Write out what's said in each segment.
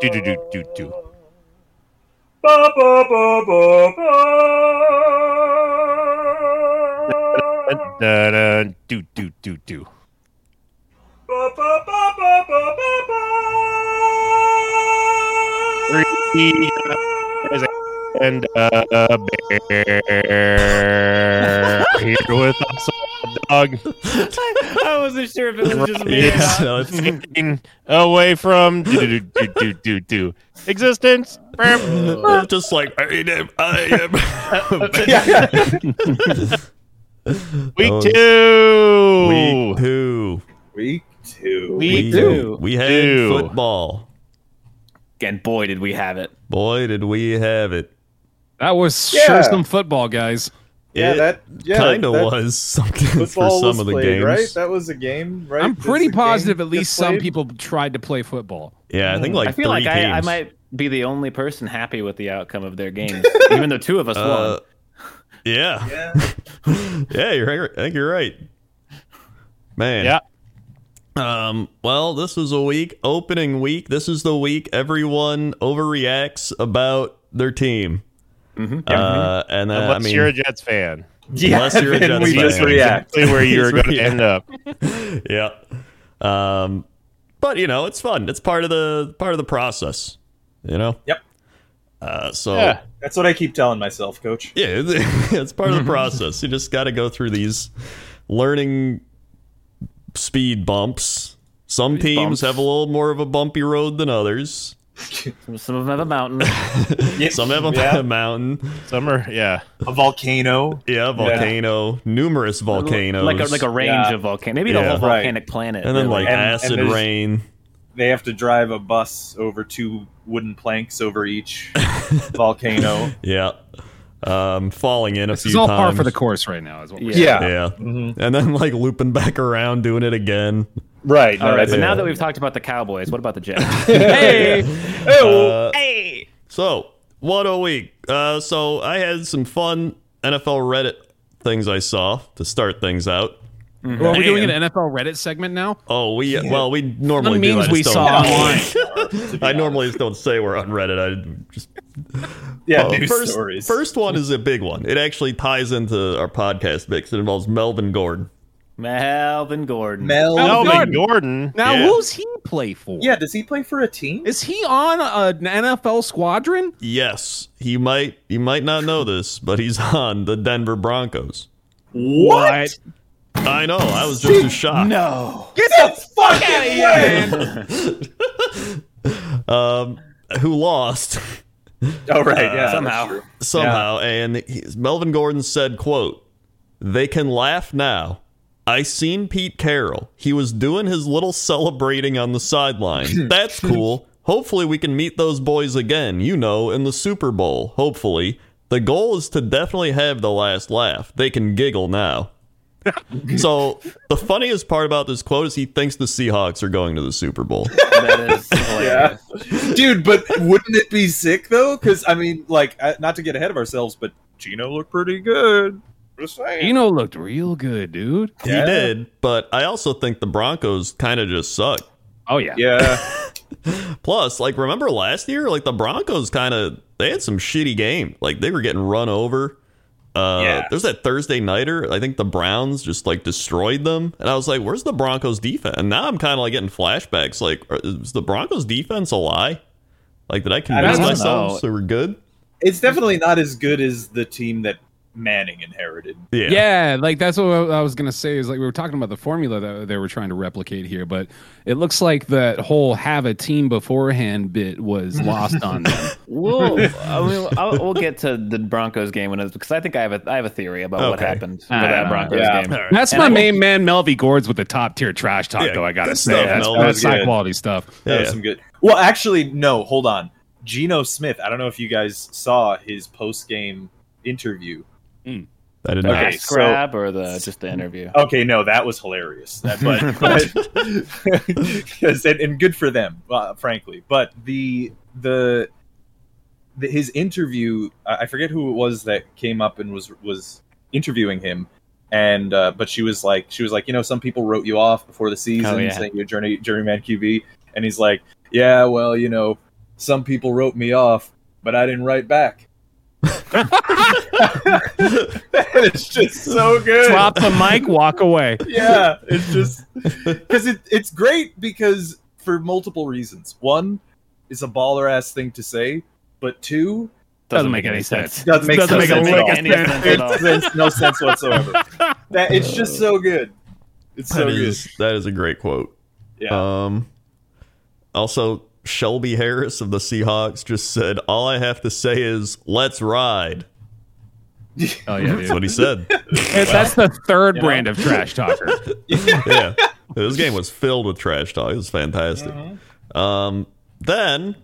Do-do-do-do-do. Dun, do do do do. Three guys and a bear here with us, a dog I wasn't sure if it was just me. or Yeah. not. No, it's, getting away from do do do do do do existence. Burp. just like I am. I am. Week Oh. two. we who? Week two. We- We do. We had Do. football. And boy, did we have it. Boy, did we have it! That was Yeah. sure some football, guys. yeah, it that yeah, kind of that was something for Football some was of the played, games. right? That was a game, right? I'm That's pretty the game positive at that least played? some people tried to play football. Yeah, I think like I feel three like I, I games. might be the only person happy with the outcome of their games, even though two of us Uh, won. yeah, Yeah. yeah, you're. I think you're right, man. Yeah. Um, well, this was a week, opening week. This is the week everyone overreacts about their team. Uh, and uh, Unless I mean, you're a Jets fan, Unless you're a and we Jets just fan. react. Exactly where you're That's going to right. end up. yeah. Um, but you know, it's fun. It's part of the part of the process. You know. Yep. Uh, so Yeah. yeah, That's what I keep telling myself, Coach. it's, it's part of the process. You just got to go through these learning speed bumps. Some teams bumps. have a little more of a bumpy road than others. Some, some of them have a mountain. Yeah. Some have a Yeah. mountain. Summer, yeah. a volcano. Yeah, volcano, numerous volcanoes, Like a, like a range Yeah. of volcanoes. Maybe the Yeah. whole Right. volcanic planet. and then really. like And- and acid there's- rain. They have to drive a bus over two wooden planks over each volcano. Yeah, um, falling in a This few is all par times. for the course right now. Is what we're Yeah. Yeah. Mhm. And then like looping back around, doing it again. Right. All right, but Yeah. now that we've talked about the Cowboys, what about the Jets? Uh, So, what a week. Uh, so, I had some fun NFL Reddit things I saw to start things out. Well, are we doing Man. an NFL Reddit segment now? Oh, we, well, we normally The do. I memes just we don't- saw online. I normally just don't say we're on Reddit. I just yeah, Oh, news first, stories. first one is a big one. It actually ties into our podcast mix. It involves Melvin Gordon. Melvin Gordon. Mel. Oh, Melvin Gordon. Gordon. Now, Yeah. who's he play for? Yeah, does he play for a team? Is he on a- an NFL squadron? Yes, he might you might not know this, but he's on the Denver Broncos. What? I know. I was just as shocked. Get the fuck out of here! um, who lost Uh, Oh, right. Yeah. that's somehow. true. somehow. And he, Melvin Gordon said, "quote They can laugh now. I seen Pete Carroll. He was doing his little celebrating on the sideline. That's cool. Hopefully, we can meet those boys again. You know, in the Super Bowl. Hopefully." The goal is to definitely have the last laugh. They can giggle now. so, the funniest part about this quote is he thinks the Seahawks are going to the Super Bowl. That is Yeah. hilarious. Dude, but wouldn't it be sick though? Because I mean, like, uh, not to get ahead of ourselves, but Gino looked pretty good. Just saying. Eno looked real good, dude. Yeah. He did, but I also think the Broncos kind of just suck. Oh yeah. Yeah, Plus, like remember last year, like the Broncos kind of they had some shitty game. Like they were getting run over. Uh, Yeah. There's that Thursday nighter. I think the Browns just like destroyed them, and I was like, "Where's the Broncos defense?" And now I'm kind of like getting flashbacks. Like, are, is the Broncos defense a lie? Like, did I convince don't myself know. so we're good? it's definitely not as good as the team that Manning inherited. Yeah. Yeah, like that's what I was gonna say. Is like we were talking about the formula that they were trying to replicate here, but it looks like that whole have a team beforehand bit was lost on them. We'll, I mean, I'll, we'll get to the Broncos game when it's because I think I have a I have a theory about what Okay. happened for I that don't Broncos know. Yeah. game. That's And my I will- main man, Melvy Gord's, with the top tier trash talk, Yeah, though. I gotta good say, stuff, that's, Mel. that's That was high good. quality stuff. That was Yeah. some good. Well, actually, no. Hold on, Geno Smith. I don't know if you guys saw his post-game interview. I didn't. The Okay, ass so- grab or the just the interview. Okay, no, that was hilarious. That, but, but yes, and, and good for them, uh, frankly. But the the, the his interview, I I forget who it was that came up and was was interviewing him, and uh, but she was like she was like you know some people wrote you off before the season Oh, yeah. saying you're journey journeyman QB and he's like yeah well you know some people wrote me off but I didn't write back. it's just so good. Drop the mic, walk away. yeah, it's just because it, it's great because for multiple reasons. One, it's a baller ass thing to say, but two, Doesn't make any sense. doesn't make Doesn't sense, make a at lick all. of any sense at all. It makes no sense whatsoever. That it's just so good. It's so That good. is that is a great quote. Yeah. Um, also, Shelby Harris of the Seahawks just said, "All I have to say is let's ride." Oh yeah, That's what he said. That's the third You know. brand of trash talker. yeah, this game was filled with trash talk. It was fantastic. Mm-hmm. Um, then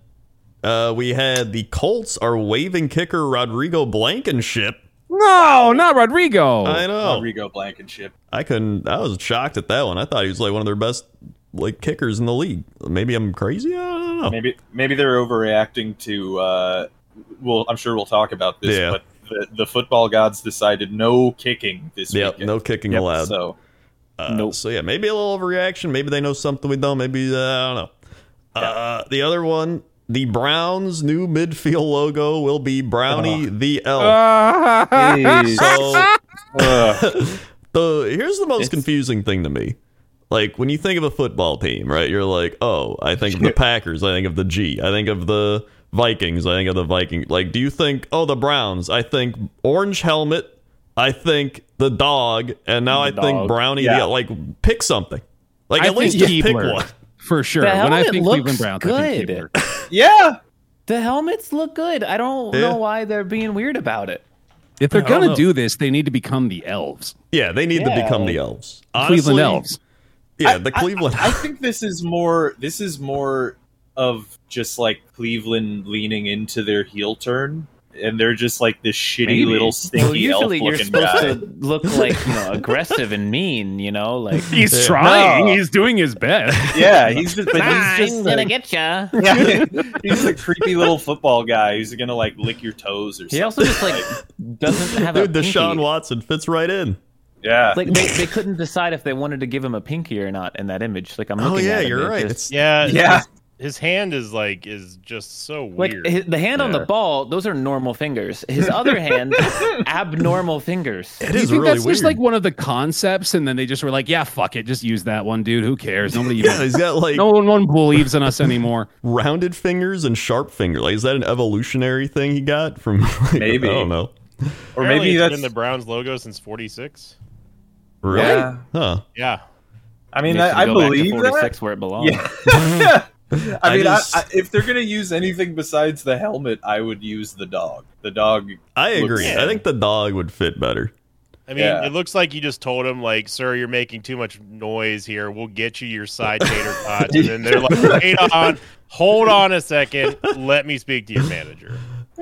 uh, we had the Colts are waving kicker Rodrigo Blankenship. no, not Rodrigo. Oh, I know. Rodrigo Blankenship. I couldn't. I was shocked at that one. I thought he was like one of their best like kickers in the league. Maybe I'm crazy. I don't know. Maybe maybe they're overreacting to. Uh, well, I'm sure we'll talk about this, Yeah. but the, the football gods decided no kicking this Yep, weekend. no kicking allowed. So Uh, Nope. So yeah, maybe a little overreaction. Maybe they know something we don't. Maybe uh, I don't know. Uh, the other one, the Browns' new midfield logo will be Brownie the Elf. so uh, Ugh. the here's the most It's- confusing thing to me. Like when you think of a football team, right? You're like, oh, I think of the Packers. I think of the G. I think of the Vikings. I think of the Viking. Like, do you think, oh, the Browns? I think orange helmet. I think the dog, and now I The think dog. Brownie. Yeah. Yeah, like pick something. Like I at least think just pick Keebler. one. for sure. The When I helmet think looks Cleveland Browns, I think good. Keebler. yeah, The helmets look good. I don't Yeah. know why they're being weird about it. If they're I don't gonna know. do this, they need to become the elves, Yeah, they need to Yeah, become the like- elves. Cleveland Honestly, elves. Yeah, the Cleveland. I think this is more. This is more of just like Cleveland leaning into their heel turn, and they're just like this shitty Maybe. little Well, stinky elf usually you're looking supposed guy. to look like you know aggressive and mean. You know, like He's Yeah. trying. No. He's doing his best. Yeah, he's just. But he's just like, get ya. yeah, he's a creepy little football guy who's gonna like lick your toes or He something. also just like doesn't have Dude, a Deshaun pinky. Watson fits right in. yeah, Like they, they couldn't decide if they wanted to give him a pinky or not in that image. Like I'm Oh looking yeah, at him, you're it right. just- It's Yeah, yeah, His hand is like is just so like weird. his, the hand on the Yeah. ball, those are normal fingers. His other hand, abnormal fingers. it Do you is think really that's weird. just like one of the concepts, and then they just were like, "Yeah, fuck it, just use that one, dude. Who cares? Nobody, yeah, even, he's got like no one, one believes in us anymore." rounded fingers and sharp finger. Like, is that an evolutionary thing he got from? like, Maybe. I don't know. or Apparently maybe it's that's. been the Browns logo since '46. Really? Yeah. Huh. Yeah, I mean, Makes him I, I go back to believe that. 46 where it belongs. Yeah. I mean, I I just- I, if they're gonna use anything besides the helmet, I would use the dog. The dog. I agree. Looks- I think the dog would fit better. I mean, Yeah. it looks like you just told him, like, "Sir, you're making too much noise here. We'll get you your side tater tots." And then they're like, "Wait on, hold on a second. Let me speak to your manager."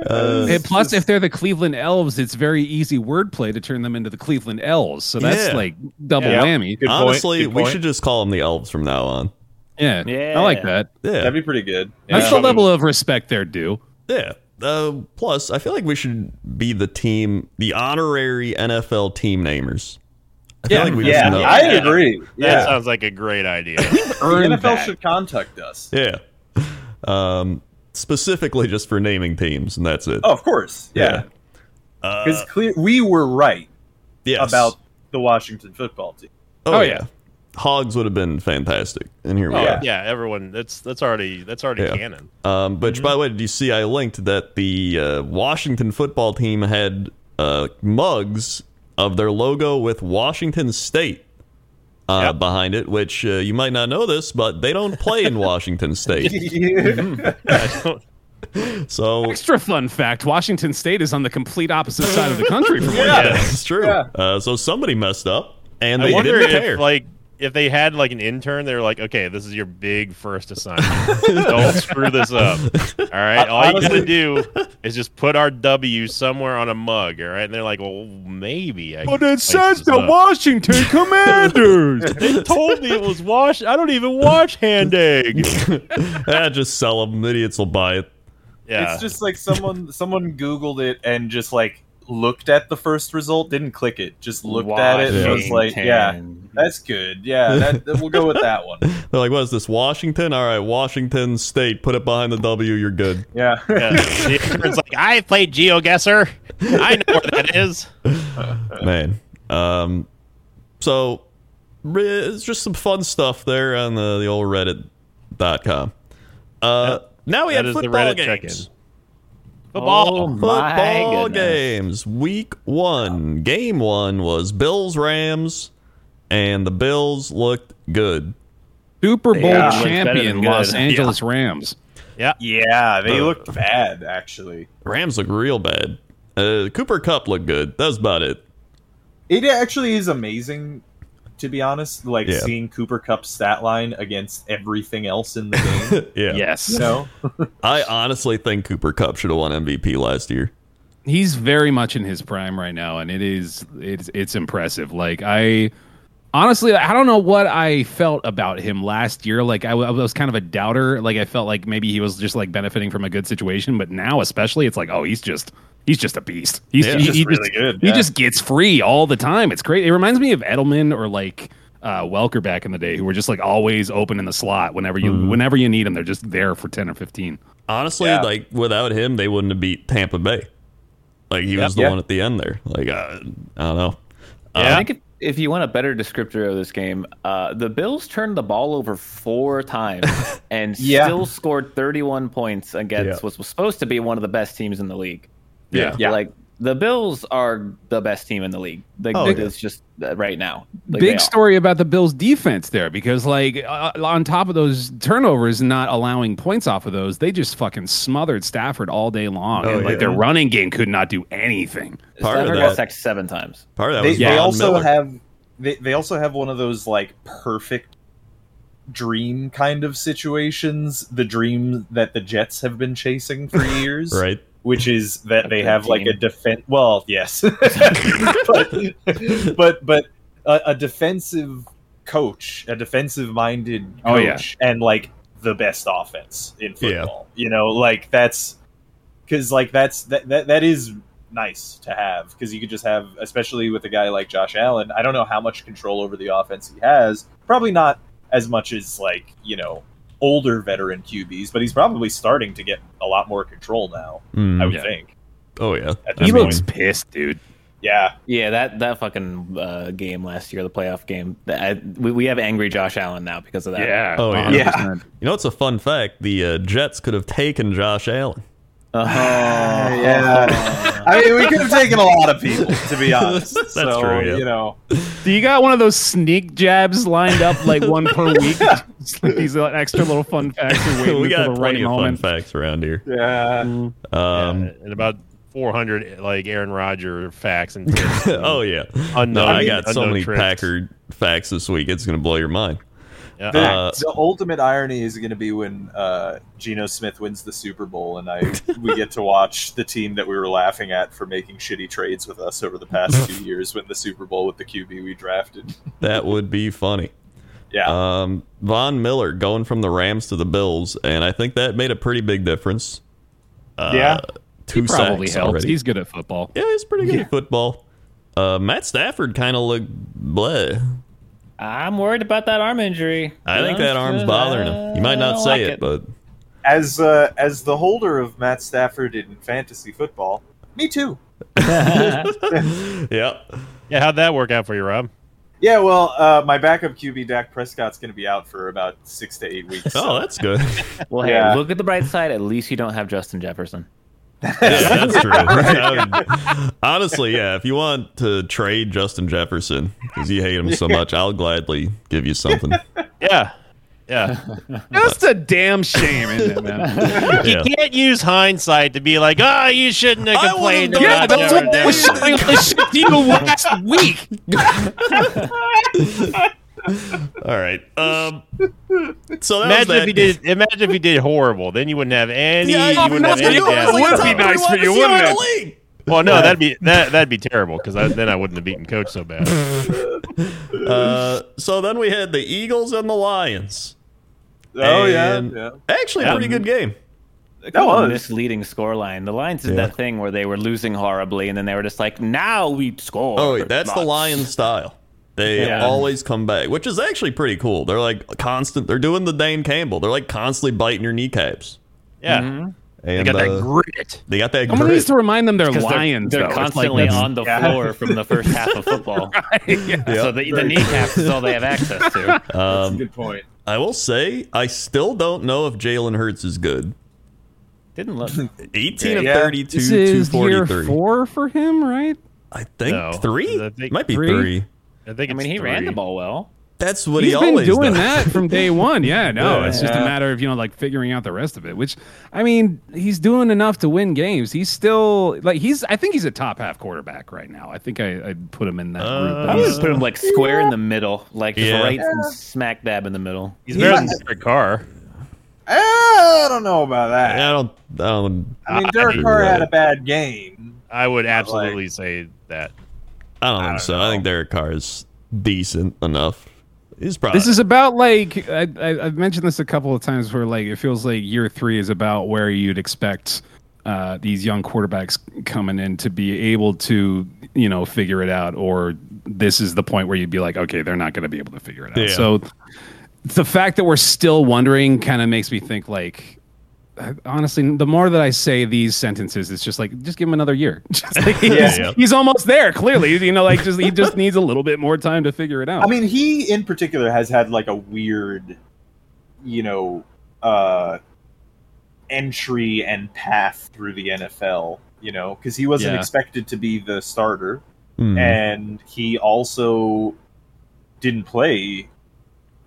Uh, And plus, if they're the Cleveland Elves, it's very easy wordplay to turn them into the Cleveland Elves. So that's Yeah. like double Yeah. whammy. Good point, honestly, good we point. should just call them the elves from now on. Yeah, Yeah. I like that. Yeah. That'd be pretty good. That's the Probably- level of respect they're due. Yeah. Uh, plus, I feel like we should be the team, the honorary NFL team namers. I feel Yeah. like we yeah, just know. I agree. That Yeah, sounds like a great idea. the NFL should contact us. Yeah. Um, specifically just for naming teams, and that's it. Oh, of course. Yeah, Uh, because clear we were right Yes. about the Washington football team. Oh, Oh, yeah. yeah. Hogs would have been fantastic, and here we Oh, are. yeah. everyone. That's that's already that's already Yeah. canon. Um, Mm-hmm. but by the way, did you see I linked that the uh, Washington football team had uh, mugs of their logo with Washington State uh, Yep. behind it, which uh, you might not know this, but they don't play in Washington State. Mm-hmm. I don't- So Extra fun fact: Washington State is on the complete opposite side of the country from where. Yeah. that's true. Yeah. Uh, so somebody messed up, and I they wonder didn't if care. like if they had like an intern, they were like, "Okay, this is your big first assignment. Don't screw this up. All right, all Honestly- you gotta do is just put our W somewhere on a mug. All right?" And they're like, "Well, maybe." I can spice this up." Washington Commanders. They told me it was wash. I don't even wash hand egg. ah, just sell them. Idiots will buy it. Yeah, It's just like someone someone Googled it and just like looked at the first result, didn't click it, just looked at it and was like, yeah, Washington. that's good. Yeah, that, that- we'll go with that one. They're like, what is this, Washington? All right, Washington State. Put it behind the W. You're good. Yeah. Yeah. it's like I played GeoGuessr. I know where that is. Man. Um, so re- it's just some fun stuff there on the, the old Reddit.com. Uh, now we That have is the football Reddit games. check-in. Football. Oh my Football goodness. games. Week one, game one was Bills Rams, and the Bills looked good. Super Bowl Yeah. Looks better champion than good. Los Angeles Rams. Yeah, they Uh. looked bad actually. Rams look real bad. Uh, Cooper Cup looked good. That's about it. It actually is amazing, to be honest. Like Yeah. seeing Cooper Cup's stat line against everything else in the game. Yeah. Yes. you know, I honestly think Cooper Cup should have won MVP last year. he's very much in his prime right now and it is it's it's impressive like i honestly i don't know what i felt about him last year like I, w- I was kind of a doubter like i felt like maybe he was just like benefiting from a good situation but now especially it's like oh he's just he's just a beast he's Yeah, he, just he really just good, he yeah. just gets free all the time it's crazy it reminds me of edelman or like uh, Welker back in the day, who were just like always open in the slot whenever you whenever you need them, they're just there for ten or fifteen. Honestly, Yeah. like without him, they wouldn't have beat Tampa Bay. Like he was the Yeah. one at the end there. Like uh, I don't know. I Yeah. think if, if you want a better descriptor of this game, uh, the Bills turned the ball over four times and Yeah. still scored 31 points against Yeah. what was supposed to be one of the best teams in the league. Yeah. Yeah. Like the Bills are the best team in the league. Like Oh, it's yeah. just uh, right now. Like, they big are. story about the Bills' defense there because, like, uh, on top of those turnovers, and not allowing points off of those, they just fucking smothered Stafford all day long, Oh, and like yeah. their running game could not do anything. Part of Stafford that- got sacked seven times. Part of that they, was they Von also Miller. have they, they also have one of those like perfect dream kind of situations the dream that the jets have been chasing for years right. which is that they good have like a team. defense well yes but but, but a, a defensive coach a defensive minded coach Oh, yeah. and like the best offense in Yeah. football you know like that's because like that's that, that that is nice to have because you could just have especially with a guy like josh allen i don't know how much control over the offense he has probably not as much as like you know older veteran qb's but he's probably starting to get a lot more control now Mm. i would Yeah. think oh yeah. at He this point. looks pissed, dude. yeah Yeah, that that fucking uh, game last year, the playoff game. that- I, we, we have angry Josh Allen now because of that. Yeah. uh, Oh, yeah. 100%. You know, it's a fun fact. The uh, Jets could have taken Josh Allen. Oh, Yeah. I mean, we could have taken a lot of people, to be honest. That's so, true, yeah. You know, Do you got one of those sneak jabs lined up like one per week? Just like These uh, extra little fun facts are waiting we for got the right plenty of fun moment. facts around here. yeah, Um, Yeah, and about 400 like Aaron Rodgers facts and tips. oh yeah. Unknown- no, I unknown got so many tricks. Packer facts this week. It's gonna blow your mind. Yeah. the, Uh, the ultimate irony is going to be when uh, Geno Smith wins the Super Bowl, and I we get to watch the team that we were laughing at for making shitty trades with us over the past two years win the Super Bowl with the QB we drafted. That would be funny. Yeah, Um, Von Miller going from the Rams to the Bills, and I think that made a pretty big difference. Uh, Yeah. two He probably sacks helps. already. He's good at football. yeah, he's pretty good at football. Uh, Matt Stafford kind of looked bleh. I'm worried about that arm injury. I think that arm's bothering him. You might not say it, but as uh, as the holder of Matt Stafford in fantasy football, me too. but yeah, yeah, how'd that work out for you, Rob? Yeah, well, uh, my backup QB Dak Prescott's going to be out for about six to eight weeks. oh, that's good. well, hey, Yeah. look at the bright side. At least you don't have Justin Jefferson. Yeah, that's true. I would- honestly, yeah, if you want to trade Justin Jefferson because you hate him so much, I'll gladly give you something. Yeah. Yeah. Just a damn shame, isn't it, man? Yeah. You can't use hindsight to be like, oh, you shouldn't have I complained would've done yeah, about that that's Aaron what Jefferson. was Rodgers." showing this shit to you last week. All right. Um, so Imagine that was that if you did. Imagine if you did horrible. Then you wouldn't have any. Yeah, you you wouldn't have nothing any to do. data. It would be nice for you, wouldn't it? Well, no, that'd be that. That'd be terrible because then I wouldn't have beaten coach so bad. Uh, so then we had the Eagles and the Lions. Oh yeah, And yeah. Actually, a pretty good game. that was was. a misleading scoreline. The Lions did Yeah. that thing where they were losing horribly, and then they were just like, "Now we score." Oh, wait, that's the Lots. Lions style. They Yeah. always come back, which is actually pretty cool. They're like constant. They're doing the Dane Campbell. They're like constantly biting your kneecaps. Yeah, Mm-hmm. And, they got uh, that grit. They got that Someone needs grit. to remind them they're 'Cause they're- lions. They're, though. It's like constantly that's- on the Yeah. floor from the first half of football. Yeah. So the, the kneecaps is all they have access to. That's a good point. I will say, I still don't know if Jalen Hurts is good. Didn't look. 18 of Yeah. 32, This is year 243. four for him, right? I think No. three? I think Might be three. three. I think. it's I mean, he three. ran the ball well. That's what he He's been always doing does. that from day one. Yeah, no, Yeah. it's just a Yeah. matter of you know like figuring out the rest of it. Which I mean, he's doing enough to win games. He's still like he's. I think he's a top half quarterback right now. I think I, I'd put him in that group. Uh, I But would he's- have put him like square in the middle, like just Yeah. right smack dab in the middle. He's better than Derek Carr. Eh, I don't know about that. I don't. I don't. I mean, I- Derek Carr had a bad game. I would absolutely say that. I don't think so. I think Derek Carr is decent enough. He's probably. This is about like I, I, I've mentioned this a couple of times, where like it feels like year three is about where you'd expect uh, these young quarterbacks coming in to be able to you know figure it out, or this is the point where you'd be like, okay, they're not going to be able to figure it out. Yeah. So the fact that we're still wondering kind of makes me think like. I- Honestly, the more that I say these sentences, it's just like just give him another year. Just like, he's, Yeah. he's almost there. Clearly, you know, like just he just needs a little bit more time to figure Oh. it out. I mean, he in particular has had like a weird, you know, uh, entry and path through the NFL. You know, because he wasn't Yeah. expected to be the starter, Mm-hmm. Hmm. and he also didn't play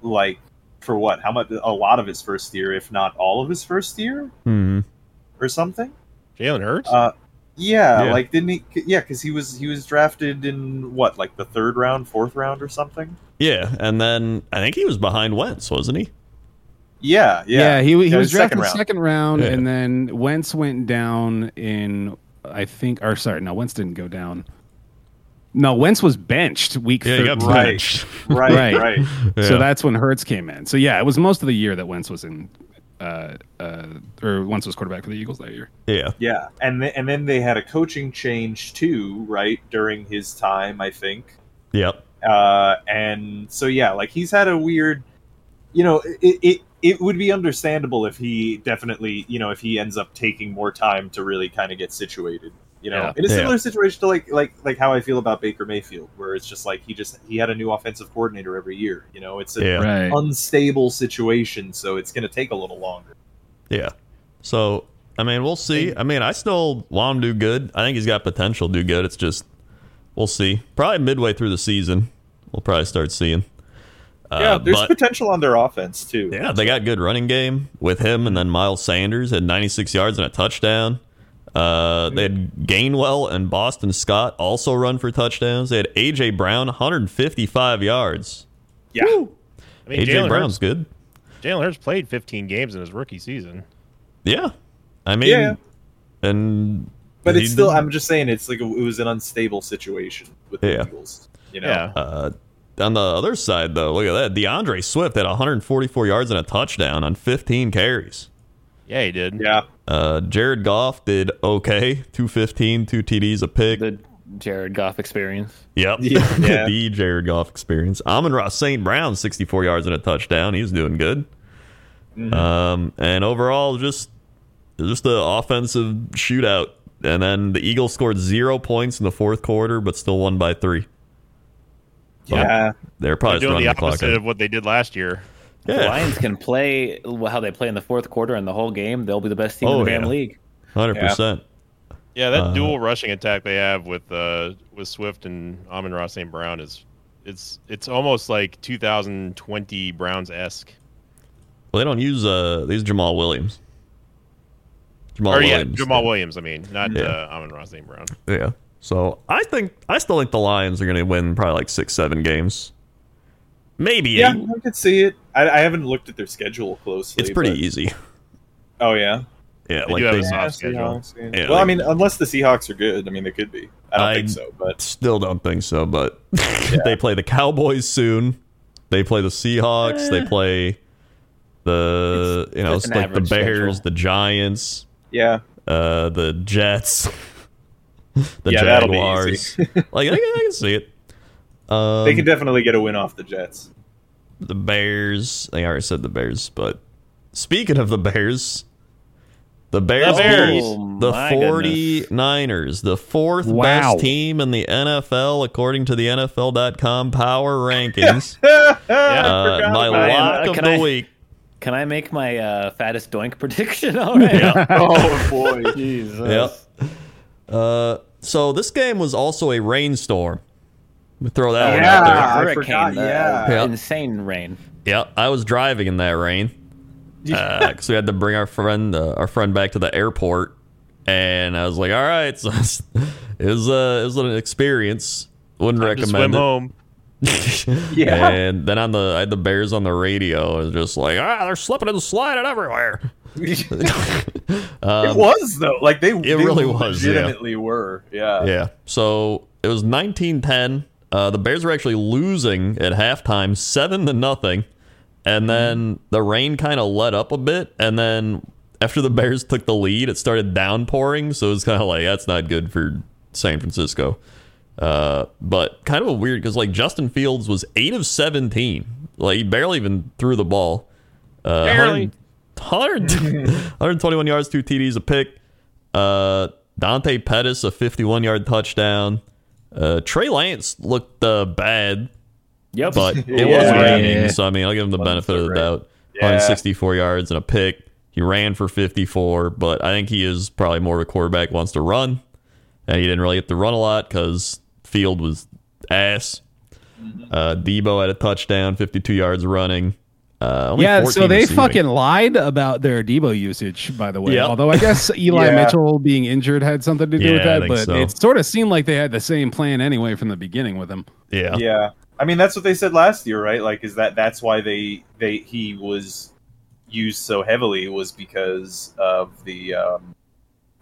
like for what? How much? A lot of his first year, if not all of his first year, Hmm. or something. Jalen Hurts. Uh, yeah, Yeah. like didn't he? Yeah, because he was he was drafted in what, like the third round, fourth round, or something. Yeah, and then I think he was behind Wentz, wasn't he? Yeah, Yeah, yeah, he, he Yeah, was the second drafted round. second round, Yeah. and then Wentz went down in, I think, or sorry, no, Wentz didn't go down. No, Wentz was benched week Yeah, he thir- got Right. benched. right, Right. right. So Yeah. that's when Hertz came in. So yeah, it was most of the year that Wentz was in, uh, uh, or Wentz was quarterback for the Eagles that year. Yeah. Yeah, and th- and then they had a coaching change too, right during his time, I think. Yep. Uh, and so yeah, like he's had a weird, you know, it, it it would be understandable if he definitely, you know, if he ends up taking more time to really kind of get situated, you know, Yeah. in a Yeah. similar situation to like like like how I feel about Baker Mayfield, where it's just like he just he had a new offensive coordinator every year, you know, it's an Yeah. Right. unstable situation, so it's going to take a little longer. Yeah. So I mean, we'll see. I mean, I still want him to do good. I think he's got potential to do good. It's just we'll see. Probably midway through the season, we'll probably start seeing. Uh, yeah, there's but- potential on their offense too. yeah, they got good running game with him, and then Miles Sanders had 96 yards and a touchdown. Uh, they had Gainwell and Boston Scott also run for touchdowns. They had AJ Brown 155 yards. Yeah. I mean, AJ Jalen Hurts. Brown's good. Jalen Hurts played 15 games in his rookie season. Yeah, I mean, Yeah. and But he it's still, did- I'm just saying, it's like a, it was an unstable situation with Yeah. the Eagles. You know, Yeah. Uh, on the other side, though, look at that. DeAndre Swift had 144 yards and a touchdown on 15 carries. Yeah, he did. yeah, Uh, Jared Goff did okay, 215, two TDs, a pick. The Jared Goff experience. yep. Yeah. Yeah. the Jared Goff experience. Amon Ross St. Brown, 64 yards and a touchdown. He was doing good. Mm-hmm. Um, and overall, just just the offensive shootout. And then the Eagles scored zero points in the fourth quarter, but still won by three. yeah. They're They're probably just doing the running the clock. opposite out. of what they did last year. The Yeah, Lions can play how they play in the fourth quarter and the whole game. They'll be the best team Oh, in the damn yeah. league. 100%. Yeah, that Uh, dual rushing attack they have with uh with Swift and Amon Ross St. Brown is it's it's almost like 2020 Browns esque. Well, they don't use uh they use Jamal Williams. Jamal Or yeah, Williams. Jamal Williams. I mean, not Yeah. uh, Amon Ross St. Brown. Yeah. So I think I still think the Lions are going to win probably like six, seven games. Maybe yeah, eight. I could see it. I, I haven't looked at their schedule closely. It's pretty but- easy. Oh yeah. Yeah, They like do have they a soft Yeah, schedule. Seahawks, yeah. Yeah, well, I like- mean, unless the Seahawks are good, I mean, they could be. I don't I- think so, but still don't think so, but they play the Cowboys soon. They play the Seahawks. They play the you know it's it's an like the average Bears, schedule. the Giants. Yeah. uh, the Jets, the Yeah, that'll be Jaguars. easy. like I, can- I can see it. Um, They can definitely get a win off the Jets. the Bears. I already said the Bears, but speaking of the Bears, the Bears, Bears. beat the my 49ers, the fourth Wow. best team in the NFL according to the NFL.com power rankings. uh, Ah, forgot my about it. lock Uh, of can the I- week. Can I make my uh, fattest doink prediction already? Oh boy. Jesus. Yep. Uh, so this game was also a rainstorm. We throw that one out there. Yeah, I Hurricane, forgot, the yeah. Yeah. Insane rain. Yeah, I was driving in that rain because we had to bring our friend uh, our friend back to the airport, and I was like, "All right, so it's- it was uh, it was an experience. Wouldn't Just swim recommend it." home. Yeah. And then on the I had the Bears on the radio, and just like, ah, they're slipping and sliding everywhere. it was though. Like they, it they really was, yeah. Legitimately were. Yeah. Yeah. So it was 1910. Uh, the Bears were actually losing at halftime, seven to nothing, and then the rain kind of let up a bit, and then after the Bears took the lead, it started downpouring. So it's kind of like that's not good for San Francisco. Uh, but kind of a weird because like Justin Fields was eight of seventeen, like he barely even threw the ball. Uh, Barely. 100 121 yards, two TDs, a pick. Uh, Dante Pettis, a 51 yard touchdown. Uh, Trey Lance looked uh, bad, Yep. but it was Yeah. raining. So, I mean, I'll give him the benefit of the rain. doubt. Yeah. 164 yards and a pick. He ran for 54, but I think he is probably more of a quarterback who wants to run. And he didn't really get to run a lot because Field was ass. Mm-hmm. Uh, Debo had a touchdown, 52 yards running. Uh, only Yeah, 14 so they receiving. fucking lied about their Debo usage, by the way. Yep. Although I guess Eli Yeah. Mitchell being injured had something to do Yeah, I with that, think but so. it sort of seemed like they had the same plan anyway from the beginning with him. Yeah. Yeah. I mean, that's what they said last year, right? Like, is that that's why they they he was used so heavily was because of the um,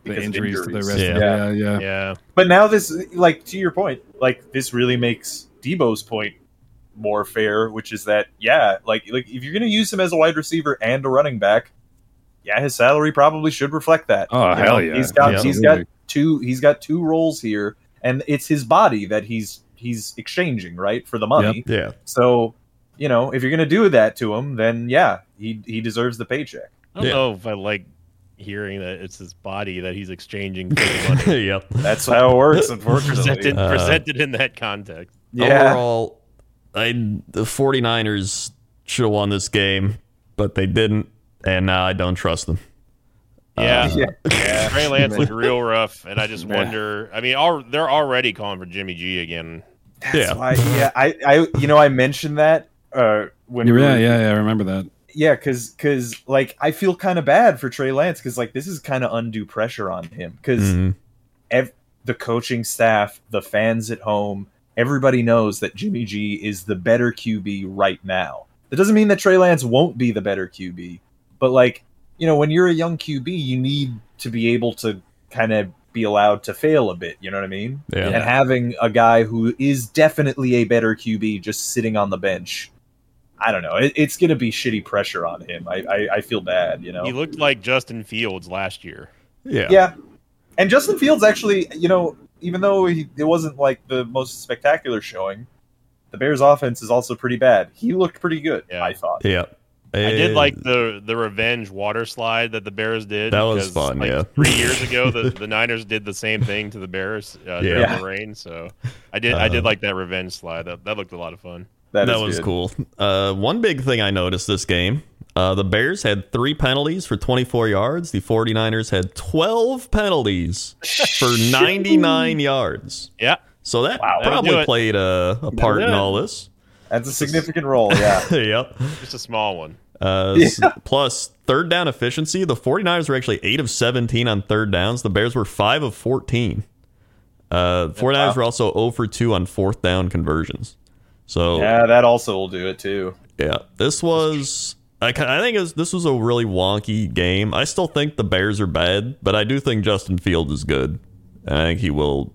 The because of injuries, to the rest Yeah. of yeah, yeah. Yeah. But now this, like to your point, like this really makes Debo's point more fair, which is that yeah, like like if you're going to use him as a wide receiver and a running back, yeah, his salary probably should reflect that. Oh, You hell know, yeah. He's got Yeah. he's got two he's got two roles here, and it's his body that he's he's exchanging right for the money. Yeah. So you know if you're going to do that to him, then yeah, he he deserves the paycheck. I don't Yeah. know if I like hearing that it's his body that he's exchanging for the money. yep. That's how it works, presented unfortunately. Uh, presented in that context. Yeah, Overall, I, the 49ers should have won this game, but they didn't, and now I don't trust them. uh, Yeah. yeah. yeah. Trey Lance looked real rough, and I just wonder. I mean, al- they're already calling for Jimmy G again. yeah. That's why- yeah, I, I, you know, I mentioned that uh, when, we yeah, were- yeah, yeah, I remember that. yeah, because, because, like, I feel kind of bad for Trey Lance because, like, this is kind of undue pressure on him because Mm. Mhm. the coaching staff, the fans at home, everybody knows that Jimmy G is the better QB right now. That doesn't mean that Trey Lance won't be the better QB, but like, you know, when you're a young QB, you need to be able to kind of be allowed to fail a bit, you know what I mean? Yeah. And having a guy who is definitely a better QB just sitting on the bench. I don't know. It, it's going to be shitty pressure on him. I, I, I feel bad, you know. He looked like Justin Fields last year. Yeah. Yeah. And Justin Fields actually, you know, even though he, it wasn't like the most spectacular showing, the Bears offense is also pretty bad. He looked pretty good, Yeah. I thought. Yeah. I did like the the revenge water slide that the Bears did. That was because, fun, like, yeah. three years ago, the, the Niners did the same thing to the Bears uh, during Yeah. the rain. So I did I Uh, did like that revenge slide. That that looked a lot of fun. that, is was good. cool. Uh, one big thing I noticed this game uh, the Bears had three penalties for 24 yards, the 49ers had 12 penalties for 99 yards. Yeah, So that Wow. That'll do probably it. played a, a part in it. all this. That's a significant role, yeah. yep. just a small one. Uh, s- Plus, third down efficiency. The 49ers were actually 8 of 17 on third downs. The Bears were 5 of 14. Uh, 49ers were also 0 for 2 on fourth down conversions. So, yeah, yeah, that also will do it too. this was. I, ki- I think it was, this was a really wonky game. I still think the Bears are bad, but I do think Justin Field is good. And I think he will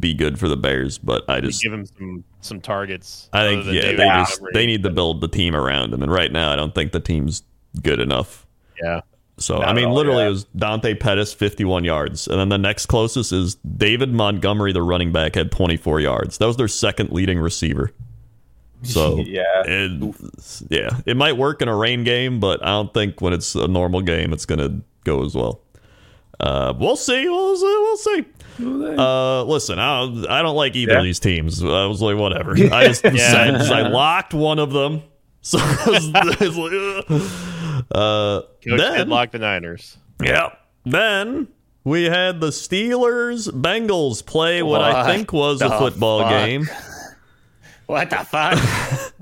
be good for the Bears, but I just. Give him some some targets. I other think than yeah, David they just Montgomery. they need to build the team around him, and right now I don't think the team's good enough. Yeah. So Not I at mean, all, literally, yeah. it was Dante Pettis, 51 yards, and then the next closest is David Montgomery, the running back, had 24 yards. That was their second leading receiver. So yeah. it, yeah, it might work in a rain game, but I don't think when it's a normal game, it's gonna go as well. Uh, we'll see. We'll see. We'll see. Uh, listen, I don't, I don't like either Yeah. of these teams. I was like, whatever. I just decided- 'cause I locked one of them. So I was, I was like, ugh. uh, Coach then, did lock the Niners. Yep. Then we had the Steelers Bengals play what, I What think was a the football fuck? game. What the fuck?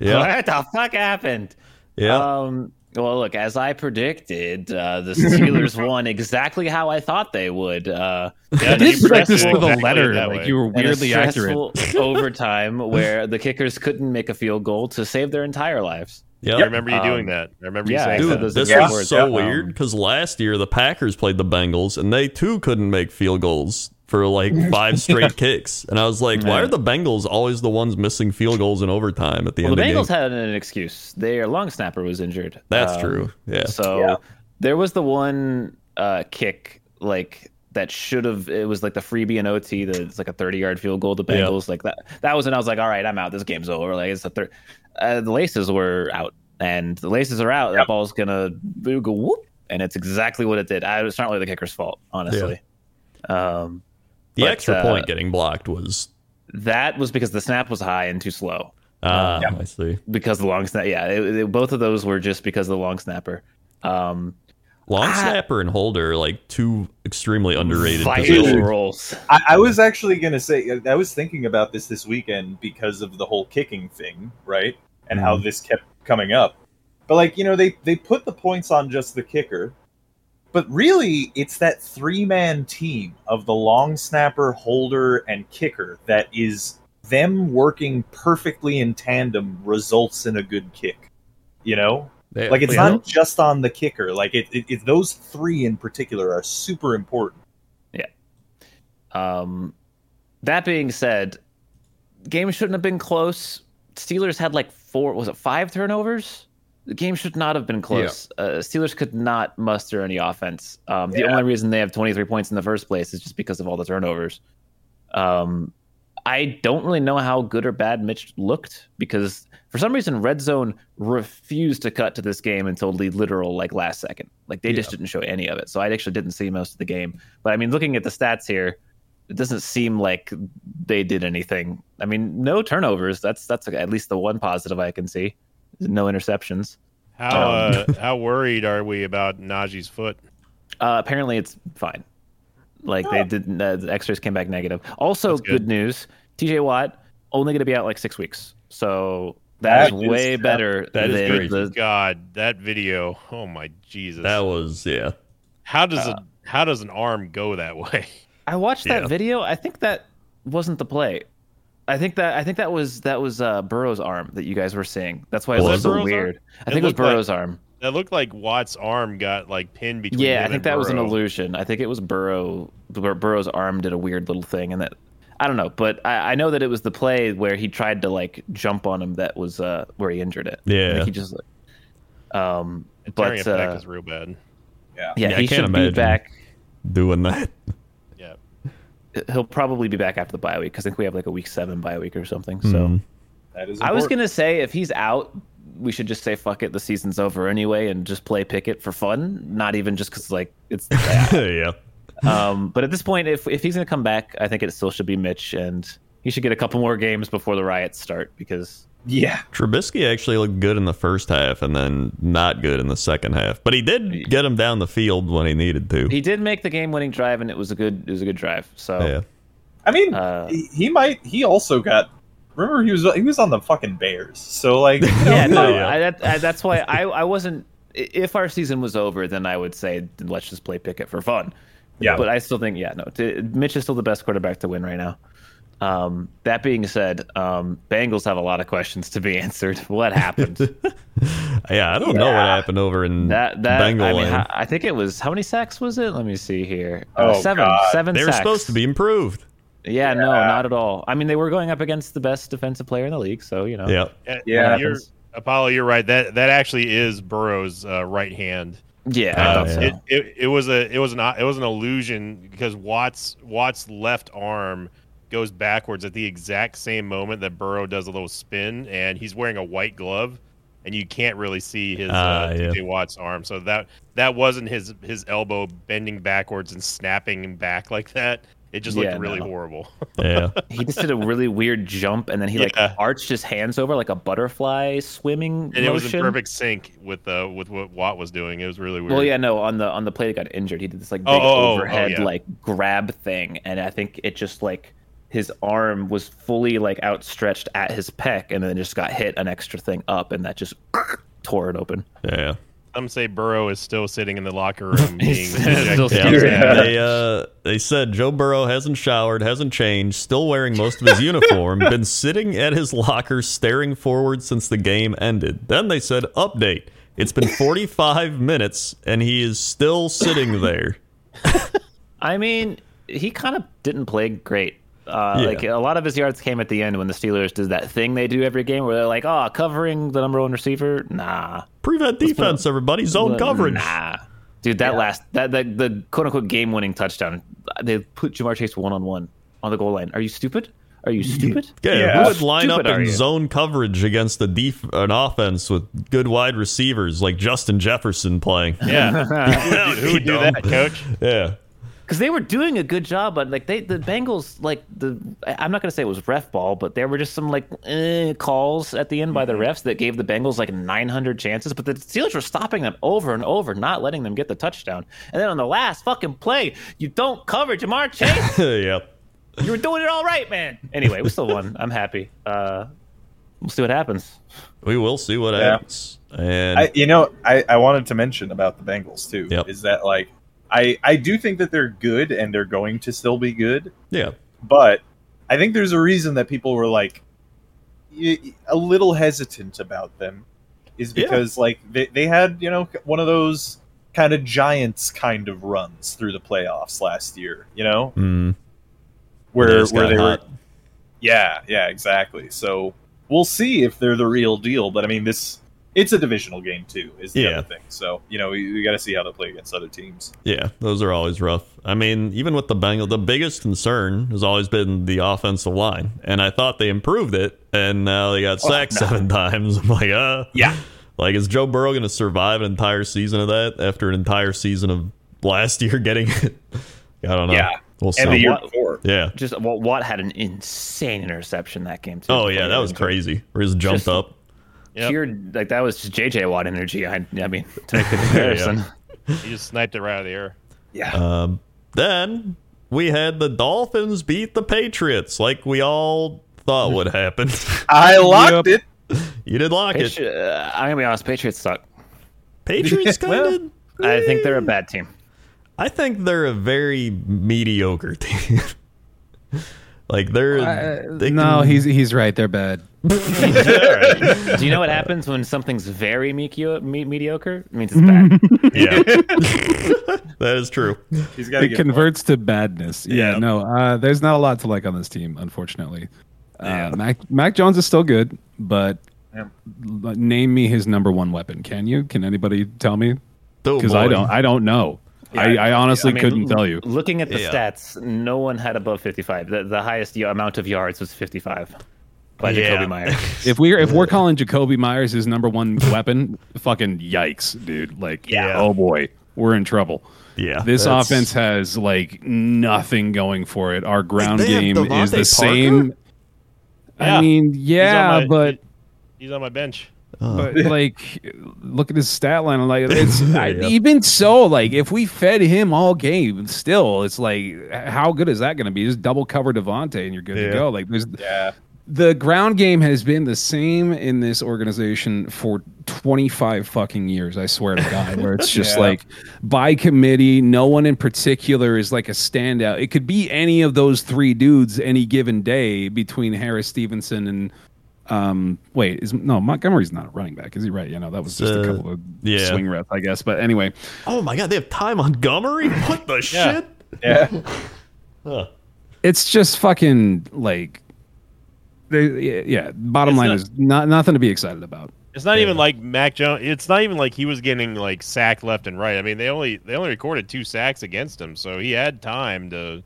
Yeah. What the fuck happened? Yeah. Um, well, look, as I predicted, uh, the Steelers won exactly how I thought they would. Uh, Yeah, I did you predict this predicted to the exactly letter. that Like way. you were in a weirdly accurate. stressful overtime where the kickers couldn't make a field goal to save their entire lives. yep. I remember you Um, doing that. I remember yeah, you I saying said that. those This Yeah. exact was words. so Um, weird because last year the Packers played the Bengals and they too couldn't make field goals for like five straight kicks. And I was like, why Yeah. are the Bengals always the ones missing field goals in overtime at the Well, end the of the Bengals game? had an excuse. Their long snapper was injured. That's Um, true. Yeah. So Yeah. there was the one uh, kick like that should have. It was like the freebie and OT. The, it's like a thirty-yard field goal. The Yeah. Bengals like that. That was when I was like, all right, I'm out. This game's over. Like it's the third. Uh, the laces were out, and the laces are out. That Yep. ball's gonna boog a whoop, and it's exactly what it did. I, it's not really the kicker's fault, honestly. Um, The but, extra uh, point getting blocked was. that was because the snap was high and too slow. Ah, Yeah. I see. Because the long snap, yeah, it, it- both of those were just because of the long snapper. Um, Long Ah. snapper and holder are like two extremely underrated vital positions. roles. I, I was actually going to say, uh, I was thinking about this this weekend because of the whole kicking thing, right? And how Mm-hmm. this kept coming up. But, like, you know, they, they put the points on just the kicker. But really, it's that three man team of the long snapper, holder, and kicker that is them working perfectly in tandem results in a good kick. You know? They- Like it's yeah. not just on the kicker. Like it, it, it, those three in particular are super important. Um, that being said, game shouldn't have been close. Steelers had like four, was it five turnovers? The game should not have been close. Uh, Steelers could not muster any offense. Um, The Yeah. only reason they have 23 points in the first place is just because of all the turnovers. Um, I don't really know how good or bad Mitch looked because for some reason Red Zone refused to cut to this game until the literal like last second. Like they just didn't show any of it. So I actually didn't see most of the game. But I mean, looking at the stats here, it doesn't seem like they did anything. I mean, no turnovers. That's that's at least the one positive I can see. No interceptions. How um, uh, how worried are we about Najee's foot? Uh, apparently, it's fine. Like they didn't. Uh, the X-rays came back negative. Also, That's good. good. news: TJ Watt only going to be out like six weeks. So that That is is- way that- better that is than great. the God, that video. Oh my Jesus! That was yeah. how does Uh, a how does an arm go that way? I watched that Yeah. video. I think that wasn't the play. I think that I think that was that was uh, Burrow's arm that you guys were seeing. That's why it Was looked it so Burrow's arm? weird. I It think it was looked like- Burrow's arm. That looked like Watt's arm got like pinned between. him Yeah, I think and that was an Burrow. illusion. I think it was Burrow. Bur- Burrow's arm did a weird little thing, and that I don't know. But I, I know that it was the play where he tried to like jump on him that was uh, where he injured it. I think Yeah. he just. like, Um, The tearing but effect uh, is real bad. yeah, Yeah, I he can't should be imagine. back. Doing that. Yeah, He'll probably be back after the bye week because I think we have like a week seven bye week or something. So. Mm-hmm. That is. I was important. gonna say if he's out, we should just say fuck it, the season's over anyway, and just play Pickett for fun, not even just because like it's. yeah. um, but at this point, if if he's gonna come back, I think it still should be Mitch, and he should get a couple more games before the riots start because Yeah. Trubisky actually looked good in the first half and then not good in the second half. But he did get him down the field when he needed to. he did make the game-winning drive, and it was a good it was a good drive. So yeah. I mean, Uh, he, he might. He also got. Remember, he was he was on the fucking Bears. So like, you know, yeah, no, Yeah. I, that, I, that's why I, I wasn't. i- If our season was over, then I would say then let's just play Pickett for fun. Yeah. but I still think yeah, no, t- Mitch is still the best quarterback to win right now. Um, that being said, um, Bengals have a lot of questions to be answered. What happened? Yeah, I don't know what happened over in that that Bengal I mean, land. ho- I think it was how many sacks was it? Let me see here. Uh, Oh, seven, God. seven. They were sacks. supposed to be improved. Yeah, no, Yeah. not at all. I mean, they were going up against the best defensive player in the league, so you know. Yeah. And- Yeah. you're, Apollo, you're right. That that actually is Burrow's uh, right hand. Yeah, I Uh, thought so. it, it, it was a it was an it was an illusion because Watts Watts left arm goes backwards at the exact same moment that Burrow does a little spin and he's wearing a white glove and you can't really see his uh, Ah, yeah. TJ Watts arm so that that wasn't his his elbow bending backwards and snapping back like that it just looked Yeah, really no. horrible Yeah. He just did a really weird jump, and then he like Yeah. arched his hands over like a butterfly swimming and it was in motion. perfect sync with uh with what Watt was doing it was really weird Well, yeah, no. On the on the play that got injured, he did this like big Oh, oh, oh, oh, overhead yeah. like grab thing, and I think it just like his arm was fully like outstretched at his pec, and then just got hit an extra thing up, and that just tore it open. Yeah. some say Burrow is still sitting in the locker room being He's still rejected. Yeah. Yeah. They uh they said Joe Burrow hasn't showered, hasn't changed, still wearing most of his uniform, been sitting at his locker staring forward since the game ended. Then they said update. It's been 45 minutes and he is still sitting there. I mean, he kind of didn't play great. Uh, Yeah. Like a lot of his yards came at the end when the Steelers did that thing they do every game where they're like, "Oh, covering the number one receiver." Nah, Prevent defense, everybody. Zone coverage. Nah, dude, that last that, that the quote unquote game winning touchdown. They put Jamar Chase one on one on the goal line. Are you stupid? Are you stupid? Yeah, Yeah. who would line up Stupid are in you? zone coverage against a def- an offense with good wide receivers like Justin Jefferson playing? Yeah. who, would do- who would do that, coach? Yeah. Because they were doing a good job, but like they the Bengals like the I- I'm not gonna say it was ref ball, but there were just some like eh, calls at the end by the Mm-hmm. refs that gave the Bengals like 900 chances, but the Steelers were stopping them over and over, not letting them get the touchdown. And then on the last fucking play, you don't cover Jamar Chase. yep. You were doing it all right, man. Anyway, we still won. I'm happy. Uh, we'll see what happens. We will see what Yeah. happens. And I, you know, I, I wanted to mention about the Bengals too. Yep. Is that like I I do think that they're good and they're going to still be good, yeah, but I think there's a reason that people were like y- y- a little hesitant about them is Yeah. because like they, they had you know one of those kind of giants kind of runs through the playoffs last year you know mm, where it's where kinda they were hot. Yeah, yeah, exactly. So we'll see if they're the real deal. But I mean, this it's a divisional game too, is the Yeah. other thing. So you know, we, we got to see how they play against other teams. Yeah, those are always rough. I mean, even with the Bengals, the biggest concern has always been the offensive line, and I thought they improved it, and now they got sacked seven times. I'm like, uh, Oh, Yeah. like is Joe Burrow going to survive an entire season of that after an entire season of last year getting it? I don't know. Yeah. we'll see. And the year what- before, yeah. Just well, Watt had an insane interception that game too. Oh yeah, that was crazy. Where he's jumped Just- up. Yep. Pure, like that was just JJ Watt energy. I, I mean, to make the comparison. He just sniped it right out of the air. yeah, Um, then we had the Dolphins beat the Patriots, like we all thought would happen. I locked it. you did lock it. Patri- uh, I'm gonna be honest. Patriots suck. Patriots Yeah, kind well- of. I think they're a bad team. I think they're a very mediocre team. like they're. they Uh, no, can- he's he's right. They're bad. Do you know what happens when something's very mecio- me- mediocre? It means it's bad. Yeah. that is true. He's got to It get one. converts to badness. Yeah, Yeah. no. Uh, there's not a lot to like on this team, unfortunately. Uh, Mac Mac Jones is still good, but Yeah. l- name me his number one weapon. Can you? Can anybody tell me? Oh, Because I boy. don't. I don't know. I, I honestly I mean, couldn't tell you. Looking at the Yeah. stats, no one had above 55. The, the highest y- amount of yards was 55 by Yeah. Jacoby Myers. If we're if we're calling Jacoby Myers his number one weapon, fucking yikes, dude! Like, Yeah. oh boy, we're in trouble. Yeah. This that's- offense has like nothing going for it. Our ground they have game Devontae is the Parker? same. Yeah. I mean, He's on yeah, my- but he's on my bench. Uh. but like, look at his stat line. Like, it's I- Yeah. even so. Like, if we fed him all game, still, it's like, how good is that going to be? Just double cover Devontae, and you're good Yeah. to go. Like, there's Yeah, the ground game has been the same in this organization for 25 fucking years i swear to god where it's just Yeah. like by committee no one in particular is like a standout it could be any of those three dudes any given day between harris stevenson and um wait is no montgomery's not a running back is he right you know that was just Uh, a couple of yeah. swing reps i guess but anyway Oh my God, they have Ty Montgomery? What the Yeah. shit? yeah. Huh. it's just fucking like they, yeah bottom It's line not- is not nothing to be excited about It's not Yeah. even like Mac Jones. It's not even like he was getting like sacked left and right. I mean, they only they only recorded two sacks against him, so he had time to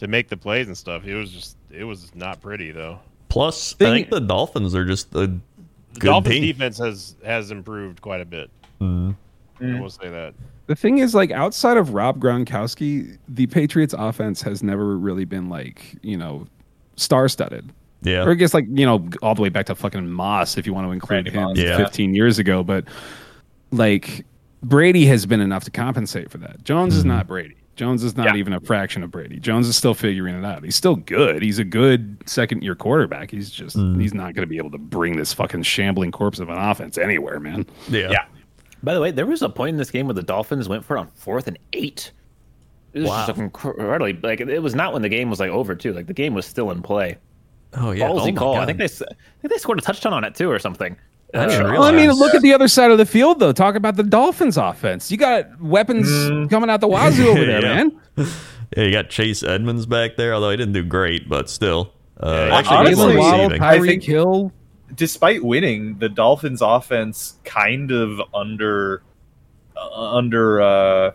to make the plays and stuff. It was just it was not pretty though. Plus, I Thing- think the Dolphins are just a good The Dolphins team. defense has has improved quite a bit. Mhm. I will say that. The thing is, like outside of Rob Gronkowski, the Patriots' offense has never really been like you know star-studded. Yeah. Or I guess like you know all the way back to fucking Moss if you want to include Randy him Moss, yeah. 15 years ago, but like Brady has been enough to compensate for that. Jones is not Brady. Jones is not even a fraction of Brady. Jones is still figuring it out. He's still good. He's a good second year quarterback. He's just he's not going to be able to bring this fucking shambling corpse of an offense anywhere, man. yeah. Yeah. By the way, there was a point in this game where the Dolphins went for it on fourth and eight. It was just incredibly like it was not when the game was like over too. Like the game was still in play. Oh yeah. Ballsy oh my call. I God. think they s- I think they scored a touchdown on it too or something. I didn't Uh, realize- Well, I mean, look at the other side of the field though. Talk about the Dolphins offense. You got weapons coming out the wazoo over there, Yeah. man. Yeah, you got Chase Edmonds back there, although he didn't do great, but still. Uh, Yeah, actually, he was honestly- Waddle, receiving. I Tyreek think- Hill. despite winning, the Dolphins' offense kind of under uh, under uh,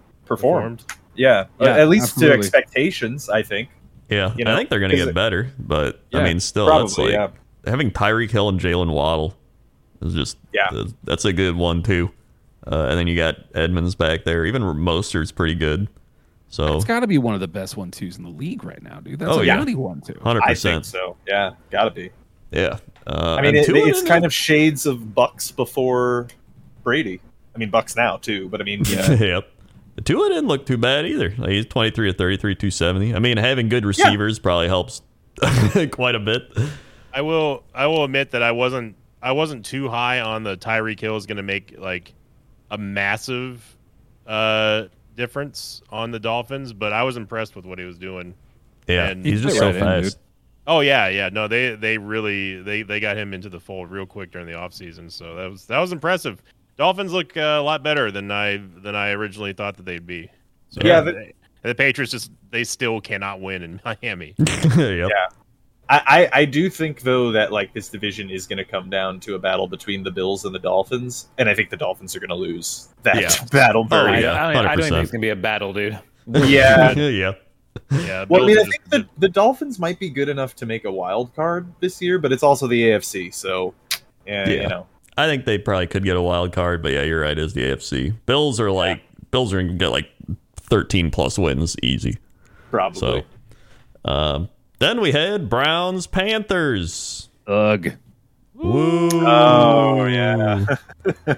Performed. performed. Yeah, Yeah, at least absolutely. to expectations. I think. Yeah, you know, I think they're going to is get it- better, but I Yeah, mean, still, that's Probably. like yeah. having Tyreek Hill and Jalen Waddle is just Yeah. th- that's a good one too. Uh, and then you got Edmonds back there. Even Mostert's pretty good. So It's got to be one of the best one twos in the league right now, dude. That's Oh, a yeah. bloody one two. hundred I think percent. so. Yeah, gotta be. Yeah. Uh, I mean, and it, Tua it's didn't- kind of shades of Bucks before Brady. I mean, Bucks now too, but I mean, yeah, yep. Tua didn't look too bad either. Like, he's twenty three or thirty three, two seventy. I mean, having good receivers probably helps quite a bit. I will I will admit that I wasn't I wasn't too high on the Tyreek Hill is going to make like a massive uh difference on the Dolphins, but I was impressed with what he was doing. Yeah, And- he's just He's so right in, dude. fast. Oh yeah, yeah. No, they they really they they got him into the fold real quick during the offseason. So that was that was impressive. Dolphins look uh, a lot better than I than I originally thought that they'd be. So Yeah, the, the Patriots just they still cannot win in Miami. Yep. I, I I do think though that like this division is going to come down to a battle between the Bills and the Dolphins, and I think the Dolphins are going to lose that Yeah. battle Oh, very. I, yeah, I don't- I don't 100%. think it's gonna be a battle, dude. yeah. yeah. Yeah. Well, Bills I mean, I are think just- the, the Dolphins might be good enough to make a wild card this year, but it's also the AFC, so yeah, Yeah. you know, I think they probably could get a wild card, but yeah, you're right. It is the AFC. Bills are like Bills are gonna get like 13 plus wins easy. probably. So, um, then we had Browns Panthers. Ugh. Woo! Oh yeah,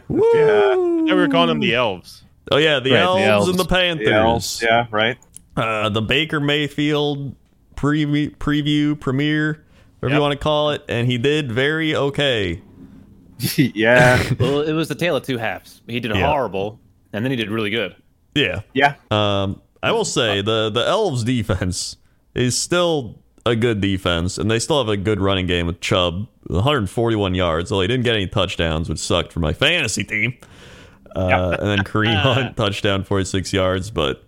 Woo! yeah, we were calling them the Elves. Oh yeah, the, Right, the elves and Elves. the Panthers. yeah, yeah, right. Uh, the Baker Mayfield pre- preview premiere, whatever you Yep. want to call it, and he did very okay. yeah, Well, it was the tale of two halves. He did Yeah. horrible, and then he did really good. Yeah. yeah. Um, I will say the the Elves defense is still a good defense, and they still have a good running game with Chubb, 141 yards. Though he didn't get any touchdowns, which sucked for my fantasy team. Uh, and then Kareem Hunt touchdown, 46 yards. But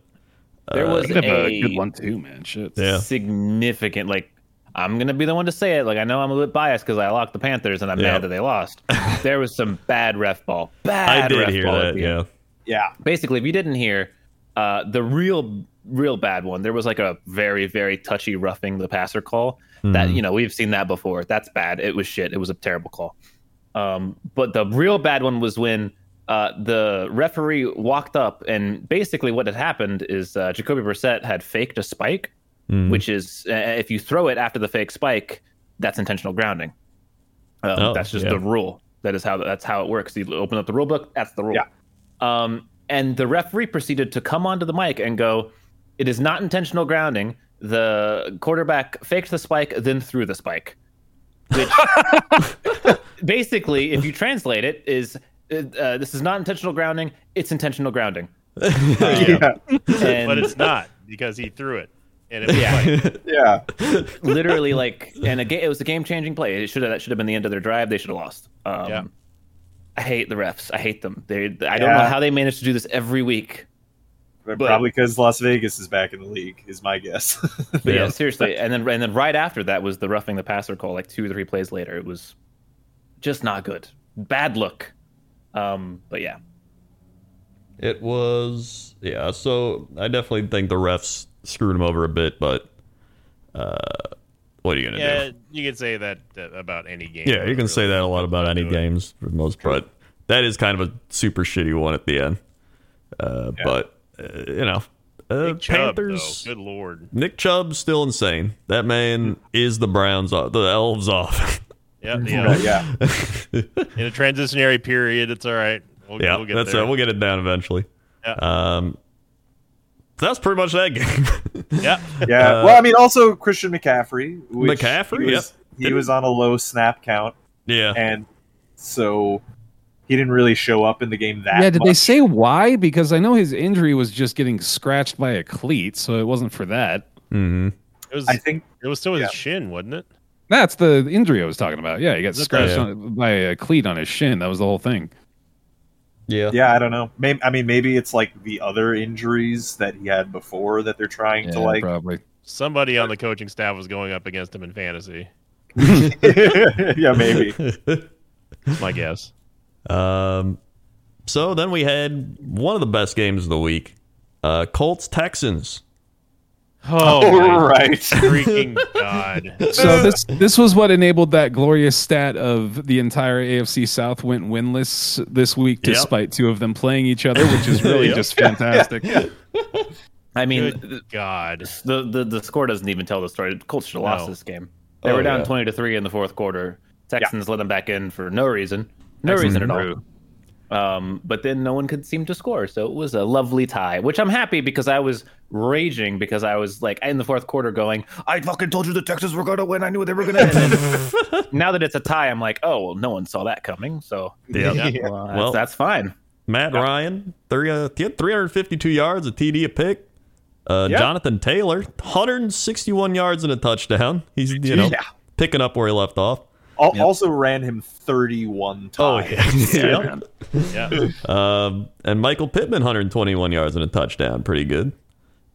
There was Kind of a, a good one too, man. Shit. yeah, significant. Like I'm gonna be the one to say it. Like I know I'm a bit biased because I locked the Panthers and I'm Yeah. mad that they lost. there was some bad ref ball. Bad I did ref hear ball at that. the end. Yeah, Yeah, Basically, if you didn't hear, uh, the real real bad one. There was like a very very touchy roughing the passer call. That you know we've seen that before. That's bad. It was shit. It was a terrible call. Um, but the real bad one was when uh, the referee walked up, and basically what had happened is uh, Jacoby Brissett had faked a spike, Mhm. which is uh, if you throw it after the fake spike, that's intentional grounding. Um, Oh, that's just yeah. the rule. That is how that's how it works. You open up the rule book. That's the rule. Yeah. Um, and the referee proceeded to come onto the mic and go, "It is not intentional grounding. The quarterback faked the spike, then threw the spike." Which basically, if you translate it, is uh, this is not intentional grounding. It's intentional grounding. yeah, And But it's not because he threw it. And it was Yeah. like, yeah. literally like and a ga- it was a game changing play. It should have that should have been the end of their drive. They should have lost. Um, Yeah. I hate the refs. I hate them. They I don't know Yeah. how they manage to do this every week. But Probably because Las Vegas is back in the league, is my guess. But yeah. Yeah. seriously. And then and then right after that was the roughing the passer call like two or three plays later. It was just not good. bad look. Um, but yeah, It was yeah. So I definitely think the refs screwed him over a bit, but uh, what are you gonna Yeah, do? you could say that uh, about any game. Yeah, you can say really. that a lot about any do it. games for the most part. That is kind of a super shitty one at the end. Uh, But uh, you know, uh, Nick Chubb, though, Panthers. Good Mm-hmm. lord. Nick Chubb's still insane. That man is the Browns off, the Elves off. Yep, But yeah. yeah, In a transitionary period, it's all right. We'll, yeah, we'll get that's there. right. We'll get it down eventually. Yeah. Um, that's pretty much that game. yeah. yeah. Uh, well, I mean, also Christian McCaffrey. Which McCaffrey, he was, he was on a low snap count, yeah. and so he didn't really show up in the game that. Yeah, did they much. say why? Because I know his injury was just getting scratched by a cleat, so it wasn't for that. Mm-hmm. It was. I think it was still his yeah. shin, wasn't it? That's the injury I was talking about. Yeah, he got that- scratched yeah. on, by a cleat on his shin. That was the whole thing. Yeah. Yeah, I don't know. Maybe I mean, maybe it's like the other injuries that he had before that they're trying Yeah, to like. probably. Somebody on the coaching staff was going up against him in fantasy. yeah, maybe. That's my guess. Um, so then we had one of the best games of the week. Uh, Colts Texans. Oh, All my right. freaking god! So this this was what enabled that glorious stat of the entire AFC South went winless this week, Yep. despite two of them playing each other, which is really Yep. just fantastic. I mean, Good god! the, the the score doesn't even tell the story. The Colts should have lost No. this game. They Oh, were down yeah. twenty to three in the fourth quarter. Texans let them back in for no reason, no reason at all. Um, but then no one could seem to score, so it was a lovely tie, which I'm happy because I was raging because I was like in the fourth quarter going, "I fucking told you the Texans were going to win. I knew they were going to." win. now that it's a tie, I'm like, "Oh well, no one saw that coming." So Yeah. well, that's, Well- that's fine. Matt Ryan, three, uh, he had 352 yards, a TD, a pick. Uh, Yeah. Jonathan Taylor, 161 yards and a touchdown. He's you know Yeah. picking up where he left off. Al- Also ran him 31 times. yeah. Yeah, Um, and Michael Pittman, 121 yards and a touchdown, pretty good.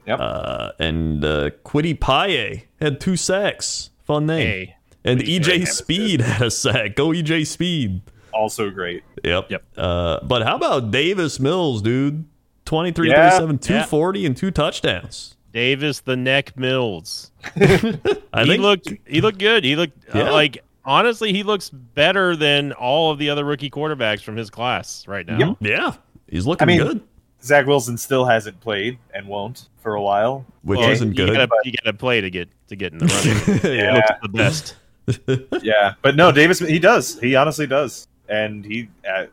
Yep. Uh, and uh, Quiddy Paye had two sacks. Fun name. Hey. and Quiddy EJ Paye had a Speed had a sack. Go EJ Speed. Also great. Yep. Yep. Uh, but how about Davis Mills, dude? 23 Yeah. 37, 240, and two touchdowns. Davis the neck Mills. I he think looked he looked good. He looked uh, Yeah. like honestly he looks better than all of the other rookie quarterbacks from his class right now. Yep. Yeah. He's looking I mean, good, Zach Wilson still hasn't played and won't for a while. which Well, isn't You gotta, good. you gotta play to get to get in the running. Yeah. Looks the best. yeah, but no, Davis. He does. He honestly does, and he. Uh,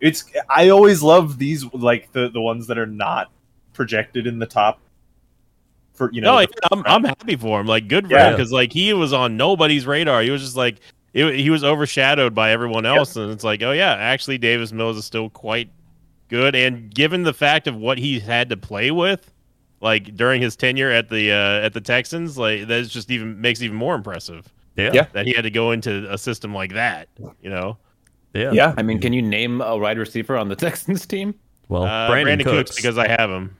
it's. I always love these like the the ones that are not projected in the top. For you know, No, the- yeah, I'm, I'm happy for him. Like good for Yeah. him because like he was on nobody's radar. He was just like it, he was overshadowed by everyone else, and it's like oh yeah, actually Davis Mills is still quite good. And given the fact of what he had to play with, like during his tenure at the uh, at the Texans, like that's just even makes it even more impressive. Yeah. Yeah. that he had to go into a system like that. You know, Yeah. yeah, I mean, can you name a wide receiver on the Texans team? Well, uh, Brandon, Cooks. because I have him.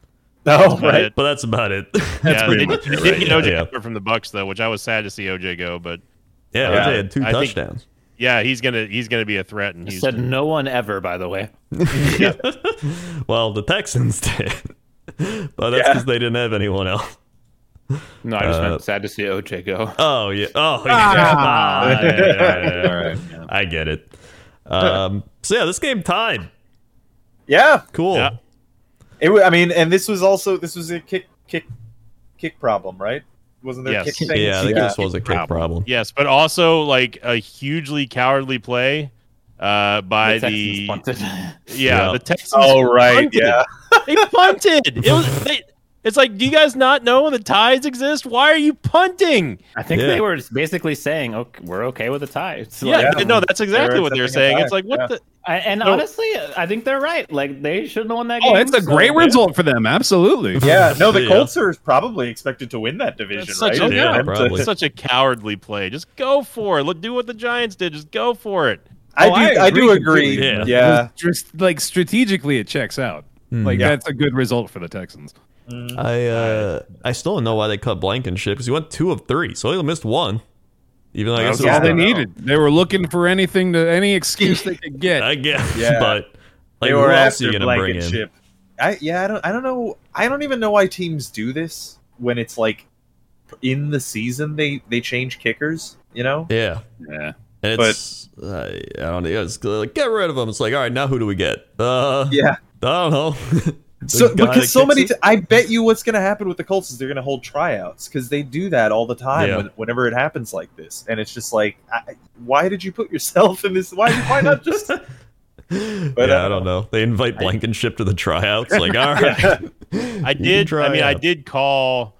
no, But- right. but that's about it. that's yeah, pretty they, much did, it, they did get right? Yeah, OJ yeah. Howard from the Bucks though, which I was sad to see OJ go, but Yeah, Yeah. OJ had two I think- touchdowns. yeah, he's gonna he's gonna be a threat. And he's Said no one ever, by the way. Well, the Texans did. but that's Yeah. because they didn't have anyone else. No, I just Uh, meant sad to see OJ go. Oh yeah. Oh yeah. Ah, yeah, yeah, yeah. I get it. Um, so yeah, this game tied. Yeah, Cool. Yeah. It. wa- I mean, and this was also this was a kick kick kick problem, right? Wasn't there Yes. kick things? Yeah, I think this was a kick Problem. problem. Yes, but also like a hugely cowardly play uh, by the, yeah, Yeah. the Texans. Oh right, punted. yeah. they punted. It was they, it's like do you guys not know the ties exist? Why are you punting? I think Yeah. they were basically saying, "Okay, we're okay with the tie." It's Yeah, like- no, that's exactly They were what they're saying. accepting a tie. It's like what Yeah. the I- and No. honestly, I think they're right. Like they should have won that game. Oh, it's a so- great result for them. Absolutely. Yeah, no, the Yeah. Colts are probably expected to win that division, That's right? such a- Yeah, And to- probably. it's such a cowardly play. Just go for it. Look, do what the Giants did. Just go for it. I Oh, do, I, do agree. completely. Yeah. Yeah, Just like strategically, it checks out. Mm-hmm. Like Hmm. Yeah. Uh, that's a good result for the Texans. I uh, I still don't know why they cut Blankenship because he went two of three, so he missed one. Even though I guess That's it was all they the- needed. They were looking for anything to any excuse they could get. I guess, Yeah. but like, they who were else are after you gonna bring in? Blankenship. I yeah, I don't I don't know I don't even know why teams do this when it's like in the season they they change kickers, you know? Yeah, yeah. and it's uh, I don't know. It's like get rid of them. It's like all right, now who do we get? Uh, Yeah. I don't know. The So guy that because so kicks many it? t- I bet you what's going to happen with the Colts is they're going to hold tryouts cuz they do that all the time Yeah. when, whenever it happens like this. And it's just like I, why did you put yourself in this why why not just But, yeah, uh, I don't know. They invite Blankenship to the tryouts. Like, all right, I You can did. try I mean, I out. did call.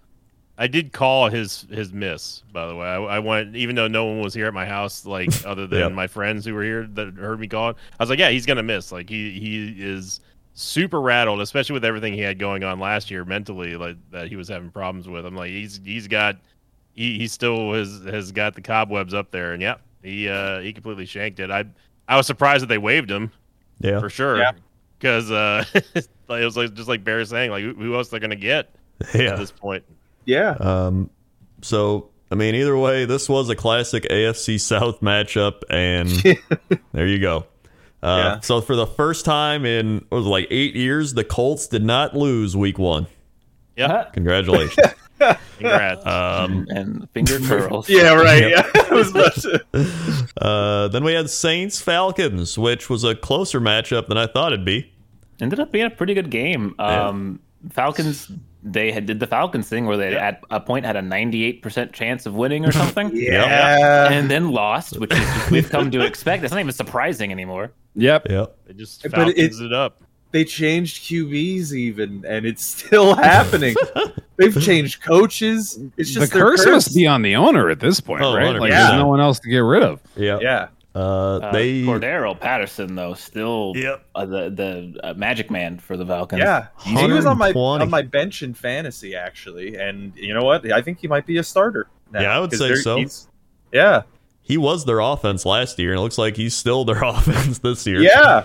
I did call his his miss. By the way, I, I went even though no one was here at my house, like other than Yeah. my friends who were here that heard me call. it. I was like, yeah, he's gonna miss. Like he he is super rattled, especially with everything he had going on last year mentally, like that he was having problems with. I'm like, he's he's got he he still has has got the cobwebs up there, and yeah, he uh he completely shanked it. I I was surprised that they waived him Yeah, for sure. Yeah. Because uh, it was like just like Bear saying, like who- who else they're gonna get at yeah. this point? yeah. Um, so I mean, either way, this was a classic AFC South matchup, and there you go. Uh, Yeah. So for the first time in what was it, like eight years, the Colts did not lose Week One. Uh-huh. Yeah, Congratulations. congrats. um, and finger curls. Yeah, right. Yeah. I was about to- uh, then we had Saints Falcons, which was a closer matchup than I thought it'd be. ended up being a pretty good game. Um, Falcons, they had did the Falcons thing where they at a point had a ninety eight percent chance of winning or something, yeah. and then lost, which is, we've come to expect. It's not even surprising anymore. Yep. Yeah. They just but falcons it, up. they changed QBs even, and it's still happening. They've changed coaches. It's The just their curse, must be on the owner at this point, Oh, right? Like, 100%. there's no one else to get rid of. Yeah. Yeah, Uh, Uh, they. Cordero Patterson though still Yep. uh, the the uh, Magic Man for the Falcons. yeah. He was on my 120. on my bench in fantasy actually, and you know what? I think he might be a starter. now, Yeah, I would 'cause say they're- so. he's- Yeah, he was their offense last year, and it looks like he's still their offense this year. yeah,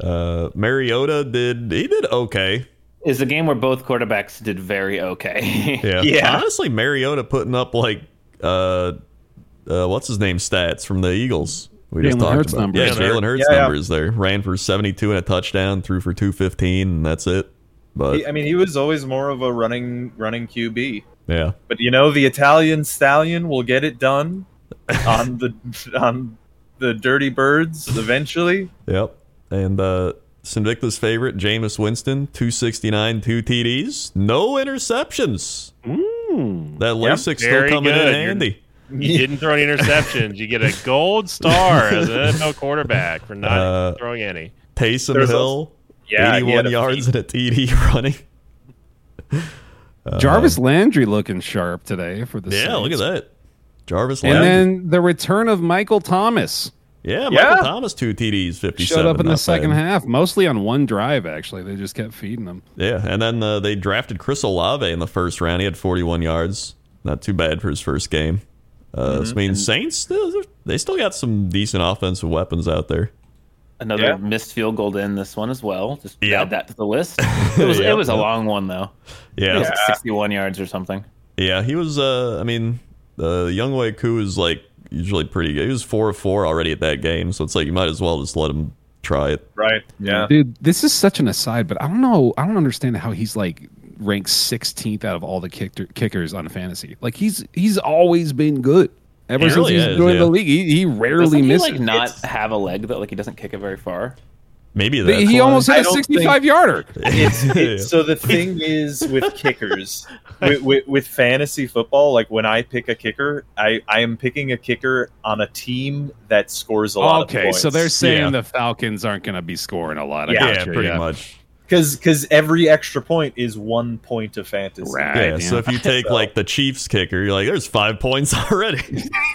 Uh, Mariota did he did okay. is a game where both quarterbacks did very okay. Yeah. Yeah. Honestly, Mariota putting up like uh, uh what's his name stats from the Eagles. We just Jalen talked Hurts about. numbers. Yeah, Jalen Hurts Yeah, yeah. numbers there. Ran for seventy two and a touchdown, threw for two fifteen, and that's it. But He- I mean, he was always more of a running running QB. yeah. But you know, the Italian stallion will get it done on the on the Dirty Birds eventually. Yep. And uh Invictus favorite, Jameis Winston, 269, two TDs, no interceptions. Mm. That LASIK's still Very coming good. in You're- handy. You didn't throw any interceptions. You get a gold star as an NFL quarterback for not Uh, throwing any. Taysom There's Hill, Yeah, he 81 had a yards and a TD running. Jarvis Landry looking sharp today for the Yeah, look at Saints. that. Jarvis And Landry. then the return of Michael Thomas yeah, Michael Yeah. Thomas, two TDs, 57. showed up in not the second bad. half, mostly on one drive. Actually, they just kept feeding him. Yeah, and then uh, they drafted Chris Olave in the first round. He had 41 yards. Not too bad for his first game. Uh, Mm-hmm. so, I mean, Saints, still, they still got some decent offensive weapons out there. Another Yeah. missed field goal to end this one as well. Just Yep. add that to the list. It was Yep, it was a yep. long one though. It was Yeah. like 61 yards or something. Yeah, he was, uh, I mean, uh, Young Wei Koo is like usually pretty good. He was 4 of 4 already at that game, so it's like you might as well just let him try it. Right. Yeah. Dude, this is such an aside, but I don't know. I don't understand how he's like ranked 16th out of all the kicker, kickers on fantasy. Like he's he's always been good ever He since really he's is, joined yeah. the league. He, he Doesn't rarely he misses. like not have a leg though? Like he doesn't kick it very far. Maybe that's He- why. he almost I had a don't 65 yarder. It's, Yeah. it's, so the thing is with kickers, with, with, with fantasy football, like when I pick a kicker, I, I am picking a kicker on a team that scores a lot. Okay, so they're there's saying Yeah. the Falcons aren't going to be scoring a lot. I Yeah, Yeah, gotcha, pretty yeah. much. because because every extra point is one point of fantasy. Right. Yeah, yeah. so if you take like the Chiefs kicker, you're like, there's five points already.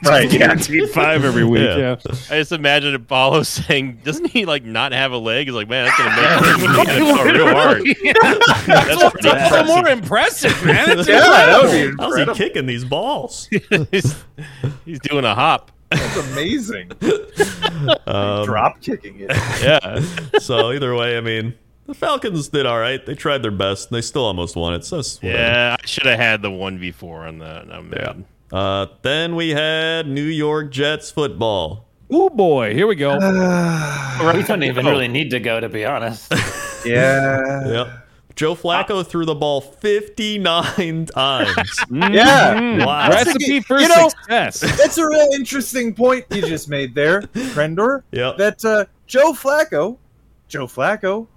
Right, Yeah. Guaranteed five every week. Yeah. yeah. I just imagine Apollo saying, "Doesn't he like not have a leg?" He's like, "Man, that's gonna make him real hard." That's pretty that's impressive. more impressive, man. Yeah, that How's would be he incredible. kicking these balls? he's, he's doing a hop. That's amazing. Um, Drop kicking it. Yeah, so either way, I mean, the Falcons did all right. They tried their best, and they still almost won it. So it's whatever. yeah. I should have had the one v four on that. I'm mad. Uh, then we had New York Jets football. Oh boy, here we go. We don't even really need to go, to be honest. Yeah. Yep. Joe Ah. Flacco threw the ball 59 times. Yeah. wow. Recipe for You know- success. That's a real interesting point you just made there, Rendor. Yep. That uh, Joe Flacco, Joe Flacco,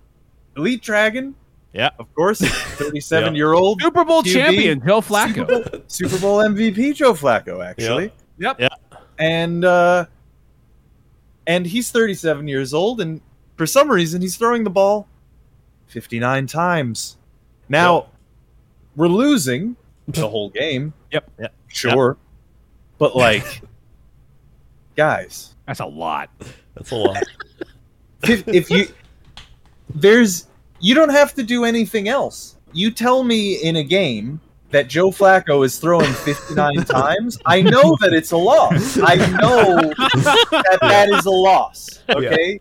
Elite Dragon. Yeah. Of course, 37 year old Super Bowl QB. champion Joe Flacco. Super Bowl MVP Joe Flacco, actually. Yep. Yeah. And uh, and he's 37 years old, and for some reason he's throwing the ball 59 times. Now we're losing the whole game. Yep. Yep. Sure. But like, guys, That's a lot. That's a lot. if, if you there's you don't have to do anything else. You tell me in a game that Joe Flacco is throwing 59 times. I know that it's a loss. I know that that is a loss. Okay.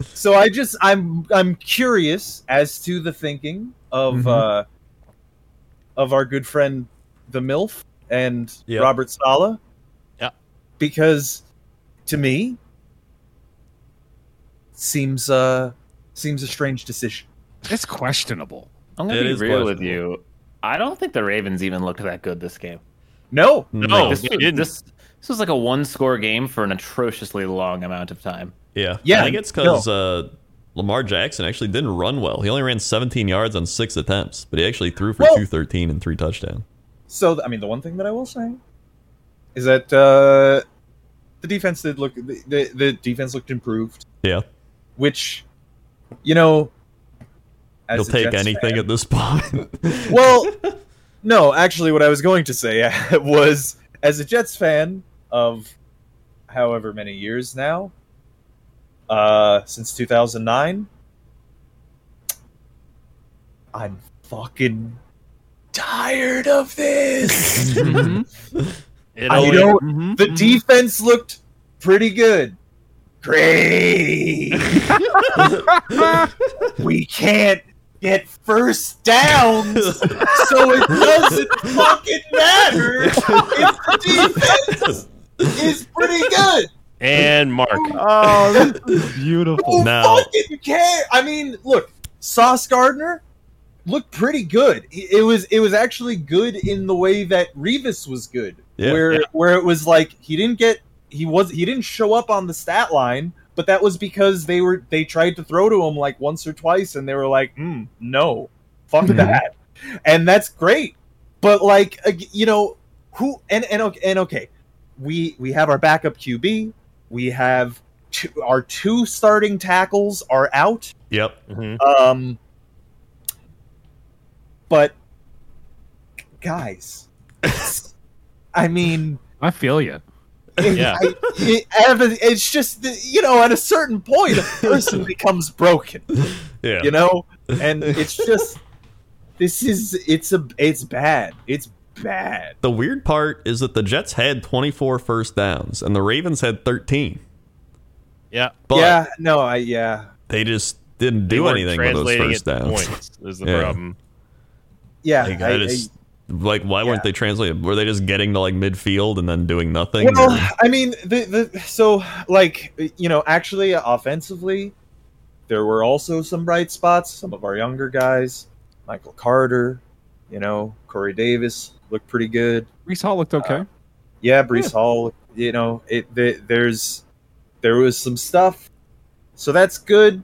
So I just I'm I'm curious as to the thinking of Mhm. uh, of our good friend the MILF and Yeah. Robert Sala. Yeah. Because to me seems uh seems a strange decision. It's questionable. I'm It gonna be is real with you. I don't think the Ravens even looked that good this game. No. Oh, No, this, they Mm-hmm. was, didn't. this this was like a one score game for an atrociously long amount of time. Yeah. Yeah, I think it's because uh, Lamar Jackson actually didn't run well. He only ran 17 yards on six attempts, but he actually threw for Well- 213 and three touchdowns. So I mean the one thing that I will say is that uh the defense did look the, the, the defense looked improved, Yeah. which you know as He'll a take Jets anything fan- at this point. Well, no, actually, what I was going to say was, as a Jets fan of however many years now, uh, since 2009, I'm fucking tired of this. It I only- don't. Mhm. Mm-hmm. The defense looked pretty good. Great. we can't get first downs, so it doesn't fucking matter if the defense is pretty good. and Mark. Oh, this is beautiful. Who Now- fucking care? I mean, look, Sauce Gardner looked pretty good. It it was it was actually good in the way that Revis was good, Yeah. where where it was like he didn't get he was he didn't show up on the stat line, but that was because they were they tried to throw to him like once or twice, and they were like, mm, no, fuck Mhm. that, and that's great. But like ag- you know who and and okay, and okay, we we have our backup QB, we have two, our two starting tackles are out. yep. Mhm. Um, but guys, I mean, I feel you. it- Yeah. I- it- ev- it's just that, you know, at a certain point, a person becomes broken, Yeah. you know, and it's just this is it's a it's bad, it's bad. The weird part is that the Jets had 24 first downs and the Ravens had 13. Yeah. But yeah, no, I yeah, they just didn't They do weren't anything with those translating first it to downs. Points is the Yeah. problem. yeah. Like, I- I I- just- like, why Yeah. weren't they translated? Were they just getting to like midfield and then doing nothing? Well, Or- I mean, the, the so like you know, actually, offensively, there were also some bright spots. Some of our younger guys, Michael Carter, you know, Corey Davis looked pretty good. Reese Hall looked okay. Yeah, Brees Hall, you know, it the, there's there was some stuff, so that's good.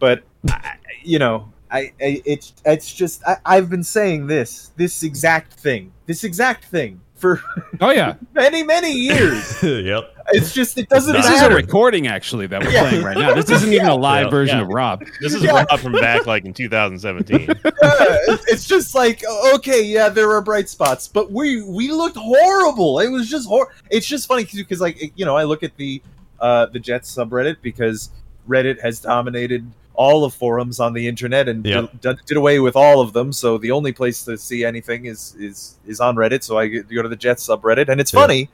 But I- you know, I, I it's it's just I, I've been saying this this exact thing, this exact thing for Oh yeah, many many years. yep. It's just it doesn't this Nah. is a matter. recording actually that we're Yeah. playing right now. This isn't even a live Yeah. version Yeah. of Rob. This is Yeah. Rob from back like in 2017. Yeah, it's- it's just like okay, yeah, there were bright spots, but we we looked horrible. It was just hor. It's just funny because like you know I look at the uh, the Jets subreddit because Reddit has dominated all of forums on the internet and Yeah. did, did away with all of them. So the only place to see anything is is is on Reddit. So I go to the Jets subreddit, and it's Yeah. funny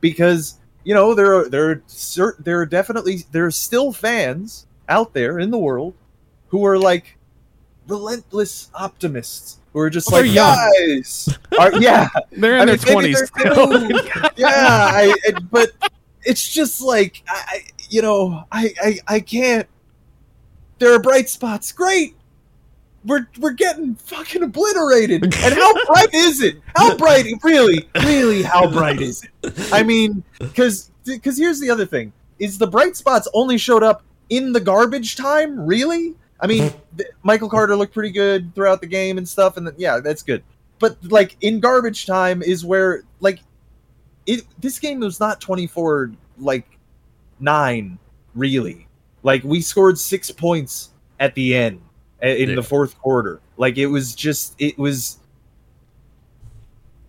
because you know there are there are cer- there are definitely there are still fans out there in the world who are like relentless optimists who are just Well, like they're young. guys. Are, yeah, They're in their I mean, maybe twenties they're still. new. yeah, I, I- but it's just like I, I- you know, I, I, I can't. There are bright spots. Great. We're, we're getting fucking obliterated. And how bright is it? How bright, really, really, how bright is it? I mean, because because here's the other thing: is the bright spots only showed up in the garbage time? Really? I mean, th- Michael Carter looked pretty good throughout the game and stuff, and th- yeah, that's good. But like in garbage time is where like it this game was not 24 like 9 really like we scored 6 points at the end a- in Yeah. the fourth quarter like it was just it was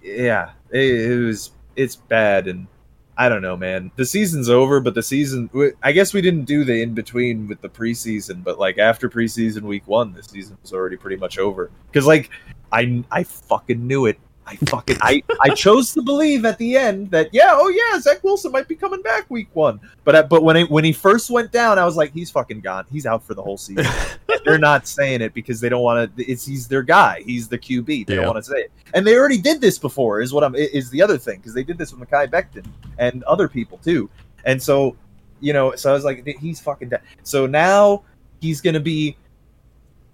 yeah it, it was it's bad and i don't know man the season's over but the season w- i guess we didn't do the in between with the preseason but like after preseason week 1 the season was already pretty much over cuz like i i fucking knew it I fucking I, I chose to believe at the end that yeah oh yeah Zach Wilson might be coming back week one but I, but when I, when he first went down I was like he's fucking gone he's out for the whole season And they're not saying it because they don't want to it's he's their guy he's the QB they Yeah. don't want to say it and they already did this before is what I'm i- is the other thing because they did this with Makai Becton and other people too and so you know so I was like he's fucking dead so now he's gonna be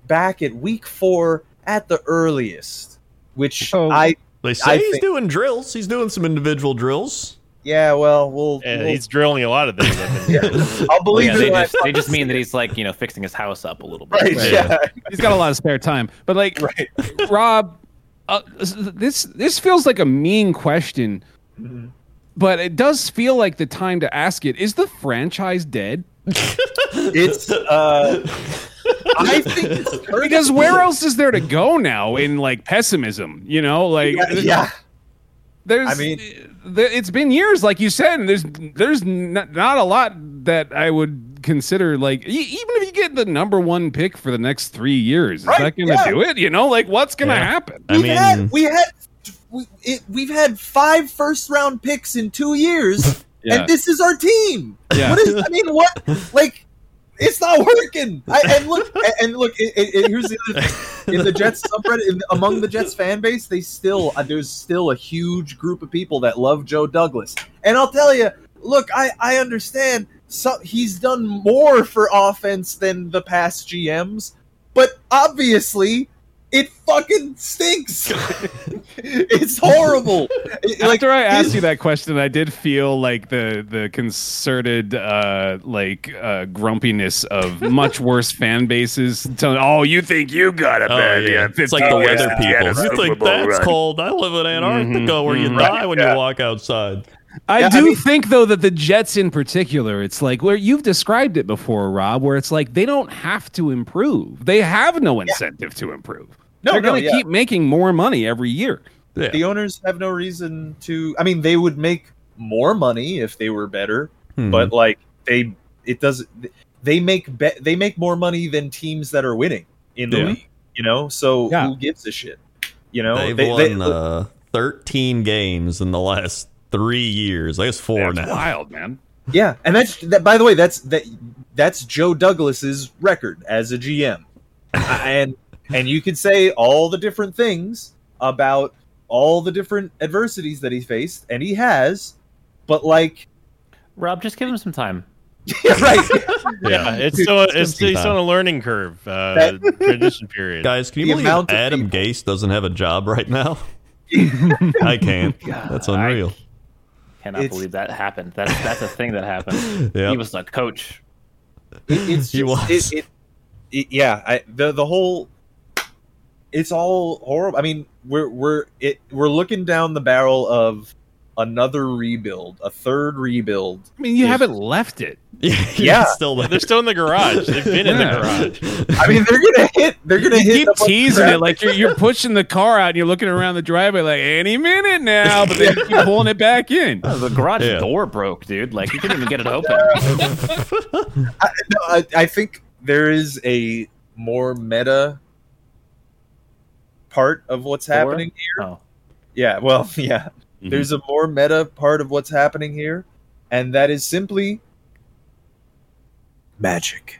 back at week four at the earliest. Which Oh. I They say I he's think- doing drills. He's doing some individual drills. Yeah, well, we'll. And we'll- he's drilling a lot of things. I think. yeah. I'll Well, believe yeah, it. they when I just, they fucking just see mean that it. he's like you know fixing his house up a little bit. Right, Right. yeah. He's got a lot of spare time, but like Right. Rob, uh, this this feels like a mean question, Mhm. but it does feel like the time to ask it. Is the franchise dead? It's. Uh, I think it's Curtis. Because where else is there to go now in like pessimism? You know, like Yeah, yeah. there's. I mean- there, it's been years, like you said, and there's there's not, not a lot that I would consider like e- even if you get the number one pick for the next three years, Right, is that going to yeah. do it? You know, like what's going to Yeah. happen? I We've mean, had we had we, it, we've had five first round picks in two years, Yeah. and this is our team. Yeah. What is? I mean, what? Like, it's not working. I, and look, and- and look. It, it, it- here's the other thing. in the Jets subreddit in, among the Jets fan base, they still uh, there's still a huge group of people that love Joe Douglas. And I'll tell you, look, I I understand. So, he's done more for offense than the past GMs, but obviously, it fucking stinks. it's horrible. It- like, After I asked his- you that question, I did feel like the the concerted uh, like uh, grumpiness of much worse fan bases telling, "Oh, you think you got a Oh, bad yeah. idea? It's like the 15 weather years to get a people. You Super think Bowl that's run." cold? I live in Antarctica where you mhm. die when you walk outside. I Yeah, I do mean- think though that the Jets in particular, it's like where you've described it before, Rob, where it's like they don't have to improve. They have no incentive to improve. No, They're no, gonna yeah. keep making more money every year. Yeah. the owners have no reason to. I mean, they would make more money if they were better, Hmm. but like they it doesn't they make be, they make more money than teams that are winning in the Yeah. league you know so Yeah. who gives a shit you know They've won uh, 13 games in the last three years. I guess four That's now. wild, man. yeah and that's that by the way that's that that's joe douglas's record as a gm and and you could say all the different things about all the different adversities that he faced and he has but like Rob, just give him some time. yeah, right Yeah, it's still it's still, he's still on a learning curve, uh, transition period. Guys, can you The believe amount of Adam Gase doesn't have a job right now? I can't. That's I- unreal. Cannot It's- believe that happened. That's that's a thing that happened. Yeah. He was the coach. it, it's He just, was. It, it, it, yeah, I, the the whole it's all horrible. I mean, we're we're it, we're looking down the barrel of another rebuild, a third rebuild. I mean, you haven't left it. Yeah. It's still They're there. still in the garage. They've been in the Yeah. garage. I mean, they're gonna hit. They're gonna You hit. keep a bunch of teasing crap. it like you're you're pushing the car out and you're looking around the driveway like any minute now, but then you keep pulling it back in. The garage Yeah. door broke, dude. Like you couldn't even get it open. No, I, I think there is a more meta part of what's Four? happening here. Oh. Yeah, well, yeah. Mhm. There's a more meta part of what's happening here, and that is simply magic.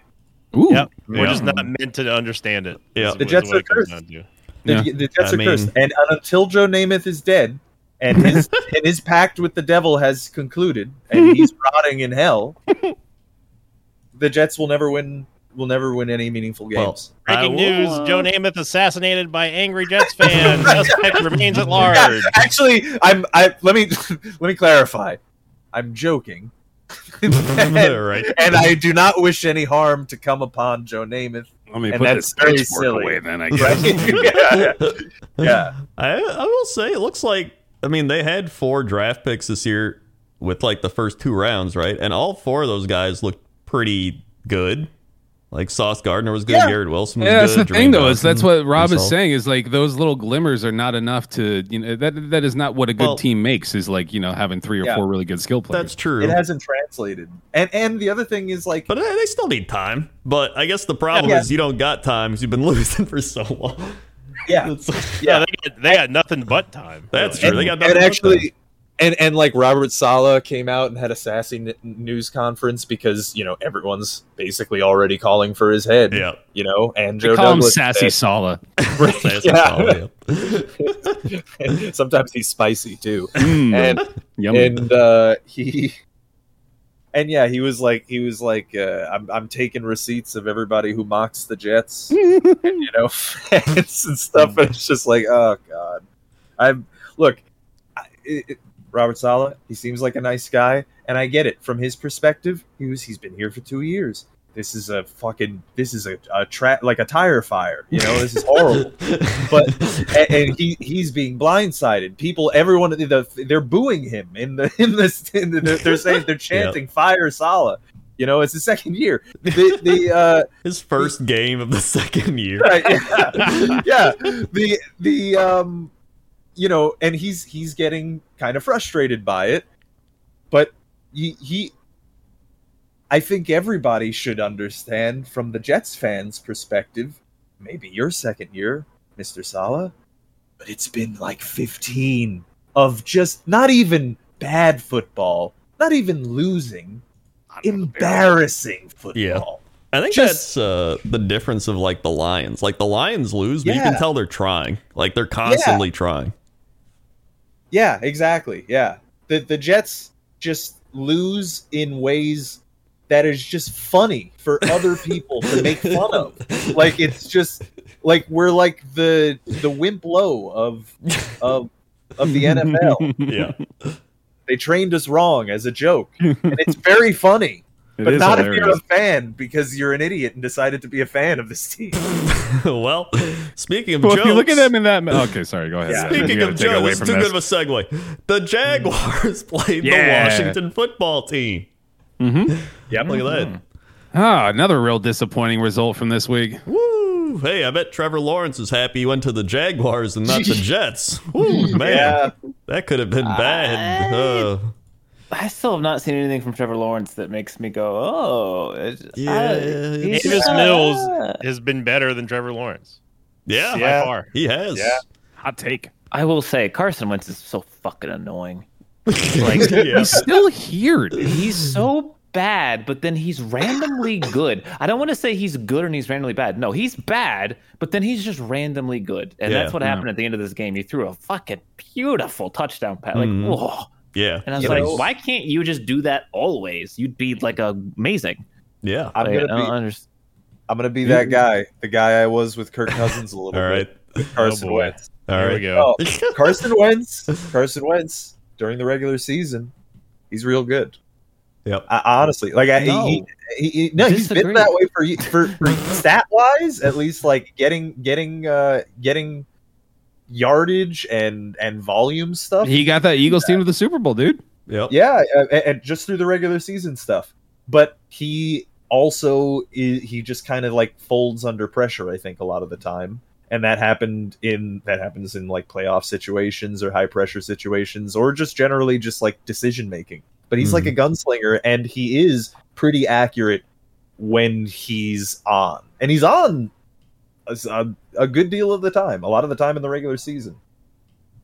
Ooh, Yep. We're Yeah. just not meant to understand it. Yeah. is- The is Jets what are it comes cursed. down to. The, Yeah. the Jets I are mean- cursed, and until Joe Namath is dead, and his and his pact with the devil has concluded, and he's rotting in hell, the Jets will never win. Will never win any meaningful Well, games. Breaking I- uh, news: Joe Namath assassinated by angry Jets fan. Suspect remains at large. Yeah, actually, I'm. I let me let me clarify. I'm joking, and, right. and I do not wish any harm to come upon Joe Namath. Let me And put that's this very pitchfork silly. away then, I guess. yeah, yeah. I I will say it looks like I mean they had four draft picks this year with like the first two rounds, right? And all four of those guys looked pretty good. Like Sauce Gardner was good, Yeah. Garrett Wilson was good. Yeah, that's the Jermaine thing, though. Is Johnson that's what Rob himself. is saying is like those little glimmers are not enough to you know that that is not what a good Well- team makes is like you know having three or Yeah. four really good skill players. That's true. It hasn't translated, and and the other thing is like but eh, they still need time. But I guess the problem Yeah. is you don't got time because you've been losing for so long. yeah, It's like- Yeah, they got, they got nothing but time. That's really. true. They got and nothing but actually and and like robert sala came out and had a sassy n- news conference because you know everyone's basically already calling for his head yeah. you know and They joe call him Douglas Sassy Sala. That's Yeah. all, yeah. said- sometimes he's spicy too Mm, and yummy. and uh he and yeah he was like he was like uh, I'm, I'm taking receipts of everybody who mocks the jets you know fans and stuff and it's just like oh god i'm look I, it, it- robert sala he seems like a nice guy and i get it from his perspective he was he's been here for two years this is a fucking this is a, a tra- like a tire fire you know this is horrible but and, and he he's being blindsided people everyone the, they're booing him in the in this in the, they're, they're saying they're chanting fire sala you know it's the second year the, the uh His first game of the second year. right, yeah. yeah. The the um you know, and he's he's getting kind of frustrated by it. But he he I think everybody should understand from the Jets fans' perspective, maybe your second year, Mr. Sala, but it's been like 15 of just not even bad football, not even losing, embarrassing football. Yeah. I think Just- that's uh, the difference of like the Lions. Like the Lions lose, but you can Yeah. tell they're trying. Like they're constantly trying. Yeah, exactly. Yeah. The the Jets just lose in ways that is just funny for other people to make fun of. Like it's just like we're like the the wimp low of of of the NFL. Yeah. They trained us wrong as a joke. And it's very funny. But not if you're a fan because you're an idiot and decided to be a fan of this team. well, speaking of well, jokes, if you look at them in that, okay, sorry, go ahead. Yeah. we speaking gotta of take it jokes, away it's from too this. good of a segue. The Jaguars played Yeah. the Washington football team. Yep. Look at that. Ah, another real disappointing result from this week. Woo! Hey, I bet Trevor Lawrence is happy he went to the Jaguars and not the Jets. Woo, man, Yeah. that could have been bad. I- Uh, I still have not seen anything from Trevor Lawrence that makes me go, oh, it's- Yeah, I- it's- he's- Davis Mills has been better than Trevor Lawrence yeah, by Yeah. far. he has. Yeah. Hot take. I will say Carson Wentz is so fucking annoying. Like, yeah. He's still here. dude. He's so bad, but then he's randomly good. I don't want to say he's good and he's randomly bad. No, he's bad, but then he's just randomly good, and Yeah, that's what happened at the end of this game. He threw a fucking beautiful touchdown pass, like Mhm. whoa. yeah, And I was You like, know- why can't you just do that always? You'd be like amazing. yeah. I'm Like, I gonna don't be understand. I'm gonna be that guy, the guy I was with Kirk Cousins a little All bit. right. Oh, Carson boy. Wentz. All there right. we go. Oh, Carson Wentz. Carson Wentz during the regular season, he's real good. Yep. I, honestly, like I, he- No. he, he, he- no, he's been Disagree. that way for ye- for, for stat wise, at least like getting getting uh getting yardage and and volume stuff. He got that Eagles team to the Super Bowl, dude. Yep. yeah, uh, and, and just through the regular season stuff. But he also i he just kind of like folds under pressure. I think a lot of the time, and that happened in that happens in like playoff situations or high pressure situations or just generally just like decision making. But he's like a gunslinger, and he is pretty accurate when he's on, and he's on a, s- a- a good deal of the time. A lot of the time in the regular season.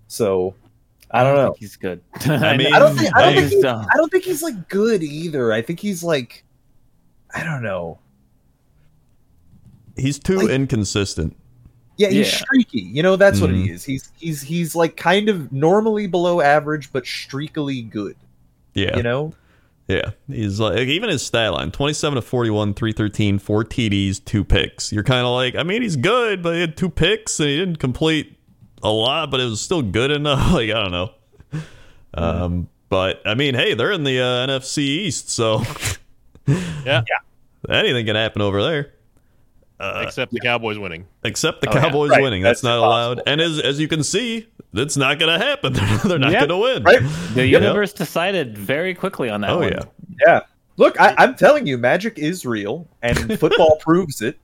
So, I don't know. think He's good. mean, I don't think- I don't think he's he's- dumb. I don't think he's like good either. I think he's like I don't know. he's too Like- inconsistent. Yeah, he's Yeah. streaky. You know, that's what Mhm. he is. He's he's he's like kind of normally below average, but streakily good. Yeah, You know, yeah. He's like even his stat line: twenty-seven to forty-one, three thirteen, four TDs, two picks. You're kind of like, I mean, he's good, but he had two picks and he didn't complete a lot, but it was still good enough. Like I don't know. Mm-hmm. Um, but I mean, hey, they're in the uh, NFC East, so Yeah. anything can happen over there. Oh, except the Cowboys winning. except the yeah. Cowboys Right. winning. That's, not That's allowed. impossible. And as as you can see, that's not going to happen. They're, they're not Yeah. going to win. right? The universe decided very quickly on that Oh one. yeah. Yeah. Look, I, I'm telling you, magic is real, and football proves it,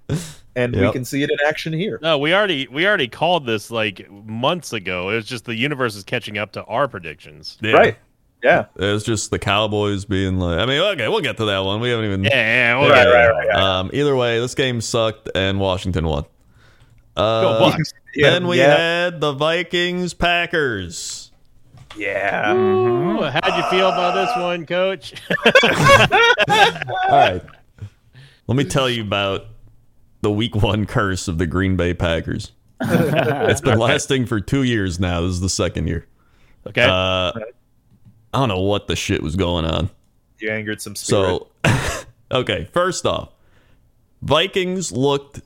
and we Yep. can see it in action here. No, we already we already called this like months ago. It was just the universe is catching up to our predictions. yeah. Right? Yeah. It's just the Cowboys being like. I mean, okay, we'll get to that one. We haven't even. Yeah, yeah, well, Right, right, right, right. Um, either way, this game sucked, and Washington won. Go Uh, Bucks. Yeah. then we yeah. had the Vikings Packers. yeah. Mm. Ooh, How'd you feel about this one, Coach? All right. Let me tell you about the week one curse of the Green Bay Packers. it's been lasting for two years now. This is the second year. Okay, Uh, I don't know what the shit was going on. You angered some spirit. So, okay, first off, Vikings looked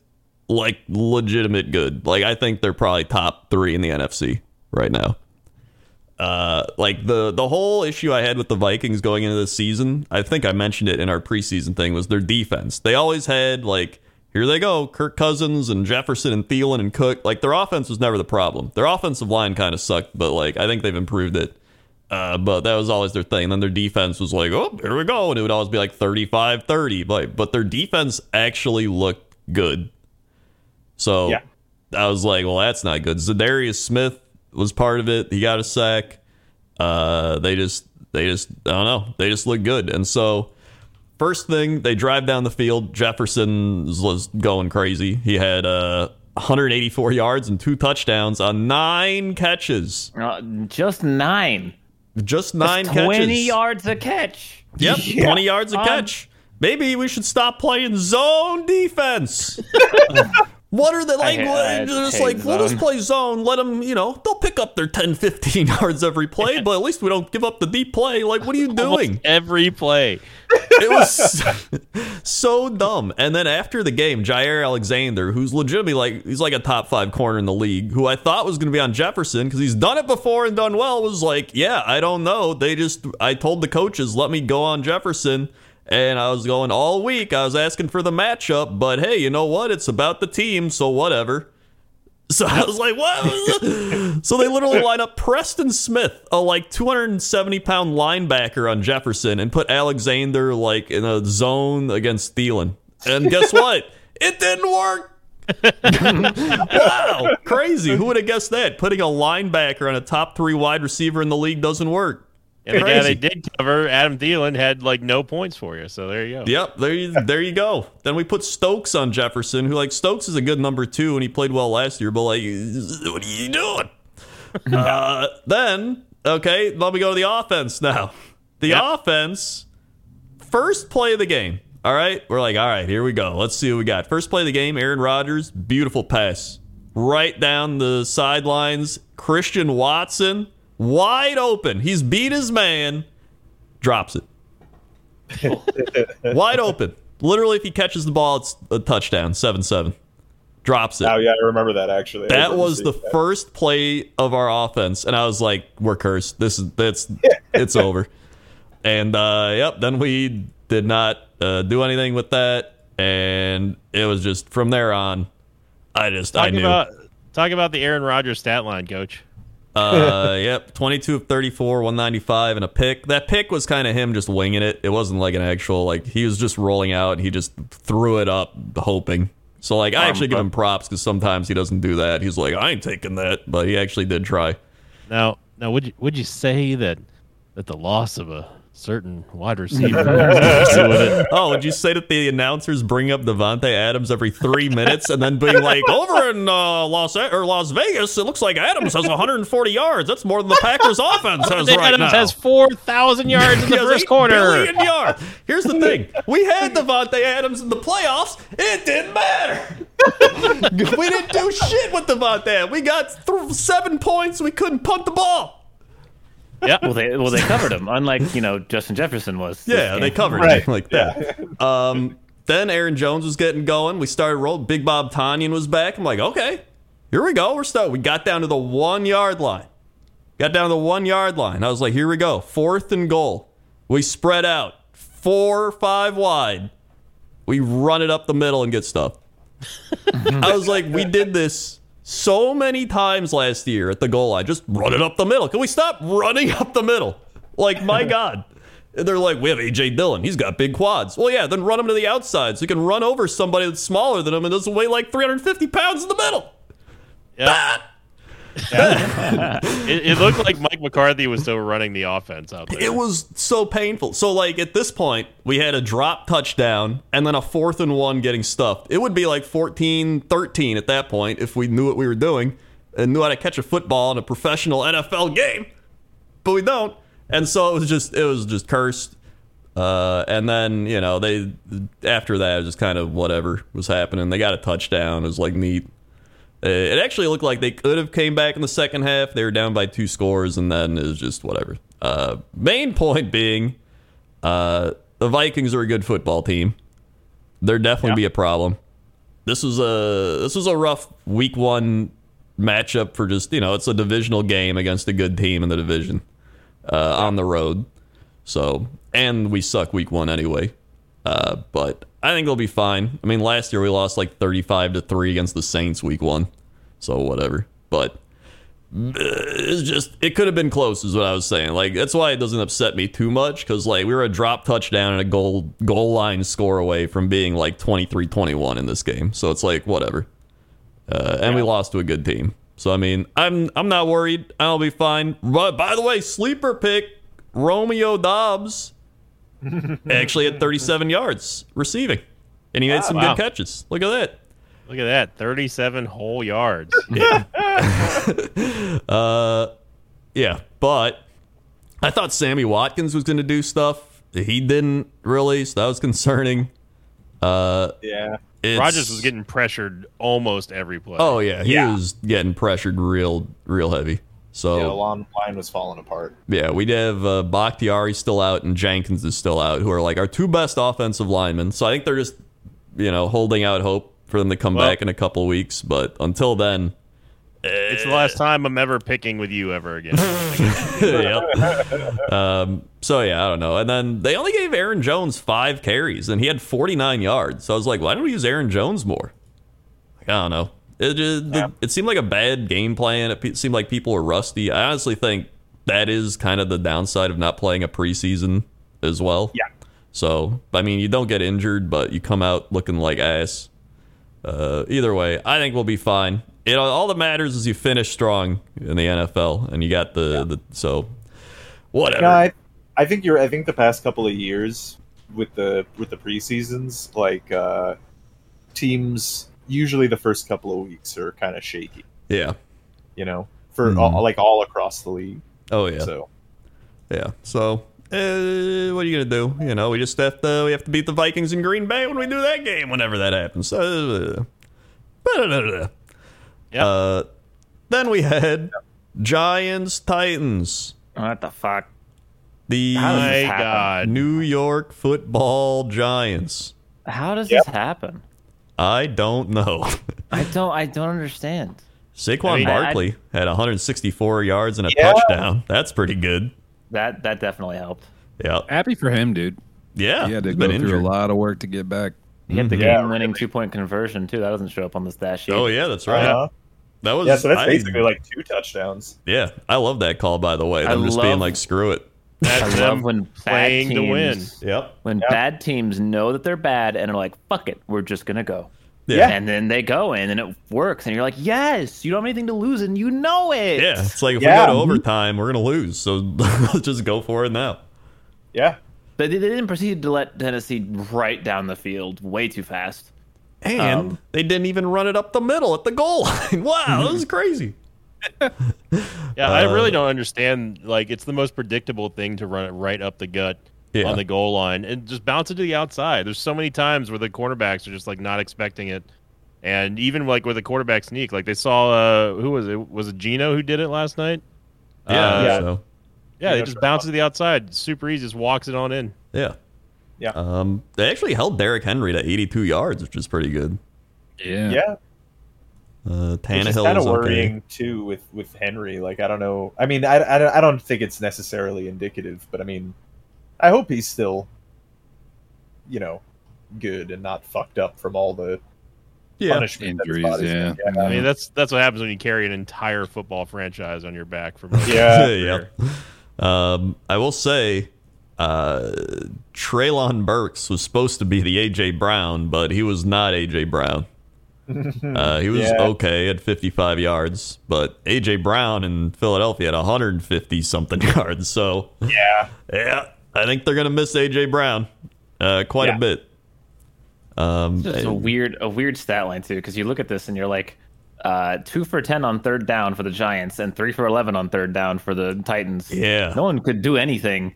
like legitimate good. Like I think they're probably top three in the NFC right now. Uh, like the the whole issue I had with the Vikings going into this season, I think I mentioned it in our preseason thing was their defense. They always had like here they go, Kirk Cousins and Jefferson and Thielen and Cook. Like their offense was never the problem. Their offensive line kind of sucked, but like I think they've improved it. Uh, but that was always their thing. then their defense was like, oh, here we go. And it would always be like 35 30. But, but their defense actually looked good. So Yeah. I was like, well, that's not good. Zadarius Smith was part of it. He got a sack. Uh, they just, they just, I don't know. They just looked good. And so, first thing, they drive down the field. Jefferson was going crazy. He had uh, 184 yards and two touchdowns on nine catches. Uh, just nine. Just nine Twenty catches. yards a catch. Yep, 20 yards a Um, catch. Maybe we should stop playing zone defense. what are they like? I hate- what- I they're just hate like, we'll just zone. play zone. Let them, you know, they'll pick up their 10, 15 yards every play, but at least we don't give up the deep play. Like, what are you doing? every play. it was so, so dumb. And then after the game, Jair Alexander, who's legitimately like he's like a top five corner in the league, who I thought was going to be on Jefferson because he's done it before and done well, was like, yeah, I don't know. They just I told the coaches let me go on Jefferson. And I was going all week. I was asking for the matchup, but hey, you know what? It's about the team, so whatever. So I was like, what? so they literally line up Preston Smith, a like 270 pound linebacker on Jefferson, and put Alexander like in a zone against Thielen. And guess what? it didn't work. wow, crazy. Who would have guessed that? Putting a linebacker on a top three wide receiver in the league doesn't work. And the guy Crazy. they did cover, Adam Thielen, had like no points for you. So there you go. Yep, there you, there you go. Then we put Stokes on Jefferson, who like Stokes is a good number two, and he played well last year. But like, what are you doing? uh, then okay, let me go to the offense now. The offense, first play of the game. All right, we're like, all right, here we go. Let's see what we got. First play of the game, Aaron Rodgers, beautiful pass right down the sidelines. Christian Watson, wide open. He's beat his man, drops it wide open. Literally, if he catches the ball, it's a touchdown. Seven seven, drops it. oh yeah, I remember that actually. I that remember was the seeing that. first play of our offense, and I was like, "We're cursed. This is that's it's over." And uh, yep, then we did not uh, do anything with that, and it was just from there on. I just I Talk knew. about talk about the Aaron Rodgers stat line, Coach. Uh, yep, 22 of 34, 195, and a pick. That pick was kind of him just winging it. It wasn't like an actual, like, he was just rolling out and he just threw it up, hoping. So, like, Um, I actually uh give him props because sometimes he doesn't do that. He's like, I ain't taking that, but he actually did try. Now, now, would you would you say that that the loss of a certain wide receiver? has to do with it? Oh, would you say that the announcers bring up Devontae Adams every three minutes and then being like, over in uh, Los or Las Vegas, it looks like Adams has 140 yards. That's more than the Packers offense has right Adams now. has four thousand yards in the He has first eight quarter. billion yards. Here's the thing: we had Devontae Adams in the playoffs. It didn't matter. we didn't do shit with them on that. We got th- seven points. We couldn't punt the ball. Well, they well they covered him, unlike you know Justin Jefferson was. this Yeah, they game. covered Right. it like that. Um, then Aaron Jones was getting going. We started rolling. Big Bob Tanyan was back. I'm like, okay, here we go. We're starting. We got down to the one yard line. Got down to the one yard line. I was like, here we go. Fourth and goal. We spread out four, five wide. We run it up the middle and get stuffed. I was like, we did this so many times last year at the goal line. Just run it up the middle. Can we stop running up the middle? Like, my God. And they're like, we have AJ Dillon. He's got big quads. Well, yeah, then run him to the outside so he can run over somebody that's smaller than him and doesn't weigh like 350 pounds in the middle. Yeah. Yeah. it, it looked like Mike McCarthy was still running the offense out there. It was so painful. So, like, at this point, we had a drop touchdown and then a fourth and one getting stuffed. It would be like 14 13 at that point if we knew what we were doing and knew how to catch a football in a professional NFL game, but we don't. And so it was just, it was just cursed. Uh, and then, you know, they, after that, it was just kind of whatever was happening. They got a touchdown. It was like neat. Uh, It actually looked like they could have came back in the second half. They were down by two scores, and then it was just whatever. Uh, main point being, uh, the Vikings are a good football team. They're definitely be a problem. This was a this was a rough week one matchup for just you know it's a divisional game against a good team in the division uh, on the road. So and we suck week one anyway. Uh, but I think they'll be fine. I mean, last year we lost like 35 to 3 against the Saints week 1. So whatever. But uh, it's just it could have been close is what I was saying. Like that's why it doesn't upset me too much cuz like we were a drop touchdown and a goal goal line score away from being like 23-21 in this game. So it's like whatever. Uh, and we lost to a good team. So I mean, I'm I'm not worried. I'll be fine. But by the way, sleeper pick Romeo Dobbs actually had 37 yards receiving, and he made some Wow. good catches. Look at that. Look at that, thirty-seven whole yards. Yeah, but I thought Sammy Watkins was going to do stuff. He didn't really, so that was concerning. Uh, Yeah. it's- Rogers was getting pressured almost every play. Oh yeah, he Yeah. was getting pressured real, real heavy. So Yeah, the long line was falling apart. Yeah, we'd have uh, Bakhtiari still out and Jenkins is still out, who are like our two best offensive linemen. So I think they're just, you know, holding out hope for them to come Well- back in a couple weeks. But until then, it's the last time I'm ever picking with you ever again. yep. Um, so yeah, I don't know. And then they only gave Aaron Jones five carries, and he had 49 yards. So I was like, why don't we use Aaron Jones more? Like, I don't know. It just it seemed like a bad game plan. It pe- seemed like people were rusty. I honestly think that is kind of the downside of not playing a preseason as well. Yeah. So I mean, you don't get injured, but you come out looking like ass. Uh, either way, I think we'll be fine. It all that matters is you finish strong in the NFL, and you got the, the so whatever. No, I, I think you're. I think the past couple of years with the with the preseasons, like uh, teams, usually the first couple of weeks are kind of shaky. yeah. You know, for Mm-hmm. all, like all across the league. Oh yeah. So Yeah. So uh, what are you gonna do? You know, we just have to we have to beat the Vikings in Green Bay when we do that game, whenever that happens. Uh, ba-da-da-da-da. Yeah. Uh, then we had Giants Titans. What the fuck? The How My this happen? God. New York Football Giants. How does this happen? I don't know. I don't. I don't understand. Saquon I mean- Barkley had 164 yards and a Yeah. touchdown. That's pretty good. That that definitely helped. Yeah. Happy for him, dude. Yeah. He had to he's go been through injured. a lot of work to get back. He had the Mm-hmm. Yeah, game-winning two-point conversion too. That doesn't show up on the stat sheet. Oh yeah, that's right. uh, That was yeah, so that's I- basically like two touchdowns. Yeah, I love that call. By the way, I I'm just being love- like, screw it. That's I them love when playing bad to win. teams- Yep. When bad teams know that they're bad and are like, "Fuck it, we're just gonna go," Yeah. and then they go in and it works, and you're like, "Yes, you don't have anything to lose, and you know it." Yeah, it's like if Yeah. we go to overtime, we're gonna lose. So let's just go for it now. Yeah, But they they didn't proceed to let Tennessee right down the field way too fast. And Um, they didn't even run it up the middle at the goal line. Wow, that was crazy. Yeah, I Uh, really don't understand. Like, it's the most predictable thing to run it right up the gut Yeah. on the goal line and just bounce it to the outside. There's so many times where the cornerbacks are just like not expecting it, And even like with a quarterback sneak, like they saw uh, who was it? Was it Gino who did it last night? Yeah, Uh, Yeah. so Yeah, Yeah, it that's just what I bounces to the outside, super easy, just walks it on in. yeah, Yeah. Um, they actually held Derrick Henry to 82 yards, which is pretty good. Yeah. Yeah, Uh, which is Tannehill kind of was okay. worrying too with with Henry. Like I don't know. I mean, I, I don't- I don't think it's necessarily indicative, but I mean, I hope he's still, you know, good and not fucked up from all the Yeah, punishment that his Injuries, body's yeah. taken. I mean, that's that's what happens when you carry an entire football franchise on your back from Yeah. Yep. Um, I will say, uh, Traylon Burks was supposed to be the AJ Brown, but he was not AJ Brown. uh, he was Yeah. okay at 55 yards, but AJ Brown in Philadelphia had 150 something yards. So Yeah, yeah, I think they're gonna miss AJ Brown uh, quite Yeah. a bit. Um, It's a weird, a weird stat line too, because you look at this and you're like, uh, two for ten on third down for the Giants, and three for eleven on third down for the Titans. Yeah. no one could do anything,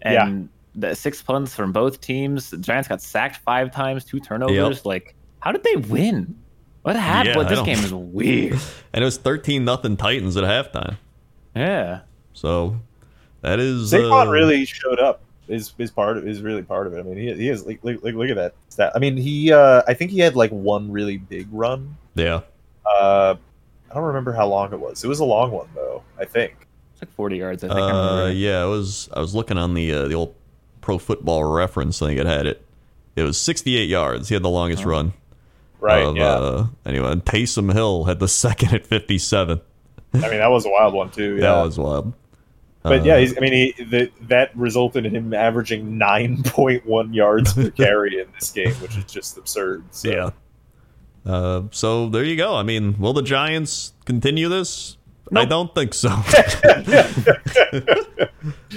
and the six punts from both teams. The Giants got sacked five times, two turnovers. Like, how did they win? What happened? Yeah, What I this don't- game is weird. and it was 13 nothing Titans at halftime. yeah, So that is Saquon uh, really showed up. Is is part of is really part of it. I mean, he, he is like, like, like look at that stat. I mean, he uh I think he had like one really big run. yeah. Uh, I don't remember how long it was. It was a long one though. I think. it's like forty yards. I think. I Uh, remember. yeah, it was. I was looking on the uh, the old Pro Football Reference. I think it had it. It was 68 yards. He had the Oh. longest run. Right. of, yeah. Uh, anyway, and Taysom Hill had the second at 57. I mean, that was a wild one too. Yeah. That was wild. but Uh, yeah, he's, I mean, he, the, that resulted in him averaging nine point one yards per carry in this game, which is just absurd. So. yeah. Uh, so there you go. I mean, will the Giants continue this? I don't think so. I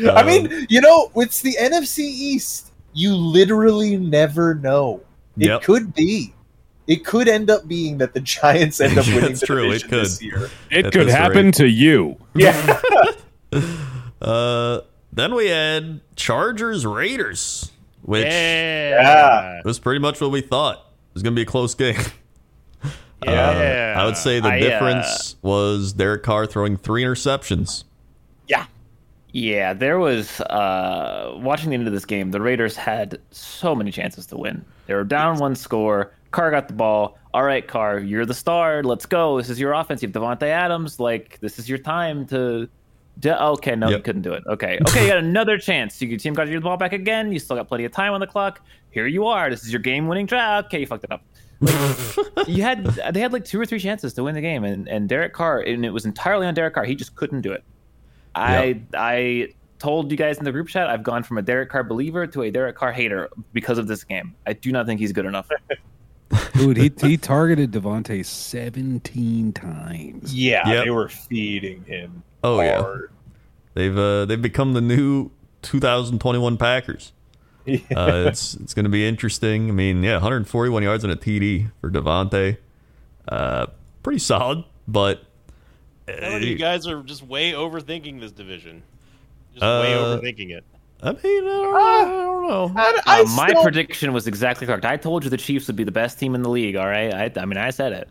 Um, mean, you know, it's the NFC East. You literally never know. It Yep. could be. It could end up being that the Giants end up Yeah, winning it's the true, it division this could. year. It At could this happen rate. to you. Yeah. uh, then we had Chargers Raiders, which. Yeah. Ah, Yeah. It was pretty much what we thought. It was going to be a close game. Yeah. I would say the I, uh, difference was Derek Carr throwing three interceptions. Yeah, there was uh watching the end of this game, the Raiders had so many chances to win. They were down one score. Carr got the ball. All right, Carr, you're the star. Let's go. This is your offense. You have Devontae Adams. Like, this is your time to. to- okay, no, you Yep. couldn't do it. Okay. Okay, you got another chance. Your team got your ball back again. You still got plenty of time on the clock. Here you are. This is your game winning drive. Okay, you fucked it up you had they had like two or three chances to win the game, and and Derek Carr, and it was entirely on Derek Carr. He just couldn't do it. I I told you guys in the group chat I've gone from a Derek Carr believer to a Derek Carr hater because of this game. I do not think he's good enough. Dude, he, he targeted Devontae 17 times. yeah. Yep. They were feeding him. Oh, yeah. hard. They've uh, they've become the new 2021 Packers. yeah. Uh, it's it's going to be interesting. I mean, yeah, 141 yards and a TD for Devontae. Uh, pretty solid, but uh, you guys are just way overthinking this division. Just way Uh, overthinking it. I mean, I don't, I don't know. I, I Uh, my still- prediction was exactly correct. I told you the Chiefs would be the best team in the league. All right, I, I mean I said it.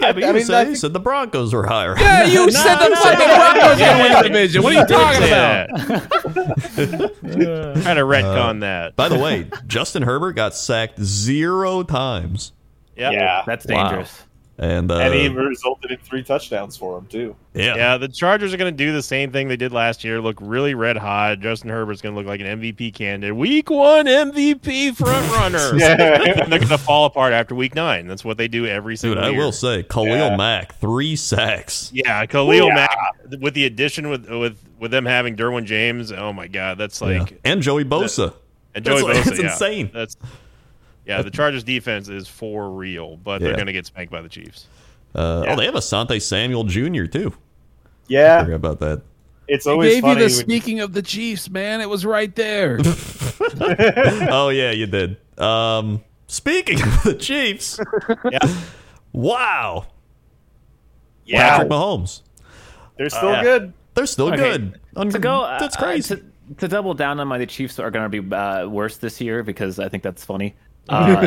Yeah, but I you mean, I said, you think- said the Broncos were higher. Yeah, you said the fucking Broncos yeah, gonna win yeah. the division. What are you talking Say about? that. Trying to retcon Uh, that. By the way, Justin Herbert got sacked zero times, Yeah. Yeah. That's Wow. dangerous. and uh, and he resulted in three touchdowns for him too. yeah, Yeah, the Chargers are going to do the same thing they did last year. Look really red hot. Justin Herbert's going to look like an MVP candidate. Week one MVP front runner. and they're going to fall apart after week nine. That's what they do every Dude, single I year. will say Khalil Yeah. Mack, three sacks. Yeah, Khalil Yeah. Mack with the addition with with with them having Derwin James. Oh my God, that's like Yeah. And Joey Bosa. and Joey That's- Bosa. that's yeah. insane. That's yeah. The Chargers defense is for real, but Yeah. they're going to get spanked by the Chiefs. Uh, Yeah. Oh, they have Asante Samuel Jr. too. I Yeah, forgot about that. it's I always gave you funny. the when- speaking of the Chiefs, man. It was right there. oh yeah, you did. Um, speaking of the Chiefs, Yeah. wow, yeah, Patrick Mahomes, they're Oh, still yeah. good. they're still Okay. good. Un- to go. uh, that's crazy. uh, to, to double down on my the Chiefs are going to be uh, worse this year because I think that's funny. Uh,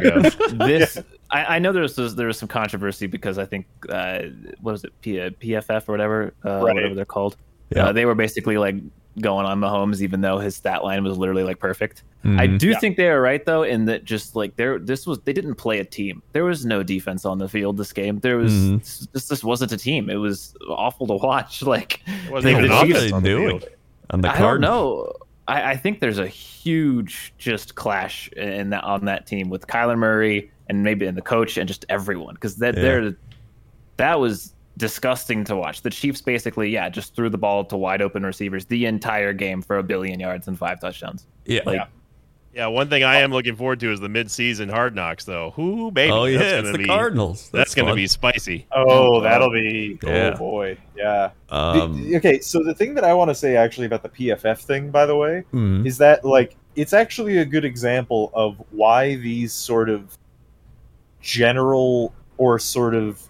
this I, I know there's there's- there was some controversy because I think uh, what is it P, uh, PFF or whatever uh, Right. whatever they're called. Yeah. Uh, they were basically like going on Mahomes even though his stat line was literally like perfect. I do Yeah. think they are right though in that just like there this was they didn't play a team. There was no defense on the field this game. There was Mhm. this this wasn't a team. It was awful to watch. Like It wasn't They- even the an Chiefs- offense on the doing? field. And the I card. don't know. I, I think there's a huge just clash in that on that team with Kyler Murray and maybe in the coach and just everyone because that Yeah. they're that was disgusting to watch. The Chiefs basically, yeah, just threw the ball to wide open receivers the entire game for a billion yards and five touchdowns. Yeah. Like, Yeah, one thing I am looking forward to is the midseason hard knocks, though. Who baby? oh that's yeah, gonna it's the be- Cardinals. That's, going to fun. be spicy. Oh, that'll be. uh, Yeah. Oh boy, yeah. Um, okay, so the thing that I want to say actually about the PFF thing, by the way, mhm. is that like it's actually a good example of why these sort of general or sort of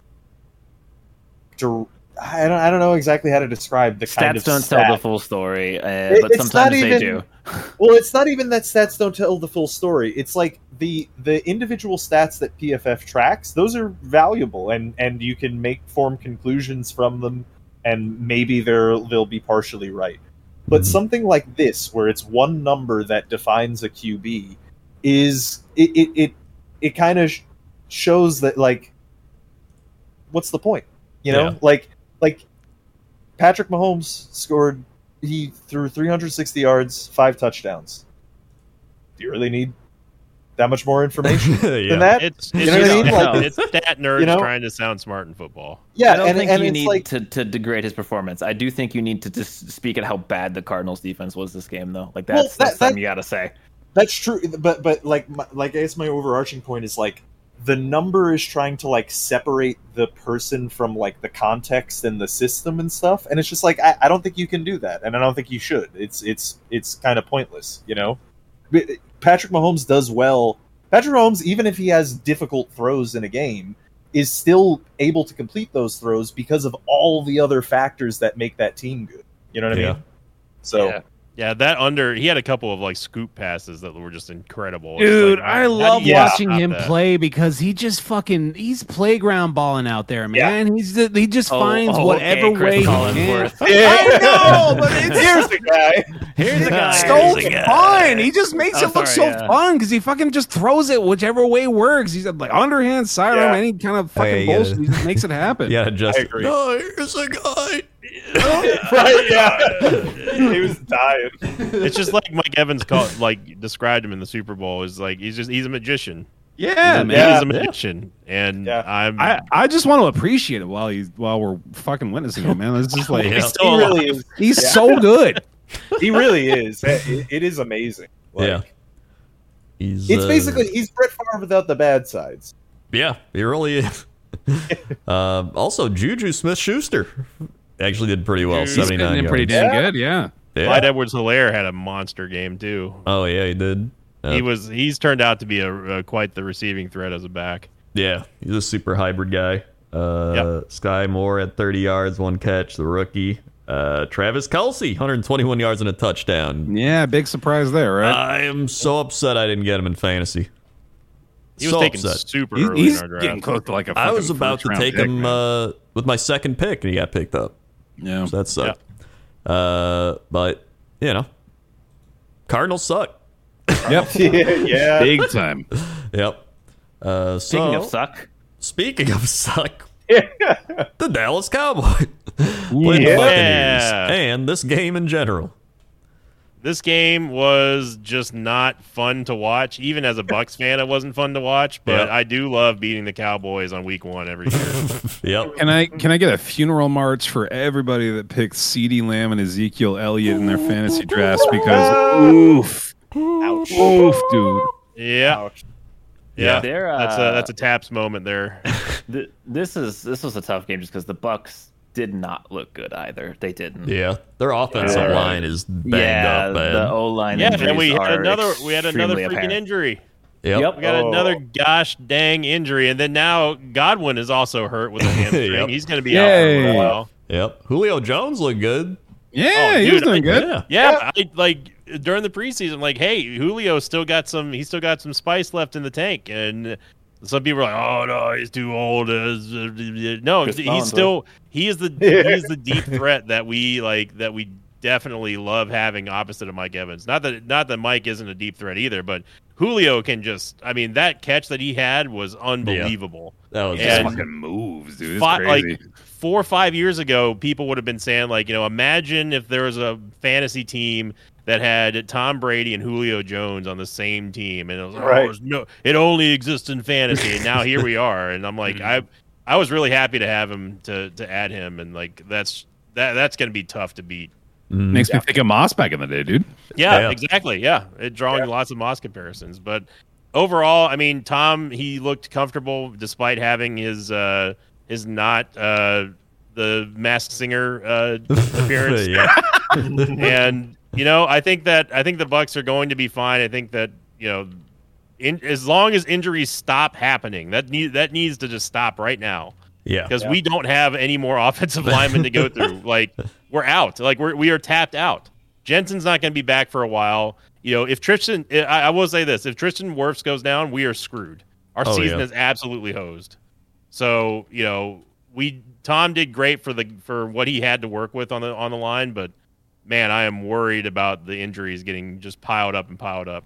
dir- I don't I don't know exactly how to describe the stats kind of don't stat. tell the full story, uh, It- but it's sometimes not they even- do. Well, it's not even that stats don't tell the full story. It's like the the individual stats that PFF tracks; those are valuable, and and you can make form conclusions from them, and maybe they're they'll be partially right. But Mhm. something like this, where it's one number that defines a QB, is it it it, it kind of sh- shows that like, what's the point? You know, Yeah. like like Patrick Mahomes scored he threw 360 yards, five touchdowns. Do you really need that much more information yeah. than that? It's, it's, You know what I just, mean? Like- it's that nerds You know? trying to sound smart in football. yeah, I don't and, think and you it's need like to, to degrade his performance. I do think you need to just speak at how bad the Cardinals defense was this game, though. Like Well, that's, that- that's something that- you got to say. that's true, but but like my, like I guess my overarching point is like the number is trying to like separate the person from like the context and the system and stuff, and it's just like I, I don't think you can do that, and I don't think you should. It's it's it's kind of pointless, you know. But Patrick Mahomes does well. Patrick Mahomes, even if he has difficult throws in a game, is still able to complete those throws because of all the other factors that make that team good. You know what I Yeah. mean? So. Yeah. Yeah, that under he had a couple of like scoop passes that were just incredible. It's Dude, like, I how do love you yeah. watching stop him that? play because he just fucking he's playground balling out there, man. He's he just Oh, finds oh, whatever okay, Chris way he can. Collinsworth. I know, but it's Here's the guy. Here's a guy. so Here's a guy. fun. He just makes Oh, it look sorry, so yeah. fun because he fucking just throws it whichever way works. He's like underhand, sidearm, Yeah. any kind of Oh, yeah, fucking you gotta- bullshit. He just makes it happen. yeah, just I agree. no, here's a guy. right, yeah. he was dying. It's just like Mike Evans called like described him in the Super Bowl is like he's just he's a magician. Yeah, he's, a- man. he's a magician, and Yeah. I'm I, I just want to appreciate it while he's while we're fucking witnessing it, man. It's just like Yeah. He really is. he's so good. He really is. It- it is amazing. Like, Yeah. He's, It's uh, basically he's Brett Favre without the bad sides. yeah, he really is. um, also, Juju Smith Schuster actually did pretty well. Dude. He's He's Seventy nine been yards. pretty damn Yeah. good. Yeah. Yeah. Clyde Edwards Hilaire had a monster game too. Oh yeah, he did. Uh, He was he's turned out to be a, a quite the receiving threat as a back. Yeah, he's a super hybrid guy. Uh, Sky Moore at 30 yards, one catch, the rookie. Uh, Travis Kelsey, 121 yards and a touchdown. Yeah, big surprise there, right? I am so upset I didn't get him in fantasy. He was so taken upset. super He's- early he's in our draft. getting close to like a. I was fucking about to first-round take pick, him man. uh, with my second pick, and he got picked up. yeah. So that sucked. Uh, but, you know, Cardinals suck. Yep. yeah, yeah. Big time. Yep. Uh, so, Speaking of suck, Speaking of suck, the Dallas Cowboys played the Yeah. Buccaneers and this game in general. this game was just not fun to watch. Even as a Bucks fan, it wasn't fun to watch. But Yeah. I do love beating the Cowboys on Week One every year. Yep. Can I can I get a funeral march for everybody that picked C.D. Lamb and Ezekiel Elliott in their fantasy drafts because oof, Ouch. oof, dude. yeah, Ouch. yeah, They're, uh, that's a that's a taps moment there. th- this is this was a tough game just because the Bucks did not look good either. They didn't. Yeah, their offensive Yeah. line is banged Yeah, up the bad. O line. yeah, and we had another we had another freaking injury. yep. We got Oh. another gosh dang injury, and then now Godwin is also hurt with a hamstring. Yep. He's going to be out for a Yay. little while. Yep. Julio Jones looked good. Yeah, Oh, he dude, was doing I- good. Yeah. Yeah, I, like during the preseason, like, hey, Julio still got some. He's still got some spice left in the tank, and Some people are like, "Oh no, he's too old." uh, No, Chris he's Bone's still he is the he is the deep threat that we like that we definitely love having opposite of Mike Evans. Not that not that Mike isn't a deep threat either, but Julio can just. I mean, that catch that he had was unbelievable. That was Just And- fucking moves, dude. It's Fi- crazy. like four or five years ago, people would have been saying like, you know, imagine if there was a fantasy team that had Tom Brady and Julio Jones on the same team, and it was like, oh, Right. there's no, it only exists in fantasy, and now here we are, and I'm like, I, I was really happy to have him to to add him, and like that's that that's gonna be tough to beat. Mm. Makes me think of Moss back in the day, dude. Yeah, Yeah. exactly. Yeah, it drawing lots of Moss comparisons, but overall, I mean, Tom he looked comfortable despite having his uh his not uh the masked singer uh appearance, mm. yeah. and you know, I think that I think the Bucks are going to be fine. I think that you know, in, as long as injuries stop happening, that need that needs to just stop right now Yeah. because we don't have any more offensive linemen to go through. Like we're out. Like we're we are tapped out. Jensen's not going to be back for a while. You know, if Tristan, I, I will say this: if Tristan Wirfs goes down, we are screwed. Our Oh, season yeah. is absolutely hosed. So you know, we Tom did great for the for what he had to work with on the on the line, but man, I am worried about the injuries getting just piled up and piled up.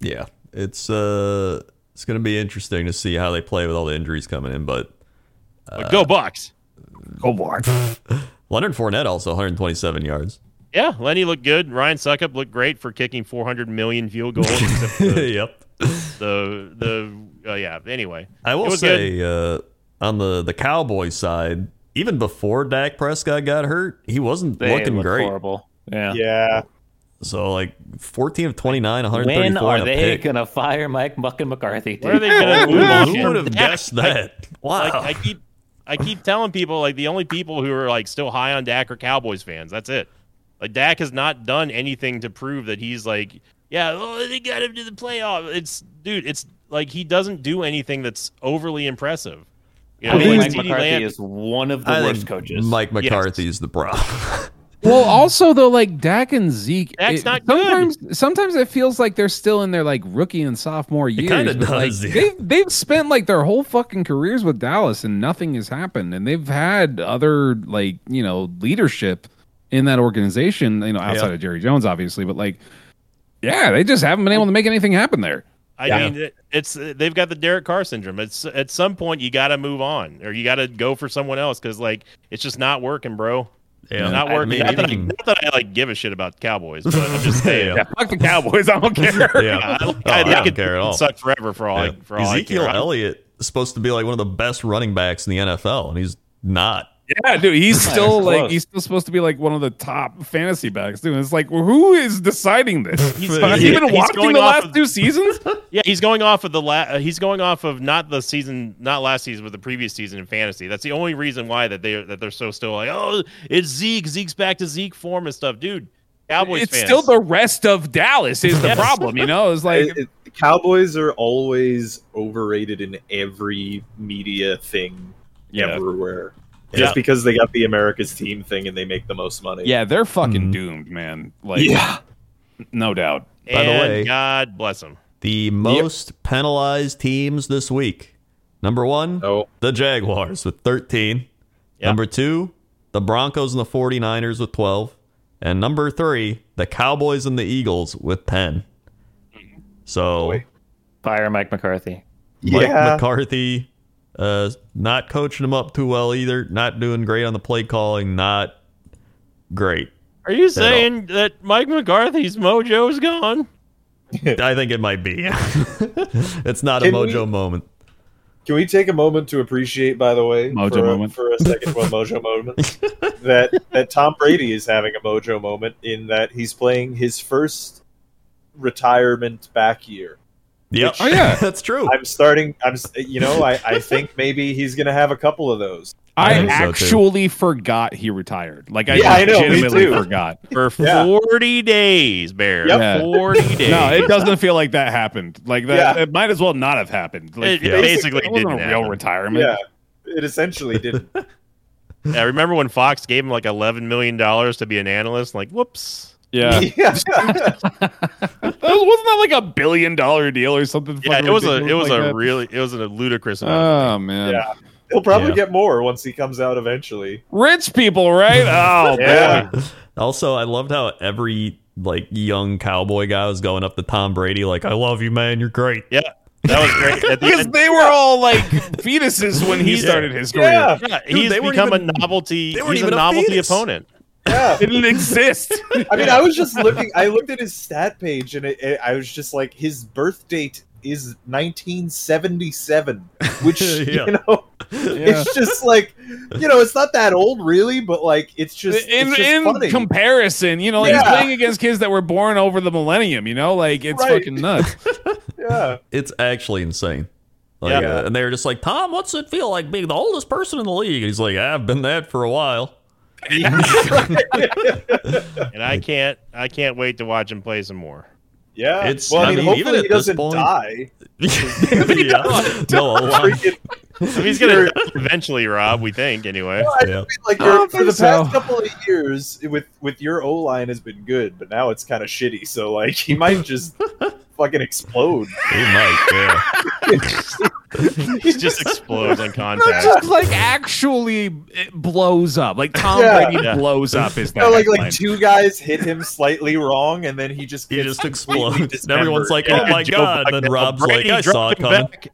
Yeah. It's uh it's gonna be interesting to see how they play with all the injuries coming in, but But Uh. go Bucks! Leonard Fournette also 127 yards. Yeah, Lenny looked good. Ryan Suckup looked great for kicking 400 million field goals. except for the- yep. the the uh, yeah. Anyway, I It will was say uh, on the the Cowboys side, even before Dak Prescott got hurt, he wasn't They looking look great. Horrible. Yeah. Yeah. So like 14 of 29, 134 When and are a they pick. gonna fire Mike Muckin McCarthy? Dude? where are they going to move on? Who would have Dak? guessed that? Oh. Wow. Like, I keep I keep telling people like the only people who are like still high on Dak are Cowboys fans. That's it. Like Dak has not done anything to prove that he's like yeah oh, they got him to the playoff. It's dude. It's like he doesn't do anything that's overly impressive. You know, I think like Mike CeeDee McCarthy Lamb- is one of the I worst think coaches. Mike Yes. McCarthy's the problem. Well, also though, like Dak and Zeke, Dak's it- not good. sometimes sometimes it feels like they're still in their like rookie and sophomore years. kinda but, like, does, yeah. They've they've spent like their whole fucking careers with Dallas and nothing has happened. And they've had other like you know leadership in that organization. You know, outside Yeah. of Jerry Jones, obviously, but like, yeah, they just haven't been able to make anything happen there. I mean, it- it's they've got the Derek Carr syndrome. It's at some point you got to move on or you got to go for someone else because like it's just not working, bro. Yeah. It's not I working. mean, not, that I, even- not that I like give a shit about Cowboys, but I'm just saying. Yeah. Fuck the Cowboys. I don't care. yeah. I, like- Oh, I, I like don't it care at all. Suck forever for all. Yeah. I, for all Ezekiel I care. Elliott is supposed to be like one of the best running backs in the NFL, and he's not. Yeah, dude, he's still it's like close. he's still supposed to be like one of the top fantasy backs, dude. It's like who is deciding this? He's- Have he's- you been he's watching going the off last of- two seasons? Yeah, he's going off of the la- uh, he's going off of not the season, not last season, but the previous season in fantasy. That's the only reason why that they that they're so still like, oh, it's Zeke. Zeke's back to Zeke form and stuff, dude. Cowboys it's fans. still the rest of Dallas is the Yes. problem, you know. It's like It- it- the Cowboys are always overrated in every media thing Yeah. everywhere. Yeah. Just because they got the America's team thing and they make the most money. yeah, they're fucking Mhm. doomed, man. Like no doubt. By the And way- God bless him. The most penalized teams this week. Number one, Oh, the Jaguars with 13. Yeah. Number two, the Broncos and the 49ers with 12. And number three, the Cowboys and the Eagles with 10. So Boy. Fire Mike McCarthy. Mike yeah. McCarthy uh, not coaching them up too well either, not doing great on the play calling, not great. Are you saying that Mike McCarthy's mojo's gone? I think it might be. it's not a Can mojo we- moment. Can we take a moment to appreciate, by the way, Mojo for, a, moment. for a second, well, mojo moment, that that Tom Brady is having a mojo moment in that he's playing his first retirement back year. Yep. Oh, yeah. that's true. I'm starting. I'm. s- You know, I, I think maybe he's gonna have a couple of those. I I, think so, too. actually forgot he retired. Like I Yeah, I know, me legitimately too. forgot. For Yeah. 40 days, Bear. Yep. Yeah. 40 days. No, it doesn't feel like that happened. Like that, Yeah. it might as well not have happened. Like, It basically that wasn't didn't a real happen. retirement. Yeah, it essentially did. I remember when Fox gave him like $11 million to be an analyst. Like, whoops. Yeah. Yeah. That was, wasn't that like a billion dollar deal or something? Yeah, fucking it was a ridiculous it was like a that? really it was a ludicrous Uh, amount. Oh man, Yeah. He'll probably Yeah. get more once he comes out eventually. rich people, right? Oh, Yeah. Also, I loved how every like young cowboy guy was going up to Tom Brady like, "I love you, man. You're great." yeah, that was great. At the because end, they were all like fetuses when he Yeah. started his career. Yeah. yeah, Dude, he's they weren't become even- a novelty. they weren't He's a even a novelty fetus. opponent. Yeah. It didn't exist. I mean, I was just looking. I looked at his stat page, and it, it- I was just like, his birth date is 1977, which Yeah. you know, it's just like, you know, it's not that old, really, but like, it's just in it's just in funny. comparison, you know, like he's Yeah. playing against kids that were born over the millennium. You know, like it's Right. fucking nuts. yeah, It's actually insane. Like, Yeah. uh, and they were just like, "Tom, what's it feel like being the oldest person in the league?" And he's like, "I've been that for a while." And I can't I can't wait to watch him play some more. yeah. It's- well, I I mean, mean, even hopefully at he this doesn't point- die. yeah. No, a lot. Freaking, I mean, he's gonna eventually, Rob. We think anyway. I Yeah. mean, like I don't you're- for the think past so. couple of years, with with your O line has been good, but now it's kind of shitty. So like, he might just fucking explode. He might, yeah. He just explodes on Not contact. just like actually it blows up. Like Tom Yeah. Brady Yeah. blows up is that No, like headline. like two guys hit him slightly wrong, and then he just He gets just completely explodes. And everyone's dismembered. like, Yeah, "Oh my Joe god!" Buck And now. then Rob's like, Brady "I saw it dropping coming." back-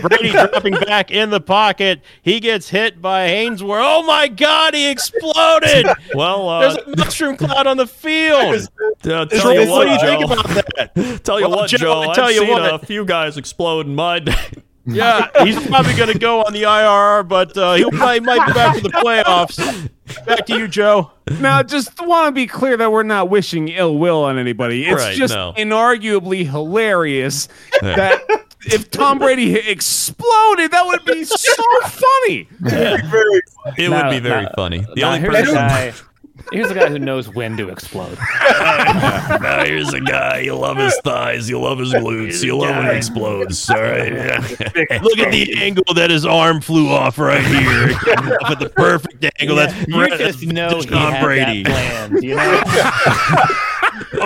Brady dropping back in the pocket. He gets hit by Hainsworth. Oh my God! He exploded. Well, uh, There's a mushroom cloud on the field. uh, It's tell like, you what do you what, think Joe. about that? Tell you Well, what, Joe, Joe. I tell I've you seen what. a few guys explode in my day. Yeah, he's probably going to go on the IR, but uh, he'll probably might be back for the playoffs. Back to you, Joe. Now, just want to be clear that we're not wishing ill will on anybody. It's Right, just no. inarguably hilarious Yeah. that if Tom Brady h- exploded, that would be so funny. It'd be very It Now- would be very now- funny. The Now, only here's person a guy. Here's a guy who knows when to explode. now here's a guy. You love his thighs. You love his glutes. You love when he explodes. All right. Look at the angle that his arm flew off right here. It came off at the perfect angle. That's you just know he Tom had Brady. that planned. You know,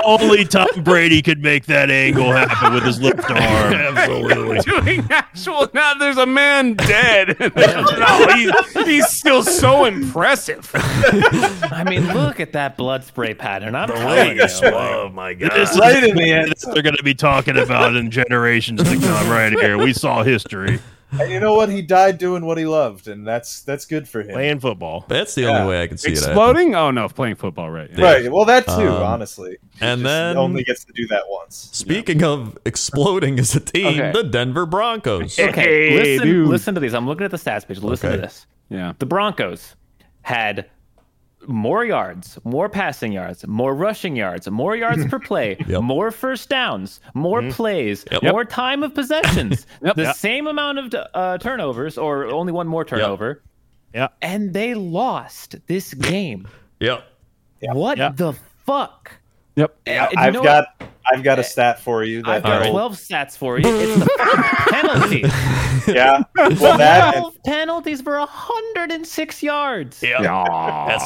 Only Tom Brady could make that angle happen with his left arm. Absolutely. Doing actual now, there's a man dead. no, he, he's still so impressive. I mean, look at that blood spray pattern. I'm telling you. Please. Oh my god. This right in the end. is what they're going to be talking about in generations to come right here. We saw history. And you know what? He died doing what he loved, and that's that's good for him. Playing football. That's the Yeah. only way I can see it. Exploding? Oh no, playing football, right? yeah. Right. Well, that too. Um, honestly, He and just then- only gets to do that once. Speaking of exploding as a team, Okay. the Denver Broncos. Okay, Hey, listen, dude. listen to these. I'm looking at the stats page. Listen Okay. to this. Yeah. The Broncos had more yards, more passing yards, more rushing yards, more yards per play, Yep. Mm-hmm. more first downs, more plays, Yep. more time of possessions, Yep. the Yep. same amount of uh, turnovers, or only one more turnover. Yeah. And they lost this game. Yep. What Yeah. the fuck? Yep. Uh, you I've know what? got I've got a stat for you. I've That got Alright. 12 stats for you. It's the fucking penalties. yeah. Well, that and 12 penalties for 106 yards. That's